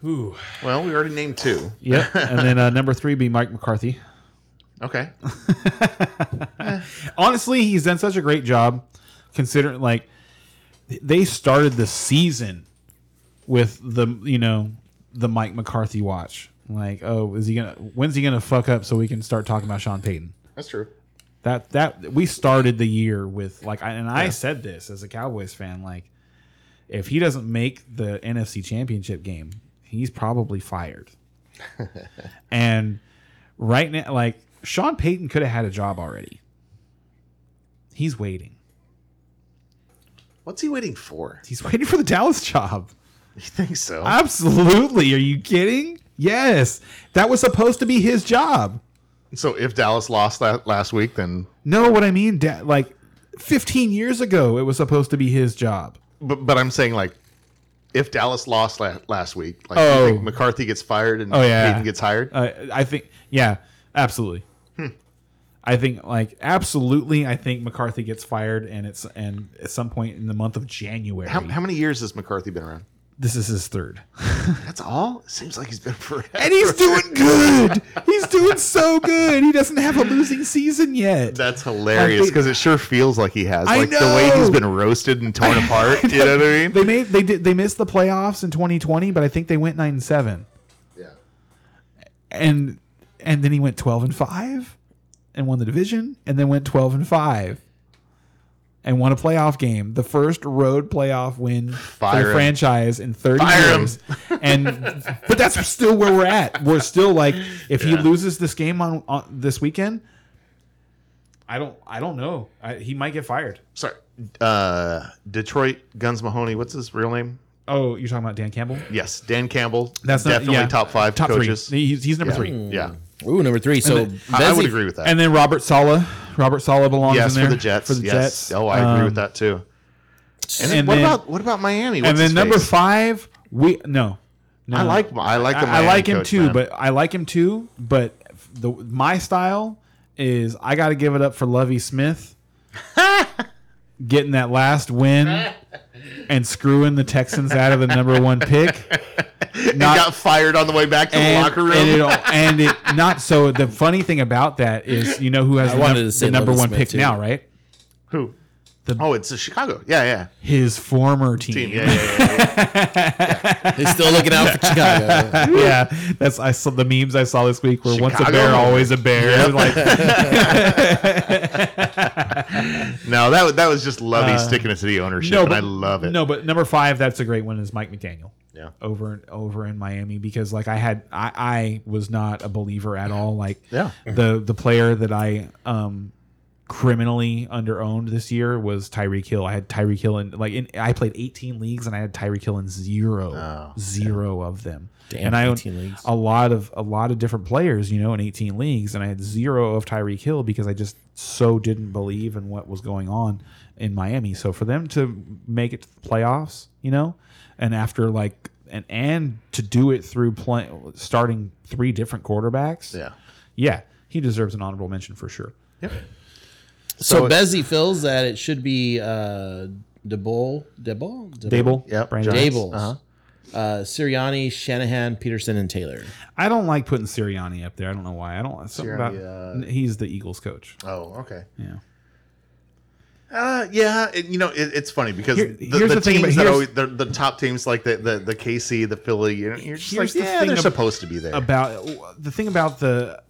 C: Ooh.
B: well, we already named two.
C: Yep. and then uh, number three be Mike McCarthy.
B: Okay.
C: Honestly, he's done such a great job. Considering like they started the season with the you know the Mike McCarthy watch. Like, oh, is he gonna? When's he gonna fuck up so we can start talking about Sean Payton?
B: That's true.
C: That that we started the year with like, I- and I said this as a Cowboys fan, like, if he doesn't make the NFC Championship game, he's probably fired. and right now, like Sean Payton could have had a job already. He's waiting.
B: What's he waiting for?
C: He's waiting for the Dallas job.
B: You think so?
C: Absolutely. Are you kidding? Yes, that was supposed to be his job.
B: so if Dallas lost that last week, then
C: No, what I mean, da- like, 15 years ago, it was supposed to be his job.
B: but but I'm saying like if Dallas lost la- last week, like
C: Oh.
B: you think McCarthy gets fired and
C: Oh, yeah.
B: Payton gets hired.
C: Uh, I think, yeah, absolutely. I think, like, absolutely. I think McCarthy gets fired, and it's and at some point in the month of January,
B: how, how many years has McCarthy been around?
C: This is his third.
B: That's all. It seems like he's been forever.
C: And he's doing good. He's doing so good. He doesn't have a losing season yet.
B: That's hilarious
C: I
B: because it sure feels like he has.
C: I
B: Like the way he's
C: know.
B: been roasted and torn apart. You know what I mean?
C: They made they did they missed the playoffs in 2020, but I think they went 9 and 7.
B: Yeah.
C: And and then he went 12 and 5 and won the division and then went 12 and 5 and won a playoff game, the first road playoff win
B: Fire
C: for the
B: him.
C: franchise in 30
B: Fire him.
C: years. and but that's still where we're at. We're still like if he loses this game on, on this weekend, I don't I don't know. I, he might get fired.
B: Sorry. Uh, Detroit Guns Mahoney. What's his real name?
C: Oh, you're talking about Dan Campbell?
B: Yes, Dan Campbell.
C: That's not,
B: definitely
C: yeah.
B: top five
C: top
B: coaches.
C: Three. He's, he's number
B: Yeah.
C: three.
B: Yeah.
A: Mm. Ooh, number three. So
C: then-
B: I- I would
A: Bezzy-
B: agree with that.
C: And then Robert Sala. Robert Sala belongs
B: yes,
C: in there
B: for the Jets.
C: For the
B: yes.
C: Jets.
B: Oh, I agree
C: Um,
B: with that too. And,
C: and
B: what
C: then-
B: about what about Miami? What's
C: And then
B: his
C: number
B: face?
C: five, we no, no.
B: I like I like the
C: I, I
B: Miami
C: like him
B: coach,
C: too,
B: man.
C: but I like him too, but the my style is I got to give it up for Lovey Smith getting that last win and screwing the Texans out of the number one pick.
B: he got fired on the way back to
C: and,
B: the locker room.
C: And it, all- and it not so. The funny thing about that is, you know, who has
A: I
C: the,
A: wanted
C: num-
A: to say
C: the number
A: Lovie
C: one
A: Smith,
C: pick
A: too.
C: now, right?
B: Who?
C: The-
B: oh, it's uh, Chicago. Yeah, yeah.
C: His former team.
B: Team. Yeah, yeah, yeah. yeah.
A: He's still looking out for Chicago.
C: yeah, that's I saw the memes I saw this week were once a
B: Chicago.
C: bear, always a bear. Like,
B: no, that wa- that was just Lovey sticking it to the ownership,
C: Uh, no,
B: and
C: but
B: I love it.
C: No, but number five, that's a great one. Is Mike McDaniel
B: Yeah.
C: over and over in Miami because like I had I I was not a believer at all. Like
B: Yeah.
C: the the player that I um criminally underowned this year was Tyreek Hill. I had Tyreek Hill in like in I played 18 leagues and I had Tyreek Hill in zero
B: Oh,
C: zero of them.
A: Damn,
C: and I owned
A: 18 leagues.
C: a lot of a lot of different players, you know, in 18 leagues and I had zero of Tyreek Hill because I just so didn't believe in what was going on in Miami. So for them to make it to the playoffs, you know, and after like and and to do it through play, starting three different quarterbacks.
B: Yeah.
C: Yeah, he deserves an honorable mention for sure.
A: so Bezzy feels that it should be uh, DeBoll, DeBoll,
C: Dable.
B: Yep,
C: Brandon.
B: Giants.
A: Dables, uh Sirianni, Shanahan, Peterson, and Taylor.
C: I don't like putting Sirianni up there. I don't know why. I don't something about
B: Sirianni, uh,
C: he's the Eagles coach.
B: Oh, okay.
C: Yeah.
B: Uh, yeah, it, you know it, it's funny because
C: Here-
B: the,
C: here's
B: the,
C: the thing
B: teams
C: about-
B: that
C: here's-
B: always the, the top teams like the, the, the KC, the Philly, you know, you're just
C: Here's
B: like
C: the
B: yeah,
C: thing
B: they're
C: ab-
B: supposed to be there.
C: About the thing about the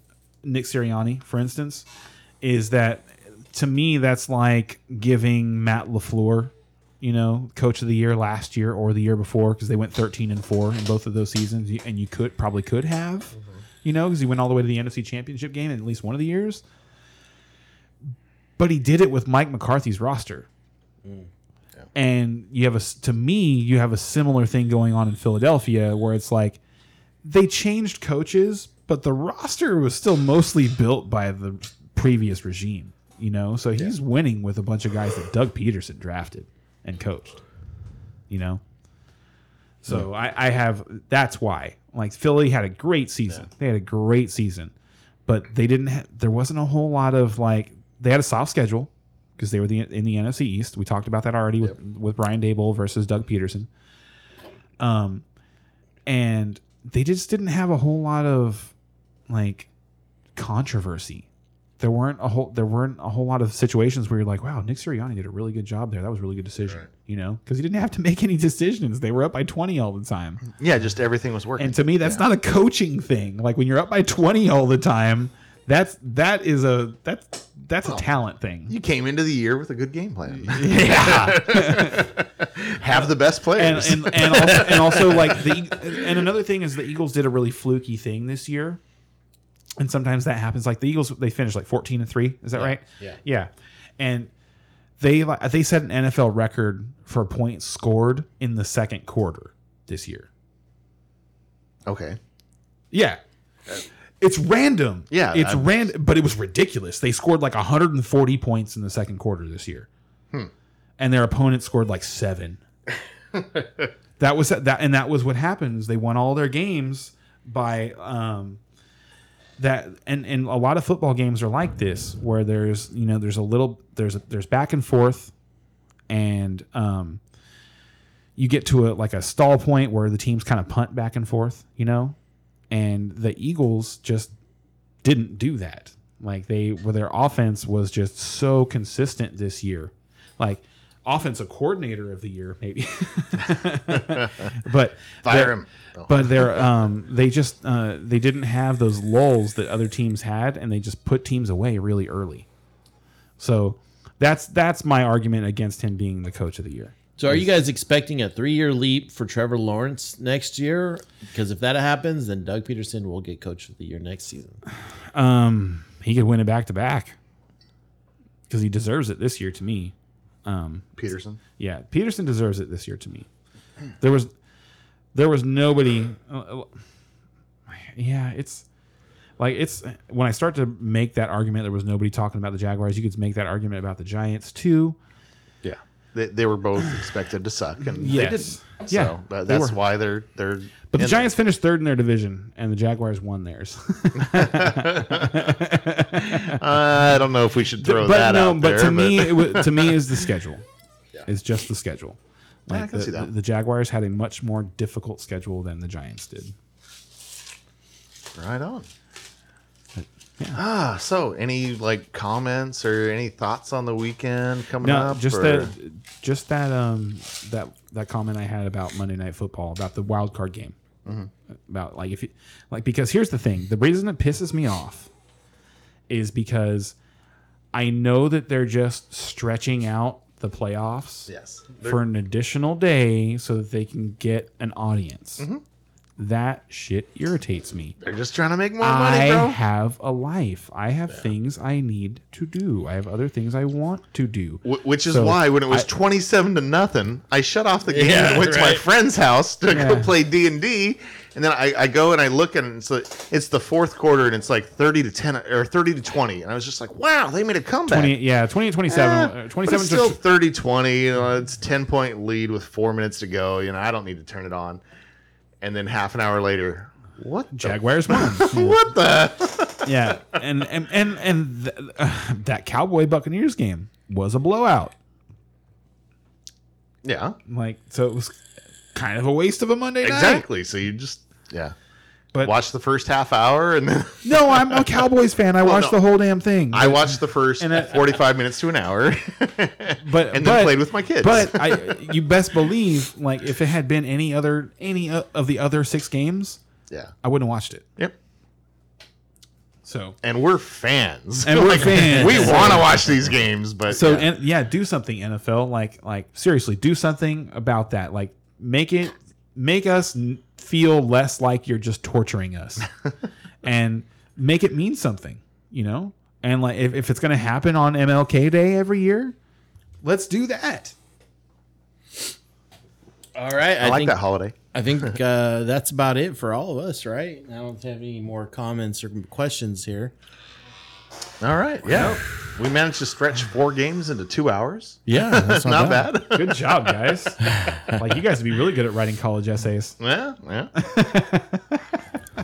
C: Nick Sirianni, for instance, is that to me that's like giving Matt Lafleur, you know, coach of the year last year or the year before because they went thirteen and four in both of those seasons, You- and you could probably could have, you know, because he went all the way to the NFC Championship game in at least one of the years. But he did it with Mike McCarthy's roster. And you have a s- to me, you have a similar thing going on in Philadelphia where it's like they changed coaches, but the roster was still mostly built by the previous regime, you know? So he's winning with a bunch of guys that Doug Peterson drafted and coached, you know? So I, I have, that's why. Like Philly had a great season. They had a great season, but they didn't, ha- there wasn't a whole lot of like, they had a soft schedule because they were the, in the NFC East. We talked about that already with, with Brian Dable versus Doug Peterson and they just didn't have a whole lot of like controversy. There weren't a whole there weren't a whole lot of situations where you're like, wow, Nick Sirianni did a really good job there. That was a really good decision, you know, because he didn't have to make any decisions. They were up by twenty all the time,
B: yeah, just everything was working.
C: and to me, that's not a coaching thing. Like when you're up by twenty all the time, that's that is a that's that's a talent thing.
B: you came into the year with a good game plan.
C: Yeah.
B: Have the best
C: and
B: players.
C: and, and, also, and also like the E, and another thing is the Eagles did a really fluky thing this year, and sometimes that happens. Like the Eagles, they finished like fourteen and three. Is that right?
A: yeah.
C: yeah. And they like they set an NFL record for points scored in the second quarter this year.
B: okay.
C: Yeah. It's random.
B: Yeah,
C: It's
B: I'm-
C: random, but it was ridiculous. They scored like 140 points in the second quarter this year. And their opponent scored like 7. that was that and that was what happens. They won all their games by um that and and a lot of football games are like this where there's, you know, there's a little there's there's back and forth and um you get to a like a stall point where the teams kind of punt back and forth, you know, and the Eagles just didn't do that. Like they, well, their offense was just so consistent this year. Like offensive coordinator of the year, maybe. but
B: Fire
C: the-
B: him. Oh.
C: But they're um, they just uh, they didn't have those lulls that other teams had, and they just put teams away really early. So that's that's my argument against him being the coach of the year.
A: So are you guys expecting a three-year leap for Trevor Lawrence next year? Because if that happens, then Doug Peterson will get coach of the year next season.
C: Um, he could win it back to back because he deserves it this year to me.
B: Peterson.
C: Yeah, Peterson deserves it this year to me. There was there was nobody. uh, uh, yeah, it's like it's when I start to make that argument. There was nobody talking about the Jaguars. You could make that argument about the Giants too.
B: Yeah. They, they were both expected to suck, and they didn't.
C: Yes. Yeah,
B: so that,
C: they
B: that's
C: were.
B: why they're they're.
C: But the
B: in
C: Giants finished third in their division, and the Jaguars won theirs.
B: there. Uh, I don't know if we should throw
C: but
B: that
C: no,
B: out
C: but
B: there.
C: to me, it wa- to me is the schedule. It's just the schedule.
B: I
C: Like
B: can
C: the,
B: see that.
C: the- the Jaguars had a much more difficult schedule than the Giants did.
B: right on. Ah, so any like comments or any thoughts on the weekend coming
C: No,
B: up?
C: just
B: or-
C: that, just that, um, that that comment I had about Monday Night Football about the wild card game,
B: Mm-hmm.
C: about like if you, like because here's the thing: the reason it pisses me off is because I know that they're just stretching out the playoffs.
B: Yes.
C: for an additional day so that they can get an audience.
B: Mm-hmm.
C: That shit irritates me.
B: They're just trying to make more
C: I
B: money, bro.
C: have a life. I have things I need to do. I have other things I want to do.
B: Wh- Which is
C: So,
B: why when it was
C: I-
B: twenty-seven to nothing, I shut off the game
A: Yeah,
B: and went to my
A: right.
B: friend's house to go
C: Yeah.
B: play D and D, and then I, I go and I look and it's like, it's the fourth quarter and it's like thirty to ten or thirty to twenty, and I was just like, wow, they made a comeback.
C: 20, yeah, 28 27.
B: Eh,
C: uh,
B: but it's
C: 27
B: still
C: to,
B: 30 20. You know, it's 10 point lead with four minutes to go. You know, I don't need to turn it on. And then half an hour later, what? the-
C: Jaguars won. Yeah.
B: what the?
C: yeah. And and and, and th- uh, that Cowboy Buccaneers game was a blowout.
B: Yeah,
C: Like so it was kind of a waste of a Monday night.
B: exactly. So you just, yeah.
C: But
B: Watch the first half hour, and then
C: no, I'm a Cowboys fan. I watched
B: no.
C: the whole damn thing.
B: I watched the first
C: And uh, that-
B: 45 minutes to an hour.
C: but
B: and then
C: but-
B: played with my kids.
C: But I, you best believe, like if it had been any other any o- of the other six games,
B: yeah.
C: I wouldn't have watched it.
B: Yep.
C: So
B: And we're fans.
C: And we're fans.
B: We want to watch these games, but
C: so
B: yeah.
C: yeah. and yeah, do something NFL. Like like seriously, do something about that. Like make it make us n- feel less like you're just torturing us, and make it mean something. You know, and like if, if it's gonna happen on MLK Day every year, let's do that.
A: All right, I,
B: I like
A: think
B: that holiday.
A: I think uh, that's about it for all of us, right? I don't have any more comments or questions here.
B: All right. Yeah. We managed to stretch four games into two hours.
A: Yeah, that's
B: Not bad.
C: Good job, guys. like you guys would be really good at writing college essays.
B: Yeah, yeah. I,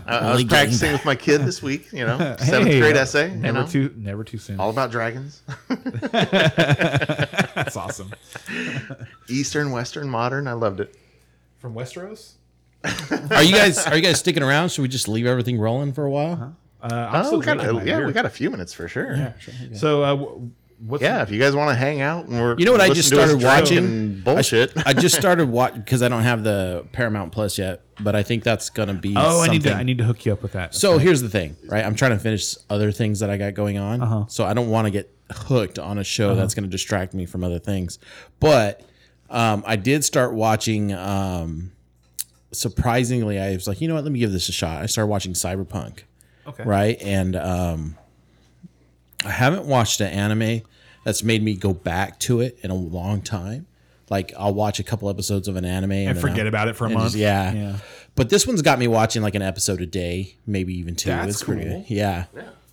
B: I
A: Only
B: was
A: getting
B: practicing with my kid this week. You know,
C: Hey, uh,
B: seventh
A: uh,
B: grade essay. You
C: Never
B: know,
C: too, never too soon.
B: all about dragons,
C: That's awesome.
B: Eastern, Western, modern. I loved it.
C: From Westeros.
A: Are you guys are you guys sticking around? Should we just leave everything rolling for a while?
C: Uh, I'm
B: Oh,
C: still
B: we got
C: drinking
B: a,
C: my
B: yeah,
C: beer.
B: we got a few minutes for sure. Yeah,
C: Yeah, sure. So, uh, wh- what's
B: if you guys want to hang out and we're
A: You know what I just
B: listen to us
A: started
B: drink
A: watching?
B: and bullshit.
A: I just started watching because I don't have the Paramount Plus yet, but I think that's gonna be.
C: Oh, I need to.
A: something.
C: I need to hook you up with that.
A: So here's the thing, right? I'm trying to finish other things that I got going on.
C: Uh-huh.
A: So I don't want to get hooked on a show that's going to distract me from other things. But um, I did start watching. Um, surprisingly, I was like, you know what? Let me give this a shot. I started watching Cyberpunk,
C: okay.
A: right? And um, I haven't watched an anime that's made me go back to it in a long time. Like I'll watch a couple episodes of an anime and,
C: And
A: then
C: forget
A: I'll-
C: about it for a
A: and
C: month.
A: just- yeah.
C: Yeah.
A: But this one's got me watching like an episode a day, maybe even two.
C: That's
A: it's pretty
C: cool.
A: good. Yeah.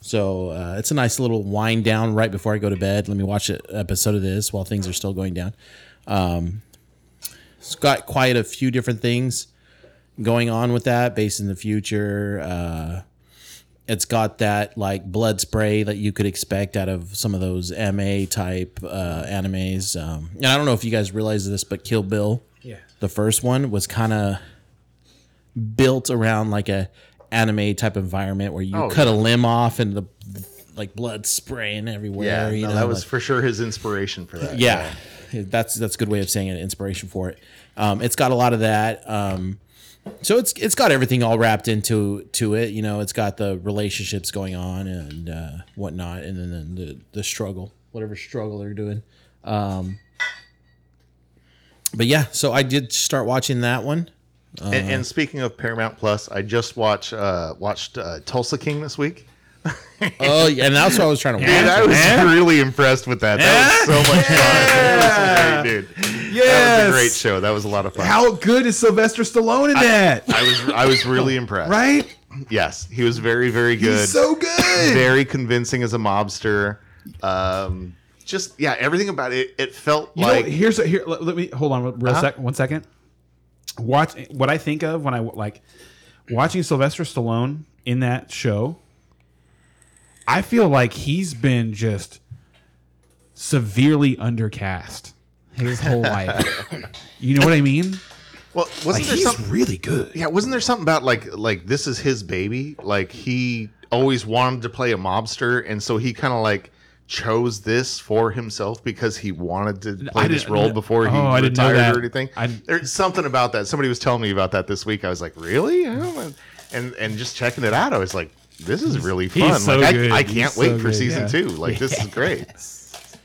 A: So uh, it's a nice little wind down right before I go to bed. Let me watch an episode of this while things are still going down. Um, it's got quite a few different things going on with that based in the future. Uh, it's got that like blood spray that you could expect out of some of those MA type uh, animes. Um, and I don't know if you guys realize this, but Kill Bill
C: Yeah.
A: the first one was kind of built around like a anime type environment where you
B: Oh,
A: cut a limb off and the like blood spraying everywhere.
B: Yeah,
A: you
B: no,
A: know,
B: that was
A: like-
B: for sure his inspiration for that.
A: yeah, that's that's a good way of saying it. Inspiration for it. Um, it's got a lot of that. Um, so it's it's got everything all wrapped into to it. You know, it's got the relationships going on and uh, whatnot, and then the, the the struggle, whatever struggle they're doing. Um, but yeah, so I did start watching that one.
B: And, and speaking of Paramount Plus, I just watch uh, watched uh, Tulsa King this week.
A: Oh, yeah, and that's what I was trying to watch.
B: Dude, I was really impressed with that. That was so much fun. That was great, dude. That was a great
C: Yes.
B: show. That was a lot of fun.
C: How good is Sylvester Stallone in that?
B: I was I was really impressed.
C: right?
B: Yes, he was very very good.
C: He's so good.
B: very convincing as a mobster. Um, just yeah, everything about it. It felt
C: You
B: like
C: know, here's a, here. Let, let me hold on real
B: Uh-huh.
C: sec. One second. Watch what I think of when I like watching Sylvester Stallone in that show. I feel like he's been just severely undercast his whole life. you know what I mean?
B: well,
C: Like
B: wasn't there
C: he's
B: something?
C: really good.
B: Yeah, wasn't there something about like like this is his baby? Like he always wanted to play a mobster, and so he kind of like chose this for himself because he wanted to play this
C: didn't-
B: role before he
C: oh, I didn't know
B: retired
C: that.
B: or anything.
C: I-
B: There's something about that. Somebody was telling me about that this week. I was like, really? I don't know. And and just checking it out, I was like, this is really
C: He's
B: fun.
C: so
B: like
C: good.
B: I, I
C: He's
B: can't wait
C: so
B: for
C: good,
B: season
C: yeah.
B: two. Like this is great.
C: I'm-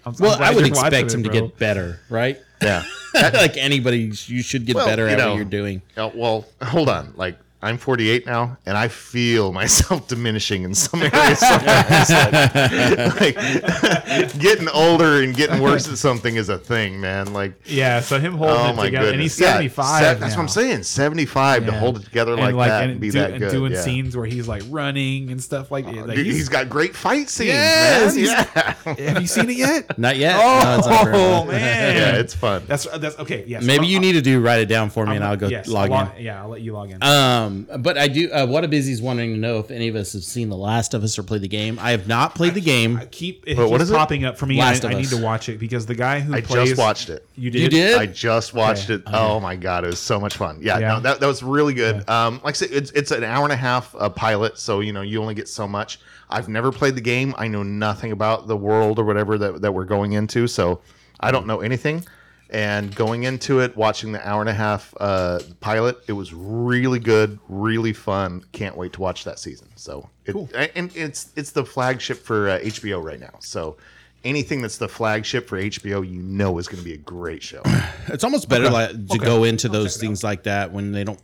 C: I'm
A: Well,
C: glad
A: I would
C: you're watching
A: expect
C: it,
A: him to
C: bro.
A: get better, right?
B: Yeah.
A: like anybody, you should get
B: Well,
A: better
B: you
A: at
B: know.
A: what you're doing.
B: Uh, well, hold on. Like I'm 48 now, and I feel myself diminishing in some areas. sometimes. like, like, getting older and getting worse at something is a thing, man. Like,
C: Yeah, so him holding
B: oh
C: it
B: my
C: together,
B: goodness,
C: and he's
B: Yeah,
C: seventy five.
B: se- that's what I'm saying. 75 to hold it together like, that and, be
C: do-
B: that good.
C: and doing
B: yeah. Oh,
C: scenes where he's like running and stuff like that. Like,
B: Dude,
C: he's-
B: he's got great fight scenes,
C: Yes,
B: man.
C: he's-
B: Yeah.
C: have you seen it yet?
A: Not yet. No, it's not for
C: Oh
A: everyone.
C: man,
B: yeah, it's fun.
C: that's that's okay. Yes,
A: Maybe you need to do write it down for me, and I'll go
C: yes,
A: log in.
C: lo- Yeah, I'll let you log in.
A: Um, but I do. Uh, what a busy's wanting to know if any of us have seen The Last of Us or played the game. I have not played the game.
C: I keep it
B: Wait, what
C: keeps
B: is it?
C: popping up for me. and
A: Last
C: I,
A: of
C: I need
A: Us.
C: to watch it because the guy who
B: I
C: plays,
B: just watched it.
C: You did.
A: You did?
B: I just watched it. Oh my god, it was so much fun. Yeah,
C: Yeah.
B: No, that, that was really good. Um, like I said, it's it's an hour and a half uh, pilot, so you know you only get so much. I've never played the game. I know nothing about the world or whatever that that we're going into, so I don't know anything. And going into it, watching the hour and a half uh, pilot, it was really good, really fun. Can't wait to watch that season. So, it, and it's it's the flagship for uh, HBO right now. So, anything that's the flagship for HBO, you know, is going to be a great show.
A: It's almost better like, to go into those things like that when they don't,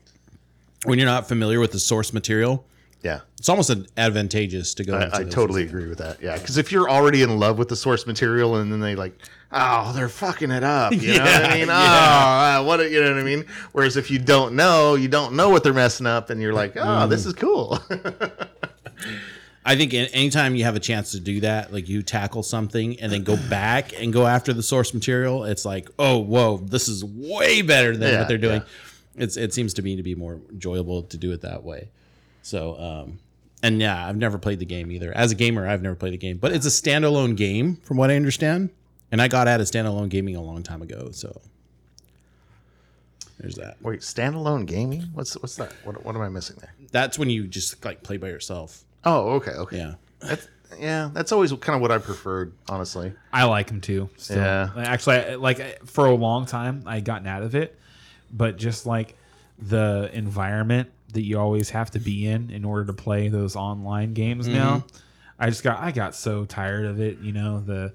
A: when you're not familiar with the source material.
B: Yeah,
A: It's almost an advantageous to go. into
B: I, I
A: those
B: totally agree with that. Yeah, because if you're already in love with the source material and then they like, oh, they're fucking it up. You know what I mean? Oh, uh, what a- you know what I mean? Whereas if you don't know, you don't know what they're messing up, and you're like, oh, this is cool.
A: I think an- anytime you have a chance to do that, like you tackle something and then go back and go after the source material, it's like, oh, whoa, this is way better than
B: Yeah,
A: what they're doing. It's it seems to me to be more enjoyable to do it that way. So, um, and yeah, I've never played the game either. As a gamer, I've never played the game, but it's a standalone game, from what I understand. And I got out of standalone gaming a long time ago, so there's that.
B: Wait, standalone gaming? What's what's that? What, what am I missing there?
A: That's when you just like play by yourself.
B: Oh, okay, okay.
A: Yeah.
B: That's, yeah, that's always kind of what I preferred, honestly.
C: I like him too. Still.
B: Yeah.
C: Actually, I- like for a long time, I had gotten out of it, but just like the environment that you always have to be in in order to play those online games
A: Mm-hmm.
C: now, I just got I got so tired of it. You know the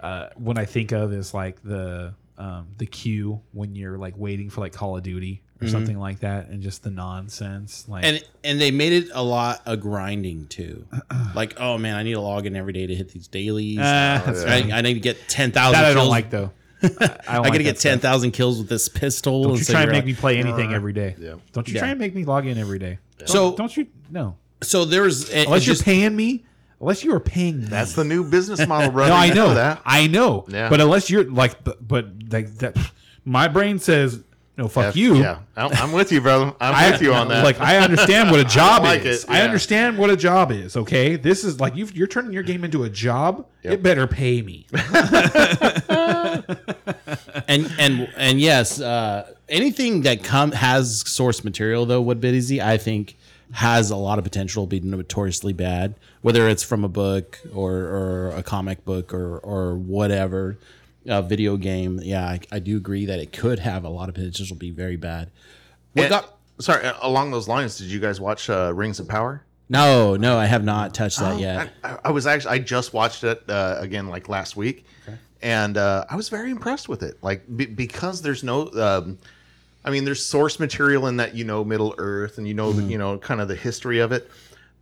C: uh, what I think of is like the um, the queue when you're like waiting for like Call of Duty or something like that, and just the nonsense like.
A: Mm-hmm. and and they made it a lot of grinding too. like, oh man, I need to log in every day to hit these dailies.
C: Ah, that's
A: I, I need to get ten thousand.
C: that I
A: kills.
C: don't like though. I, I don't
A: I
C: like
A: gotta
C: that
A: get
C: stuff.
A: ten thousand kills with this pistol.
C: Don't
A: and
C: you
A: so
C: try and
A: you're
C: make
A: like-
C: me play anything every day.
B: Yeah.
C: Don't you
A: Yeah.
C: try and make me log in every day.
A: So-
C: Don't- don't you? No.
A: So there's it-
C: Unless
A: it
C: you're
A: just-
C: paying me. Unless you are paying me.
B: That's the new business model, brother.
C: no, I
B: You
C: know
B: that.
C: I know.
B: Yeah.
C: But unless you're like, but, but like that, my brain says no. Fuck you.
B: Yeah, I'm I'm with you, brother. I'm
C: I-
B: with you on that.
C: Like I understand what a job
B: like
C: is.
B: it,
C: I
B: yeah.
C: understand what a job is. Okay, this is like you you're turning your game into a job. It better pay me.
A: and and and yes, uh, anything that come has source material though would be easy. I think has a lot of potential to be notoriously bad, whether it's from a book or or a comic book or or whatever, a video game. Yeah, I, I do agree that it could have a lot of potential to be very bad. What
B: And-
A: got-
B: sorry, uh, along those lines, did you guys watch uh, Rings of Power?
A: no, no, I have not touched that
B: Oh,
A: yet.
B: I, I was actually I just watched it uh, again like last week, and uh, I was very impressed with it. Like be because there's no, um, I mean, there's source material in that you know Middle Earth and you know you know kind of the history of it,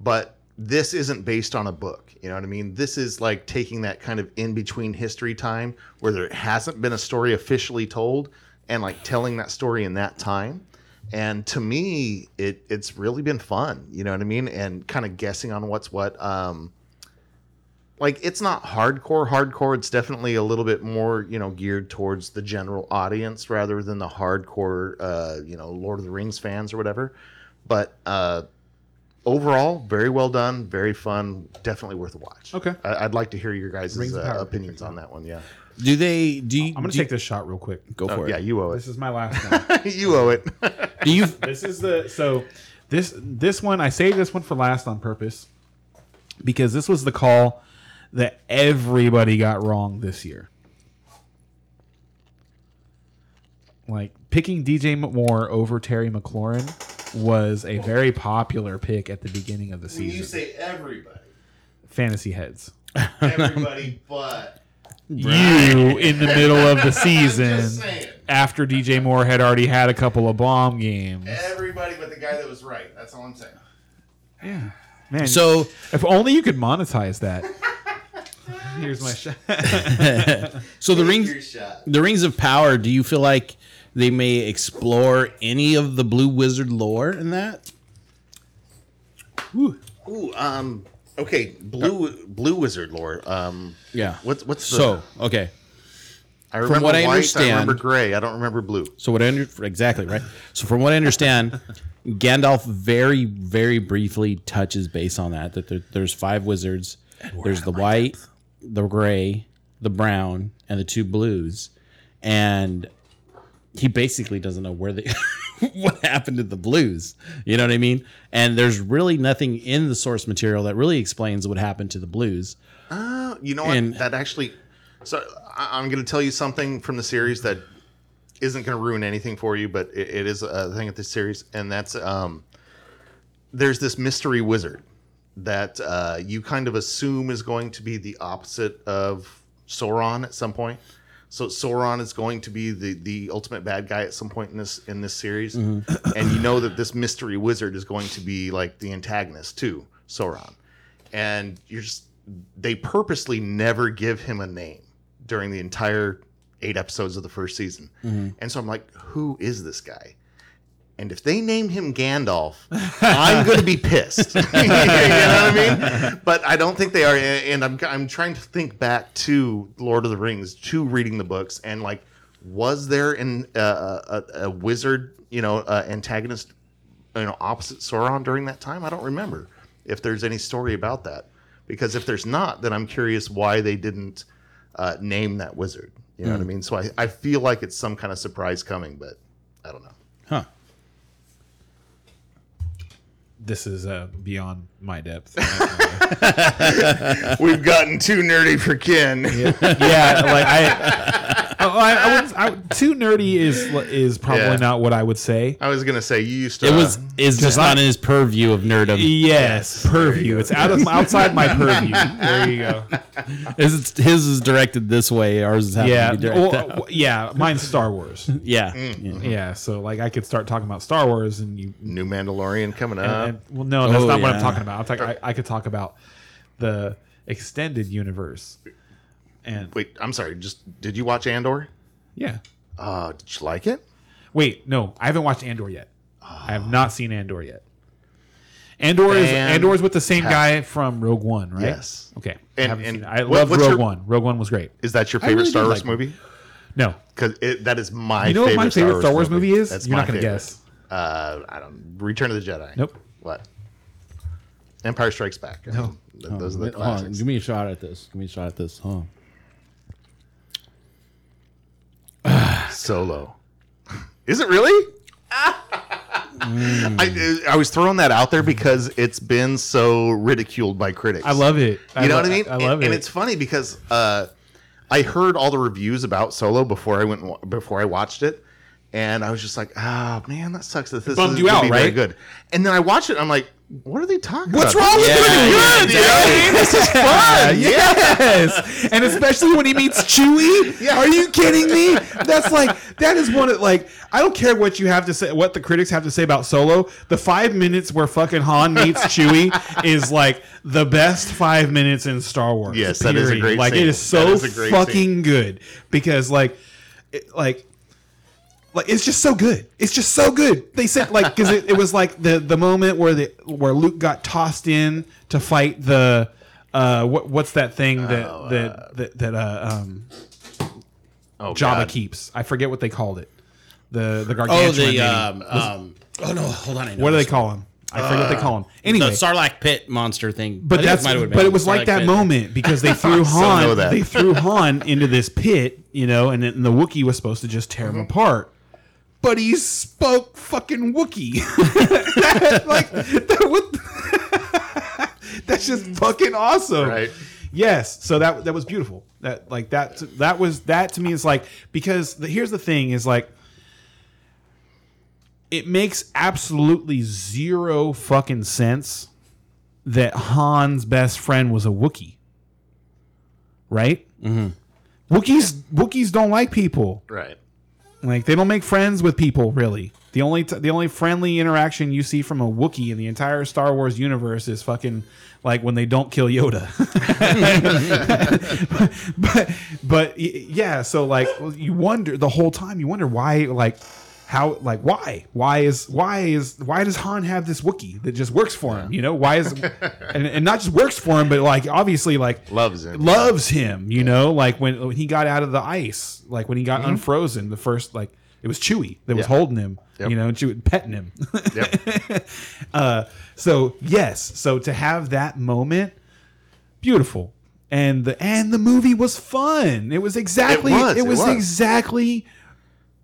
B: but this isn't based on a book. You know what I mean? This is like taking that kind of in between history time where there hasn't been a story officially told, and like telling that story in that time and to me it it's really been fun you know what i mean and kind of guessing on what's what um like it's not hardcore hardcore it's definitely a little bit more you know geared towards the general audience rather than the hardcore uh you know lord of the rings fans or whatever but uh overall very well done very fun definitely worth a watch
C: Okay.
B: I, i'd like to hear your guys'
C: Rings of
B: uh,
C: Power.
B: opinions on that one yeah
A: Do they? Do you,
C: I'm gonna
A: do
C: take this shot real quick.
A: Go for
B: Oh,
A: it.
B: yeah you owe it
C: This is my last one.
B: you owe it
A: Do you?
C: this is the so this this one I saved this one for last on purpose because this was the call that everybody got wrong this year. Like picking DJ Moore over Terry McLaurin was a very popular pick at the beginning of the season.
B: say everybody
C: Fantasy heads.
B: everybody but
C: You in the middle of the season
B: saying.
C: after DJ Moore had already had a couple of bomb games.
B: Everybody but the guy that was right. That's all I'm saying.
C: Yeah. Man,
A: So
C: If only you could monetize that. Here's my shot.
A: so the rings.
B: shot.
A: the Rings of Power, do you feel like they may explore any of the Blue Wizard lore in that?
B: Ooh, um, okay, blue blue wizard lore. Um,
A: Yeah.
B: What's what's the,
A: so okay?
B: I remember
A: what I
B: white, I remember
A: understand-
B: gray. I don't remember blue.
A: So what I under, exactly right? So from what I understand, Gandalf very very briefly touches base on that. That there, there's five wizards. there's the white, the gray, the brown, and the two blues, and he basically doesn't know where the what happened to the blues. You know what I mean? And there's really nothing in the source material that really explains what happened to the blues.
B: Uh, you know what?
A: And-
B: that actually. So I, I'm going to tell you something from the series that isn't going to ruin anything for you, but it, it is a thing of this series, and that's um, there's this mystery wizard that uh, you kind of assume is going to be the opposite of Sauron at some point. So Sauron is going to be the the ultimate bad guy at some point in this in this series, and you know that this mystery wizard is going to be like the antagonist to Sauron, and you're just they purposely never give him a name during the entire eight episodes of the first season, and so I'm like, who is this guy? And if they name him Gandalf, I'm going to be pissed. you know what I mean? But I don't think they are. And I'm, I'm trying to think back to Lord of the Rings, to reading the books, and like, was there an, uh, a, a wizard, you know, uh, antagonist, you know, opposite Sauron during that time? I don't remember if there's any story about that. Because if there's not, then I'm curious why they didn't uh, name that wizard. You know what I mean? So I, I feel like it's some kind of surprise coming, but I don't know.
A: Huh.
C: This is uh, beyond my depth.
B: We've gotten too nerdy for Ken.
C: yeah, like I, oh, I, I, wouldn't- I would- too nerdy is is probably
B: Yeah.
C: not what I would say.
B: I was gonna say you used to. uh,
A: It was is just not in his purview of nerdom.
C: Yes, purview. It's out of outside my purview. There you go.
A: His, his is directed this way. Ours is having
C: Yeah,
A: to be directed.
C: well, well, yeah. Mine's Star Wars.
A: Yeah.
B: Mm-hmm.
A: yeah.
C: Yeah, so like I could start talking about Star Wars, and you
B: new Mandalorian coming up.
C: And- well, no, that's
A: Oh,
C: not what
A: yeah.
C: I'm talking about. I'm talking, I, I could talk about the extended universe. And
B: Wait, I'm sorry. Just did you watch Andor?
C: yeah,
B: Uh, did you like it?
C: wait, no, I haven't watched Andor yet. I have not seen Andor yet. Andor is
B: Fan-
C: Andor is with the same guy from Rogue One, right?
B: Yes.
C: Okay. I,
B: And-
C: haven't
B: and
C: seen it. I
B: what-
C: love
B: what's
C: Rogue
B: your-
C: One. Rogue One was great.
B: Is that your favorite
C: really
B: Star
C: did
B: Wars
C: like it.
B: movie?
C: No,
B: Because that is my.
C: you know
B: favorite
C: what my favorite Star Wars movie, is?
B: That's
C: You're
B: my
C: not gonna
B: favorite.
C: guess.
B: Uh, I don't. Return of the Jedi.
C: Nope.
B: What? Empire Strikes Back. No, those are the
A: Hold on,
B: classics.
A: give me a Oh, shot at this. Give me a shot at this. Huh?
B: Solo. Is it really? I, I was throwing that out there because it's been so ridiculed by critics.
C: I love it. I
B: You know
C: lo-
B: what I mean?
C: I love
B: and,
C: it.
B: And it's funny because uh, I heard all the reviews about Solo before I went and wa- before I watched it, and I was just like, "Oh man, that sucks." That this
D: bummed
B: isn't
D: you
B: gonna
D: out,
B: be very
D: right?
B: Good. And then I watched it. and I'm like, "What are they talking
C: What's
B: about?
C: wrong with
B: This
A: Yeah,
B: is
A: yeah,
B: good, you know what I mean? This is
C: Yeah,
B: fun. Yeah.
C: yes, and especially when he meets Chewie.
B: Yeah.
C: Are you kidding me? That's like that is one of like I don't care what you have to say, what the critics have to say about Solo. The five minutes where fucking Han meets Chewie is like the best five minutes in Star Wars.
B: Yes, that is a
C: period.
B: great
C: Like
B: scene.
C: it is so
B: That is a great
C: fucking
B: scene.
C: good because like, it, like like it's just so good. It's just so good. They said like because it, it was like the the moment where the where Luke got tossed in to fight the uh what what's that thing that
A: Oh,
C: that, that that uh um
B: Oh,
C: Jabba
B: God.
C: keeps. I forget what they called it. The the gargantuan.
A: Oh, the
C: lady.
A: um, um, oh no, hold on. I know
C: what do they
A: this.
C: call him? I forget what they call him. Anyway,
A: The Sarlacc pit monster thing. Uh, I
C: but
A: think
C: that's
A: might have been
C: but it was
A: Sarlacc
C: like that
A: pit.
C: moment because they threw
B: still know
C: Han
B: that.
C: they threw Han into this pit, you know, and, then the Wookiee was supposed to just tear him
A: Mm-hmm.
C: apart. But he spoke fucking Wookiee. like that, what- that's just fucking awesome.
B: Right.
C: Yes, so that that was beautiful. That like that that was that to me is like because the, here's the thing is like it makes absolutely zero fucking sense that Han's best friend was a Wookiee. Right? Mm-hmm. Wookiees Wookiees don't like people.
B: Right.
C: Like they don't make friends with people really. The only t- the only friendly interaction you see from a Wookiee in the entire Star Wars universe is fucking like when they don't kill Yoda. but but y- yeah, so like well, you wonder the whole time you wonder why like how like why why is why is why does Han have this Wookiee that just works for him? You know why is and, and not just works for him, but like obviously like
B: Loves him.
C: loves him. You know, like when when he got out of the ice, like when he got unfrozen, the first like it was Chewy that was
B: Mm-hmm. Yeah.
C: holding him.
B: Yep.
C: You know, and Chewie petting him.
B: Yep.
C: Uh, so yes, so to have that moment, beautiful, and the and the movie was fun. It was exactly
B: It was,
C: it
B: it
C: was,
B: was.
C: exactly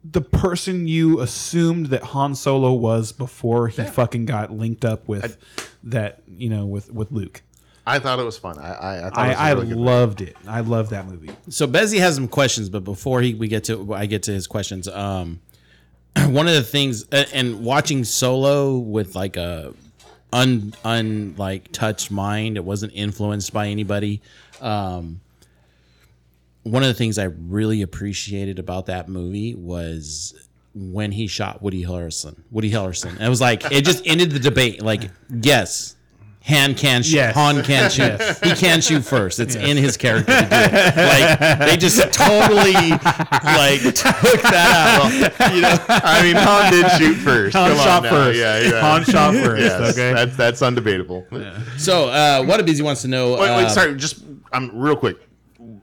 C: the person you assumed that Han Solo was before he fucking got linked up with that you know with with Luke.
B: I thought it was fun. I I, I thought it
C: I,
B: was a
C: I
B: really good
C: loved it. I loved that movie.
A: So Bezzy has some questions, but before he we get to I get to his questions, um, one of the things a- and watching Solo with like a un un like touched mind, it wasn't influenced by anybody. Um, one of the things I really appreciated about that movie was when he shot Woody Harrelson. Woody Harrelson. It was like it just ended the debate. Like yes. Han can shoot.
C: Yes.
A: Han can shoot. He can shoot first. It's in his character to do it. Like they just totally like took that out.
B: you know, I mean, Han did shoot first.
C: Han
B: Come on
C: shot
B: now.
C: first.
B: Yeah, yeah.
C: Han shot first.
B: Yes,
C: Okay.
B: that's that's undebatable.
A: So uh, what a busy wants to know.
B: Wait,
C: Um,
A: uh,
B: wait, sorry. Just I'm real quick.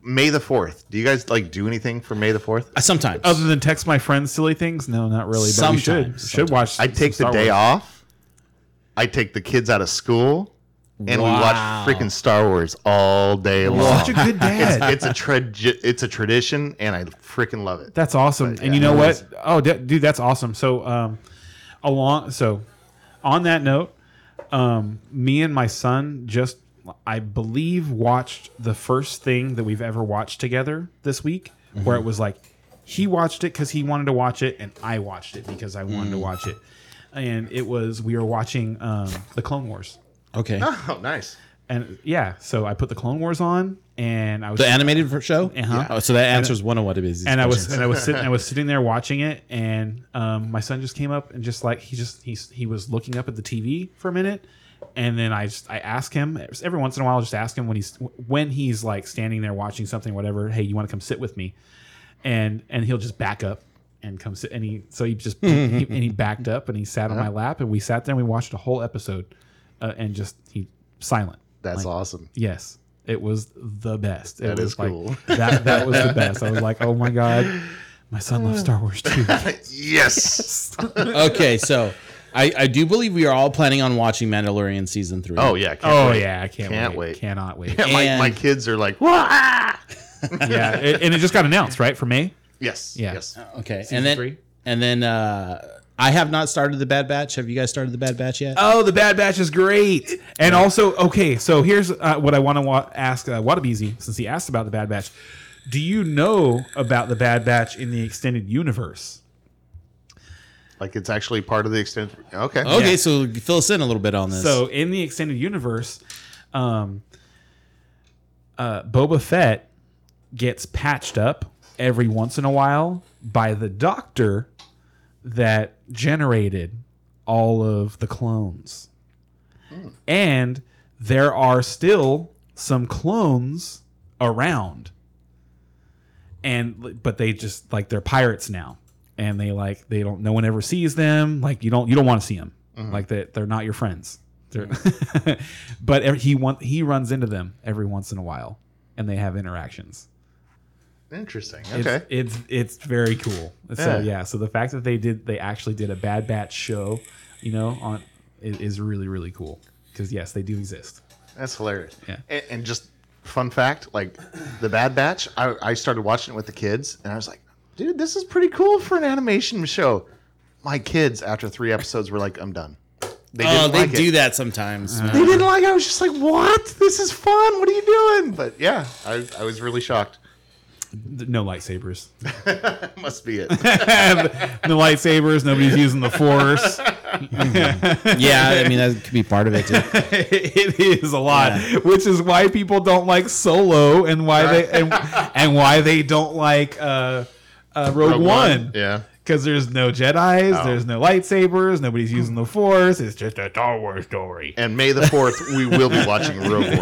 B: May the fourth. Do you guys like do anything for May the fourth?
A: uh, Sometimes.
C: Other than text my friends silly things, no, not really. But we should
A: Sometimes.
C: should watch.
B: I take the
C: some Star
B: day
C: Wars.
B: off. I take the kids out of school, and
A: Wow.
B: we watch freaking Star Wars all day long.
C: Such a good dad.
B: it's a tra- it's a tradition, and I freaking love it.
C: That's awesome. and you know what? Oh, d- dude, that's awesome. So, um, along, so on that note, um, me and my son just, I believe, watched the first thing that we've ever watched together this week, where it was like he watched it because he wanted to watch it, and I watched it because I wanted to watch it. And it was we were watching um, the Clone Wars,
A: okay.
B: Oh, nice.
C: and yeah, so I put the Clone Wars on, and I was
A: The animated for- show.
C: Uh-huh.
A: Oh, so that answers one of what it is.
C: and I was and I was sitting I was sitting there watching it, and um, my son just came up and just like he just he he was looking up at the TV for a minute, and then I just I ask him every once in a while I'll just ask him when he's when he's like standing there watching something whatever hey you want to come sit with me, and and he'll just back up and come sit and he so he just he, and he backed up and he sat on my lap and we sat there and we watched a whole episode, uh, and just he silent.
B: That's
C: Like,
B: awesome.
C: Yes. It was the best. It
B: That
C: was
B: is
C: like,
B: cool.
C: That that was the best. I was like, oh my god, my son loves Star Wars too.
B: Yes.
A: okay, so I, I do believe we are all planning on watching Mandalorian season three.
B: Oh yeah. I can't
C: oh
B: wait.
C: yeah, I can't,
B: Can't
C: wait.
B: wait.
C: Cannot wait.
B: My, my
A: And-
B: kids are like, "Wah!"
C: yeah, it- and it just got announced right for May.
B: Yes.
C: Yeah.
B: Yes.
A: Okay,
D: Season
A: and then
D: three?
A: and then uh, I have not started the Bad Batch. Have you guys started the Bad Batch yet?
C: Oh, the Bad Batch is great. And also, okay, so here's uh, what I want to wa- ask uh, Wadabeezy, since he asked about the Bad Batch. Do you know about the Bad Batch in the extended universe?
B: Like it's actually part of the extent. Okay.
C: Oh.
A: okay, so fill us in a little bit on this.
C: So in the extended universe, um, uh, Boba Fett gets patched up every once in a while by the doctor that generated all of the clones. And there are still some clones around. And but they just like they're pirates now. And they like they don't no one ever sees them. Like you don't you don't want to see them.
B: Mm-hmm.
C: Like that they're not your friends. They're- but ev- he want, he runs into them every once in a while and they have interactions.
B: Interesting.
C: It's,
B: Okay.
C: it's it's very cool. So
B: Yeah.
C: yeah, so the fact that they did they actually did a Bad Batch show, you know, on is, is really really cool because yes, they do exist.
B: That's hilarious.
C: Yeah.
B: And, and just fun fact, like the Bad Batch, I, I started watching it with the kids, and I was like, dude, this is pretty cool for an animation show. My kids, after three episodes, were like, I'm done. They
A: oh, they
B: like
A: do
B: it. Uh-huh.
A: that sometimes.
B: They didn't like. it. I was just like, "What? This is fun. What are you doing?" But yeah, I, I was really shocked.
C: Th- No lightsabers.
B: That must be it.
C: no lightsabers. Nobody's using the force.
A: yeah, I mean that could be part of it. Too.
C: it is a lot, which is why people don't like Solo and why they and, and why they don't like uh, uh, Rogue,
B: Rogue
C: One.
B: Yeah. Oh.
C: Because there's no Jedi's, there's no lightsabers, nobody's using the Force. It's just a Star Wars story.
B: And May the Fourth, we will be watching Rogue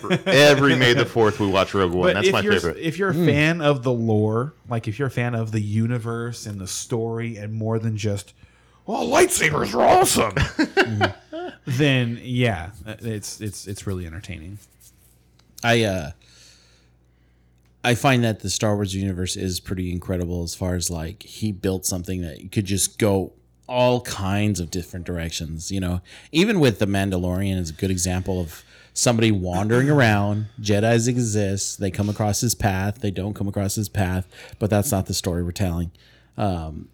B: One. Every May the Fourth, we watch Rogue One.
C: But
B: That's
C: if
B: my
C: you're,
B: favorite.
C: If you're a fan of the lore, like if you're a fan of the universe and the story, and more than just oh lightsabers are awesome, then yeah, it's it's it's really entertaining.
A: I uh I find that the Star Wars universe is pretty incredible as far as like he built something that could just go all kinds of different directions, you know. Even with the Mandalorian is a good example of somebody wandering around, Jedi's exist, they come across his path, they don't come across his path, but that's not the story we're telling. Um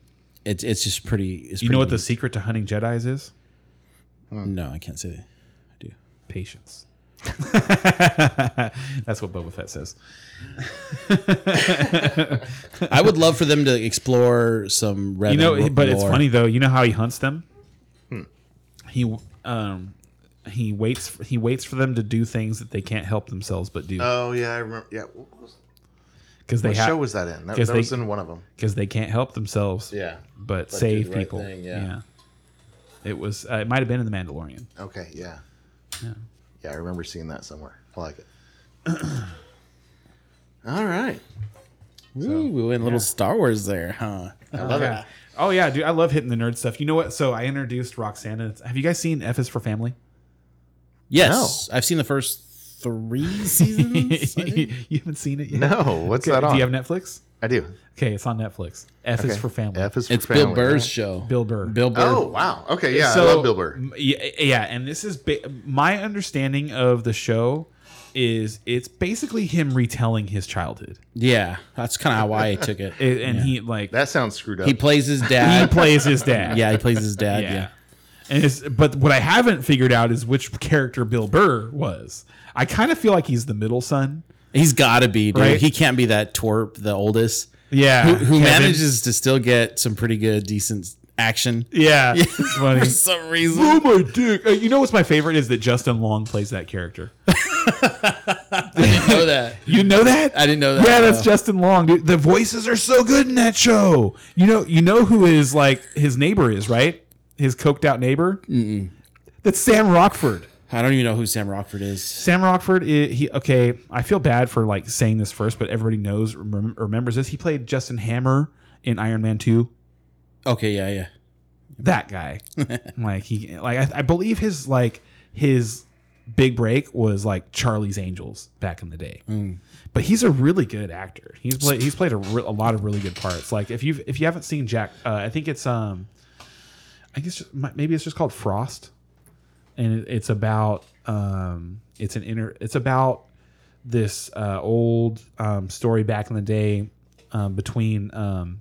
A: it's it's just pretty it's
C: You know what
A: pretty
C: the secret to hunting Jedi's is?
A: neat. No, I can't say that. I do.
C: Patience. That's what Boba Fett says.
A: I would love for them to explore some Revan
C: You know,
A: lore.
C: but it's funny though. You know how he hunts them? Hmm. He um he waits he waits for them to do things that they can't help themselves but do
B: oh yeah, I remember. Yeah. What was-
C: because they
B: what show
C: have
B: was that in? That,
C: 'cause
B: that
C: they-
B: was in one of them.
C: because they can't help themselves
B: Yeah.
C: but,
B: do
C: save
B: the right
C: people.
B: thing,
C: yeah.
B: yeah.
C: It was uh, it might have been in the Mandalorian.
B: Okay. Yeah. Yeah. I remember seeing that somewhere. I like it. All right.
A: Ooh, we went a little Star Wars there, huh?
B: I love
C: Yeah. Oh yeah, dude, I love hitting the nerd stuff. You know what? So I introduced Roxana. Have you guys seen F is for Family?
A: Yes, I've seen the first three seasons. Mm-hmm. I think.
C: you haven't seen it
B: it.
C: yet?
B: No, what's
C: Okay,
B: that on?
C: Do you have Netflix?
B: I do.
C: Okay, it's on Netflix. F is
B: Okay.
C: for Family.
B: F is for
A: it's Bill
B: family.
A: Burr's show.
C: Bill Burr.
A: Bill Burr.
B: Oh wow. Okay. Yeah.
C: So-
B: I love Bill Burr.
C: M- Yeah, yeah, and this is ba- my understanding of the show is it's basically him retelling his childhood,
A: Yeah, that's kind of how I took it.
C: It- and he like
B: That sounds screwed up.
A: He plays his
C: he
A: dad.
C: plays his dad.
A: yeah, he plays his dad. Yeah.
C: And it's, but what I haven't figured out is which character Bill Burr was. I kind of feel like he's the middle son.
A: he's got to be. Dude.
C: Right?
A: He can't be that twerp, the oldest,
C: Yeah,
A: who, who
C: Kevin.
A: manages to still get some pretty good, decent action
C: Yeah, it's funny.
A: for some reason.
C: Oh my dick! Uh, you know what's my favorite is that Justin Long plays that character.
A: I know that.
C: You know that?
A: I didn't know that.
C: Yeah, that's
A: No.
C: Justin Long, dude. The voices are so good in that show. You know, you know who is like his neighbor is right? His coked out neighbor. Mm-mm. That's Sam Rockford.
A: I don't even know who Sam Rockford is.
C: Sam Rockford. i he okay. I feel bad for like saying this first, but everybody knows remem- remembers this. He played Justin Hammer in Iron Man Two.
A: Okay, yeah, yeah.
C: That guy. like he like I, I believe his like his big break was like Charlie's Angels back in the day. But he's a really good actor. He's played he's played a, re- a lot of really good parts. Like if you if you haven't seen Jack, uh, I think it's um, I guess just, mi- maybe it's just called Frost, and it, it's about um, it's an inner it's about this uh, old um, story back in the day um, between um,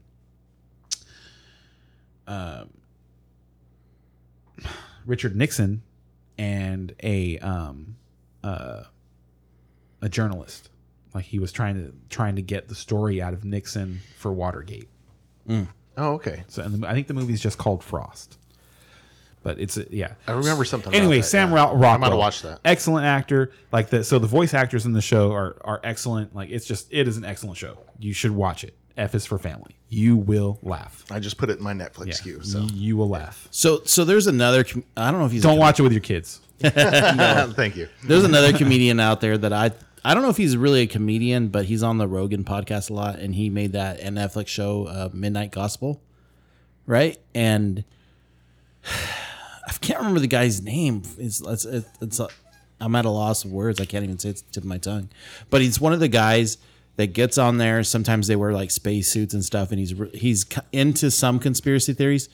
C: uh, Richard Nixon and a um, uh, a journalist. Like he was trying to trying to get the story out of Nixon for Watergate.
B: Oh, okay.
C: So and the, I think the movie's just called Frost. But it's a, yeah.
B: I remember something. about
C: Anyway,
B: that,
C: Sam
B: yeah.
C: Ro- Rockwell.
B: I might have watched that.
C: Excellent actor. Like the so the voice actors in the show are are excellent. Like it's just it is an excellent show. You should watch it. F is for family. You will laugh.
B: I just put it in my Netflix queue. So
C: Y- you will laugh.
A: So so there's another. com- I don't know if he's a
C: Don't watch it with your kids.
B: thank you.
A: There's another comedian out there that I I don't know if he's really a comedian, but he's on the Rogan podcast a lot, and he made that and Netflix show uh, Midnight Gospel, right? And I can't remember the guy's name. It's it's, it's i I'm at a loss of words. I can't even say it's tip of my tongue, but he's one of the guys that gets on there. Sometimes they wear like space suits and stuff, and he's re- he's c- into some conspiracy theories,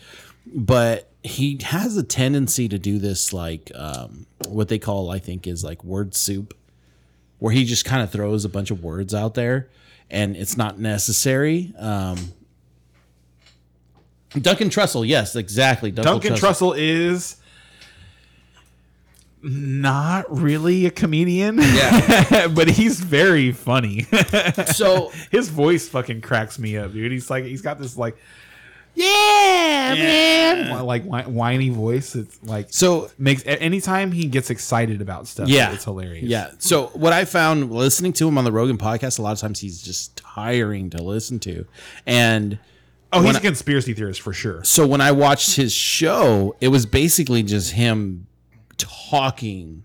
A: but he has a tendency to do this like um, what they call I think is like word soup, where he just kind of throws a bunch of words out there, and it's not necessary. Um, Duncan Trussell, yes, exactly.
C: Duncan Trussell is not really a comedian. Yeah. but he's very funny.
A: So
C: His voice fucking cracks me up, dude. He's like he's got this like
A: Yeah,
C: wh- like whi- whiny voice. It's like
A: So
C: makes a- anytime he gets excited about stuff.
A: yeah,
C: it's hilarious.
A: Yeah. So what I found listening to him on the Rogan podcast, a lot of times he's just tiring to listen to, and
C: Oh, he's
A: When
C: a conspiracy theorist for sure.
A: so when I watched his show, it was basically just him talking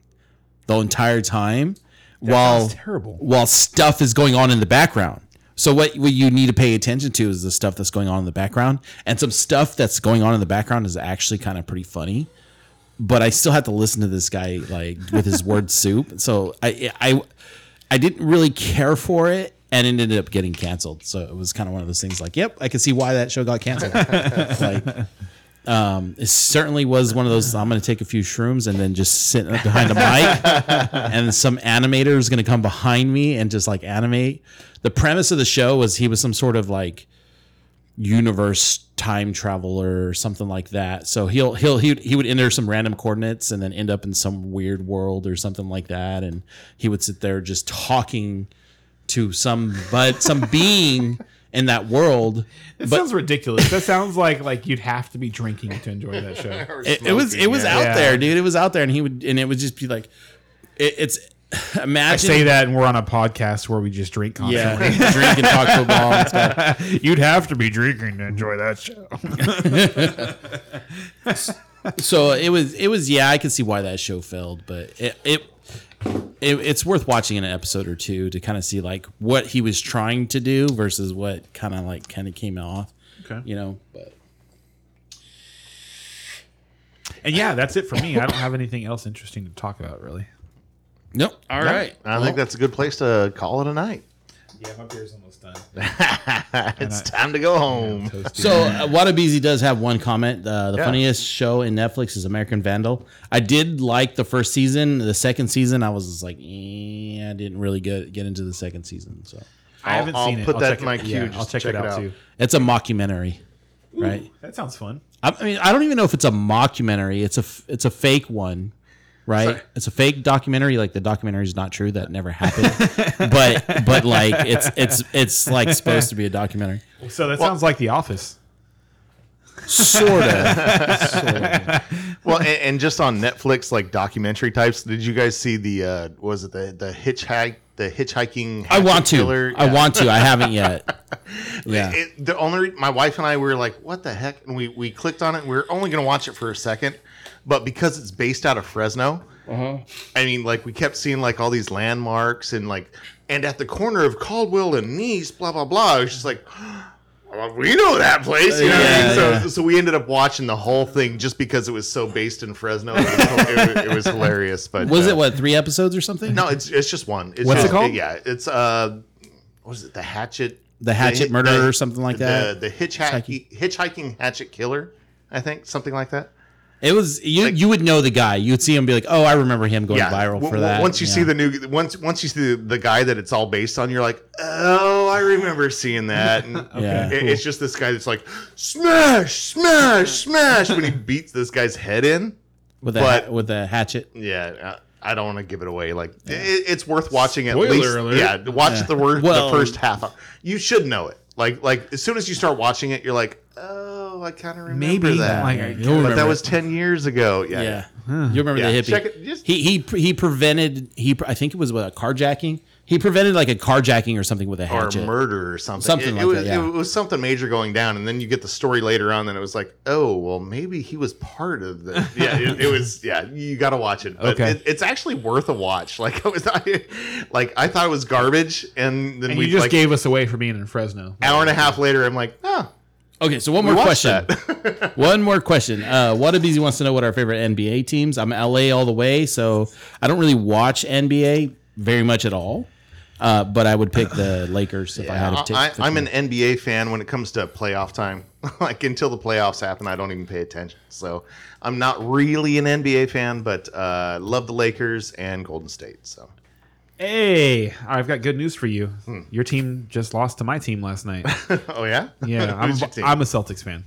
A: the entire time while
C: sounds terrible.
A: while stuff is going on in the background. So what, what you need to pay attention to is the stuff that's going on in the background, and some stuff that's going on in the background is actually kind of pretty funny. But I still had to listen to this guy like with his word soup. So I I I didn't really care for it, and it ended up getting canceled. So it was kind of one of those things like, yep, I can see why that show got canceled. like, um, it certainly was one of those. I'm going to take a few shrooms and then just sit behind a mic, and some animator is going to come behind me and just like animate. The premise of the show was he was some sort of like universe time traveler or something like that. So he'll he'll he he would enter some random coordinates and then end up in some weird world or something like that, and he would sit there just talking to some but some being in that world.
C: It
A: but
C: sounds ridiculous. That sounds like like you'd have to be drinking to enjoy that show.
A: it, it was it was out
C: Yeah.
A: there, dude. It was out there, and he would and it would just be like, it, it's
C: I
A: imagine
C: say that, and we're on a podcast where we just drink
A: yeah,
C: constantly.
A: drink and talk football. and stuff.
C: you'd have to be drinking to enjoy that show.
A: So it was it was yeah, I could see why that show failed, but it it. It, it's worth watching an episode or two to kind of see like what he was trying to do versus what kind of like kind of came off,
C: Okay.
A: you know. But
C: And yeah, that's it for me. I don't have anything else interesting to talk about, really.
A: nope. All right.
B: I think that's a good place to call it a night.
C: Yeah, my beer's almost done.
B: it's time to go home.
A: So uh, Wadabeezy does have one comment. Uh, the
B: Yeah.
A: funniest show in Netflix is American Vandal. I did like the first season. The second season, I was just like, eh, I didn't really get get into the second season. So
C: I haven't
B: I'll- I'll
C: seen it.
B: put that
C: check
B: in my
C: it-
B: queue,
C: yeah,
B: just
C: I'll check,
B: check it
C: it out,
B: out.
C: too.
A: it's a mockumentary, right?
C: That sounds fun.
A: I I mean, I don't even know if it's a mockumentary. It's a f- it's a fake one, right? It's a fake documentary. Like the documentary is not true. That never happened. but but like it's it's it's like supposed to be a documentary.
C: So that sounds like The Office.
A: Sort of.
B: well, and, and just on Netflix, like documentary types. Did you guys see the uh, what was it the the hitchhike the hitchhiking?
A: I want
B: hatchet
A: to.
B: killer?
A: I
B: Yeah.
A: want to. I haven't yet. Yeah.
B: It, the only my wife and I were like, "What the heck?" And we we clicked on it. We were only going to watch it for a second, but because it's based out of Fresno,
A: Uh-huh.
B: I mean, like we kept seeing like all these landmarks and like, and at the corner of Caldwell and Nice, blah blah blah. I was just like. "Well, We know that place, you know. what I mean?
A: Yeah,
B: so,
A: yeah.
B: so we ended up watching the whole thing just because it was so based in Fresno. It was, it was- it was hilarious, but
A: Was
B: uh,
A: it what three episodes or something?
B: No, it's it's just one. It's
C: What's it
B: just-
C: called?
B: Yeah, it's uh, what is it? The Hatchet.
A: The Hatchet
B: hi-
A: Murderer or something like that?
B: The, the hitchhiking hitchhiking hatchet killer, I think something like that.
A: It was you.
B: Like-
A: you would know the guy. You'd see him be like, "Oh, I remember him going viral
B: W-
A: for
B: w-
A: that."
B: Once you
A: Yeah.
B: see the new once once you see the, the guy that it's all based on, you're like, oh, I I remember seeing that. And
A: Yeah.
B: it- it's just this guy that's like, smash, smash, smash when he beats this guy's head in.
A: with a
B: But-
A: ha- with a hatchet.
B: Yeah. I I don't want to give it away. Like it, it's worth watching at
D: Spoiler
B: least.
D: alert.
B: Yeah, watch
A: Yeah.
B: the word
A: Well-
B: the first half. Hour. You should know it. Like like as soon as you start watching it, you're like, oh, I kind of remember
C: Maybe
B: that.
C: like
A: Yeah,
C: I-
A: you'll
B: but
A: remember
B: that
A: it.
B: was ten years ago. Yeah.
A: yeah.
B: yeah.
A: You remember
B: Yeah,
A: the hippie?
B: check it- just-
A: he he pre- he prevented he pre- I think it was what, a carjacking. He prevented like a carjacking or something with a
B: Or
A: hatchet.
B: murder or something.
A: Something like
B: it, it was,
A: that, yeah.
B: It was something major going down, and then you get the story later on, and it was like, oh, well, maybe he was part of the. Yeah, it, it was. Yeah, you got to watch it. But
C: Okay.
B: it, it's actually worth a watch. Like I was, I, like I thought it was garbage, and then
D: And
B: we
D: you just
B: like,
D: gave us away for being in Fresno.
B: hour and a half later, I'm like, oh,
A: Okay, so one
B: we
A: more
B: watched
A: question.
B: that.
A: One more question. Uh, Whatabeezy wants to know what our favorite NBA teams. I'm LA all the way, so I don't really watch NBA very much at all. Uh, but I would pick the Lakers if I had to.
B: I,
A: pick
B: I'm an NBA fan when it comes to playoff time. like until the playoffs happen, I don't even pay attention. So I'm not really an NBA fan, but uh, love the Lakers and Golden State. So
C: Hey, I've got good news for you.
B: Hmm.
C: Your team just lost to my team last night.
B: oh yeah,
C: Yeah, I'm,
B: Who's your
C: a,
B: team? Ah.
C: I'm a Celtics fan,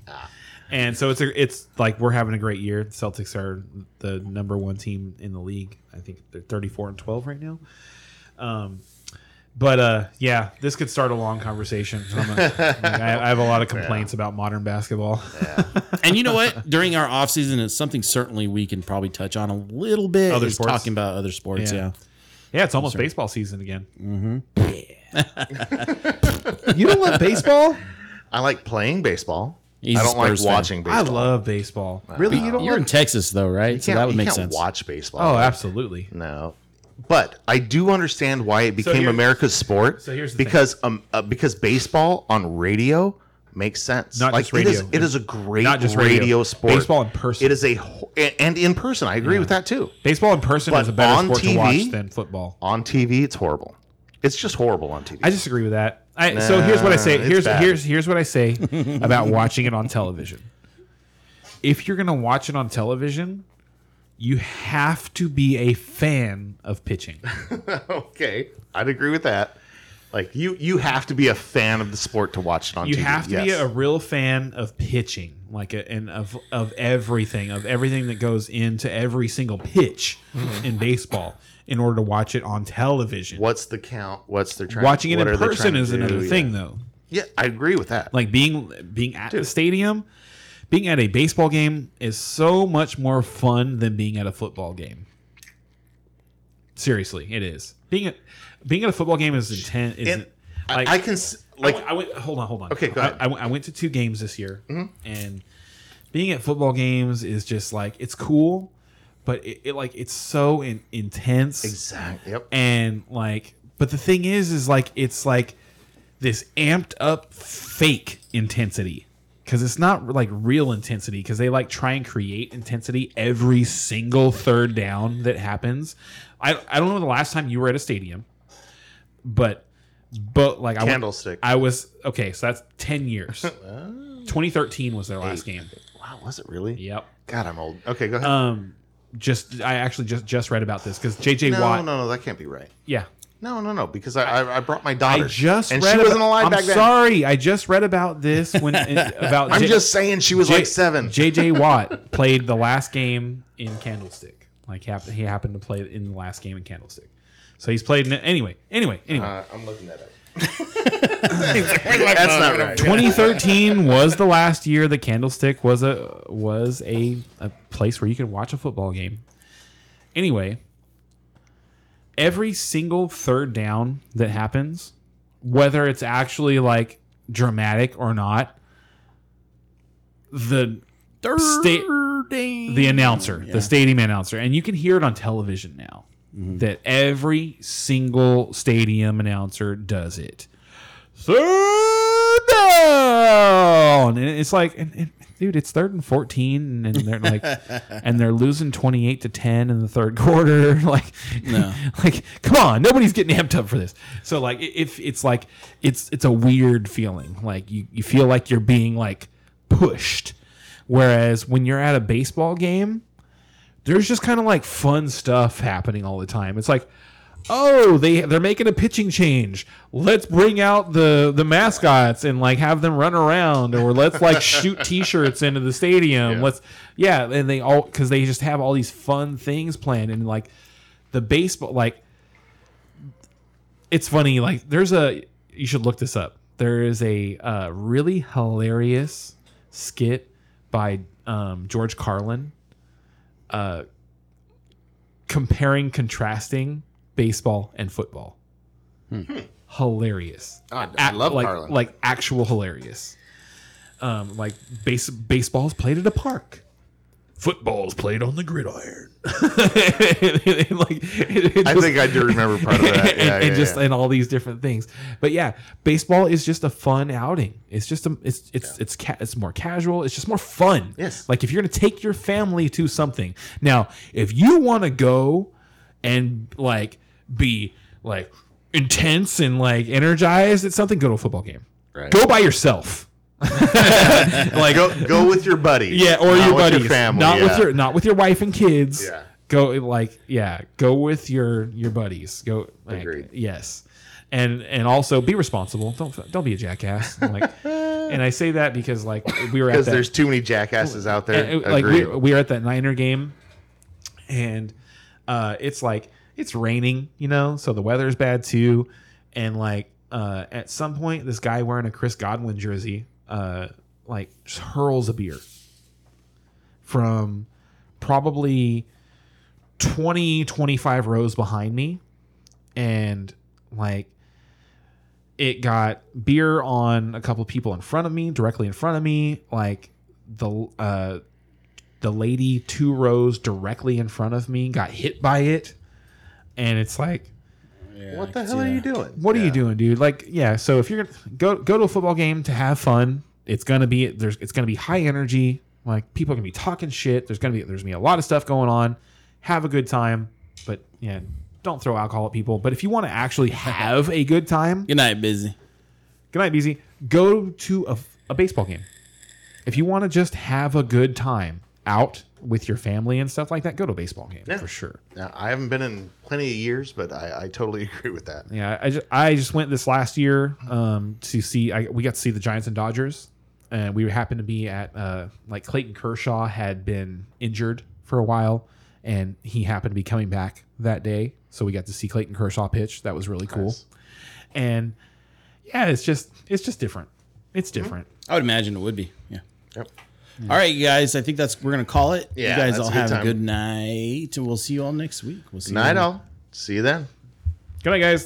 C: and so it's a, it's like we're having a great year. The Celtics are the number one team in the league. I think they're 34 and 12 right now. Um, but uh, yeah, this could start a long conversation. I'm a, like, I, I have a lot of complaints about modern basketball.
A: and you know what? During our off season, it's something certainly we can probably touch on a little bit.
C: Other
A: is
C: sports?
A: talking about other sports.
C: Yeah.
A: Yeah.
C: Yeah, it's almost baseball season again. Mm-hmm. Yeah. you don't love baseball?
B: I like playing baseball.
A: He's
B: I
A: a
B: don't like
A: Spurs fan.
B: watching
C: I
B: baseball.
C: love baseball.
B: really. You don't
A: You're in
B: like,
A: Texas though, right? so
B: can't-
A: that would
B: you
A: make
B: can't
A: sense.
B: Watch baseball.
C: Oh, absolutely.
B: No, but I do understand why it became
C: here-
B: America's sport.
C: so here's the thing.
B: because um uh, because baseball on radio makes sense.
C: Not
B: like
C: just
B: it is
C: radio.
B: it is a great
C: Not just radio.
B: radio, sport.
C: Baseball in person.
B: It is a ho- a- and in person. I agree with that too.
C: Baseball in person
B: But
C: is a better
B: on
C: sport to
B: TV?
C: watch than football.
B: On TV, it's horrible. It's just horrible on TV.
C: I disagree with that. I, so here's what I say.
B: Nah, it's
C: Here's
B: bad.
C: here's here's what I say about watching it on television. If you're gonna watch it on television, you have to be a fan of pitching.
B: okay, I'd agree with that. Like you, you have to be a fan of the sport to watch it on
C: You
B: TV.
C: have to be
B: yes.
C: a real fan of pitching, like a, and of of everything, of everything that goes into every single pitch
B: Mm-hmm.
C: in baseball, in order to watch it on television.
B: What's the count? What's they're trying?
C: Watching it
B: what
C: in
B: are they trying
C: person
B: to
C: is
B: do?
C: another
B: Yeah.
C: thing, though.
B: Yeah, I agree with that.
C: like being being at the stadium being at a baseball game is so much more fun than being at a football game seriously it is being at being at a football game is intense is
B: And I-
C: like
B: I, can s- like
C: I went hold on hold on
B: Okay, go
C: I-
B: ahead. Mm-hmm.
C: I, went- I went to two games this year and being at football games is just like it's cool but it, it like it's so in, intense
B: exactly. Yep.
C: and like but the thing is is like it's like this amped up fake intensity because it's not like real intensity because they like try and create intensity every single third down that happens i, I don't know the last time you were at a stadium but but like I went-
B: Candlestick. Oh.
C: i was okay so that's 10 years 2013 was their last game
B: Wow, was it really?
C: yep
B: God, I'm old. Okay, go ahead.
C: um just i actually just just read about this because jj
B: no,
C: watt
B: no, no, that can't be right.
C: yeah
B: No, no, no, because I I, I brought my daughter.
C: I just
B: and
C: read
B: she
C: about,
B: wasn't alive
C: I'm
B: back then.
C: sorry, I just read about this when about.
B: I'm
C: J-
B: just saying she was
C: J-
B: like seven.
C: JJ Watt played the last game in Candlestick. Like hap- he happened to play it in the last game in Candlestick. So he's played in it. anyway. Anyway, anyway.
B: uh, I'm looking that up. That's not right.
C: 2013 was the last year the Candlestick was a was a, a place where you could watch a football game. Anyway, every single third down that happens, whether it's actually like dramatic or not, the state the announcer, the stadium announcer, and you can hear it on television now. That every single stadium announcer does it third down. And it's like, and, and, dude, it's third and fourteen, and they're like, and they're losing twenty eight to ten in the third quarter. Like, like, come on, nobody's getting amped up for this. So like, i- if it's like, it's it's a weird feeling. Like you you feel like you're being like pushed, whereas when you're at a baseball game there's just kind of like fun stuff happening all the time. It's like, oh, they they're making a pitching change. Let's bring out the the mascots and like have them run around, or let's like shoot T-shirts into the stadium.
B: Yeah.
C: Let's yeah, and they all because they just have all these fun things planned and like the baseball like it's funny like there's a you should look this up there is a uh, really hilarious skit by um, george carlin uh, comparing contrasting baseball and football hilarious
B: Oh,
D: I, I
C: Act-
D: love
C: like,
D: Carlin.
C: like actual hilarious um, like base, baseball's played at a park football's played on the gridiron like it- it
B: I
C: just-
B: think I do remember part of that.
C: and,
B: Yeah,
C: and
B: yeah,
C: just
B: yeah.
C: and all these different things. But yeah, baseball is just a fun outing. It's just a it's it's it's ca- it's more casual. It's just more fun.
B: Yes.
C: Like if you're gonna take your family to something now, if you want to go and like be like intense and like energized at something, go to a football game.
D: Right.
C: Go by yourself. uh, like
B: go go with your buddy.
C: yeah, or
B: not
C: your
B: with
C: buddies,
B: family.
C: not
B: yeah.
C: with your not with your wife and kids.
B: Yeah.
C: Go like yeah, go with your your buddies. Go like,
D: Agreed.
C: Yes, and and also be responsible. Don't don't be a jackass. And, like, and I say that because like we were at
B: because
C: that,
B: there's too many jackasses out there.
C: and, like we,
B: Agreed.
C: we were at that Niner game, and uh, it's like it's raining, you know, so the weather's bad too, and like uh, at some point, this guy wearing a Chris Godwin jersey, uh, like just hurls a beer from probably 20 25 rows behind me and like it got beer on a couple people in front of me directly in front of me like the uh the lady two rows directly in front of me got hit by it and it's like
A: Yeah, I
B: what the
A: can
B: hell
A: see
B: are you
A: that.
B: doing?
C: what are
B: Yeah.
C: you doing dude like yeah so if you're gonna go go to a football game to have fun it's gonna be there's it's gonna be high energy like people are gonna be talking shit there's gonna be there's gonna be a lot of stuff going on have a good time but yeah don't throw alcohol at people but if you want to actually have a good time
A: Good night, busy.
C: good night BZ go to a, a baseball game if you want to just have a good time out with your family and stuff like that go to a baseball game
B: Yeah.
C: for sure
B: Now, I haven't been in plenty of years, but I, I totally agree with that.
C: Yeah, I just I just went this last year um, to see. I, we got to see the Giants and Dodgers, and we happened to be at uh, like Clayton Kershaw had been injured for a while, and he happened to be coming back that day, so we got to see Clayton Kershaw pitch. That was really cool, and yeah, it's just it's just different. It's different.
A: I would imagine it would be. Yeah.
B: Yep.
A: All right, you guys. I think that's we're gonna call it.
B: Yeah,
A: you guys
B: that's
A: all
B: a good
A: have
B: time.
A: a good night, and we'll see you all next week. We'll see. you
B: Night
A: all.
B: all. See you then.
C: Good night, guys.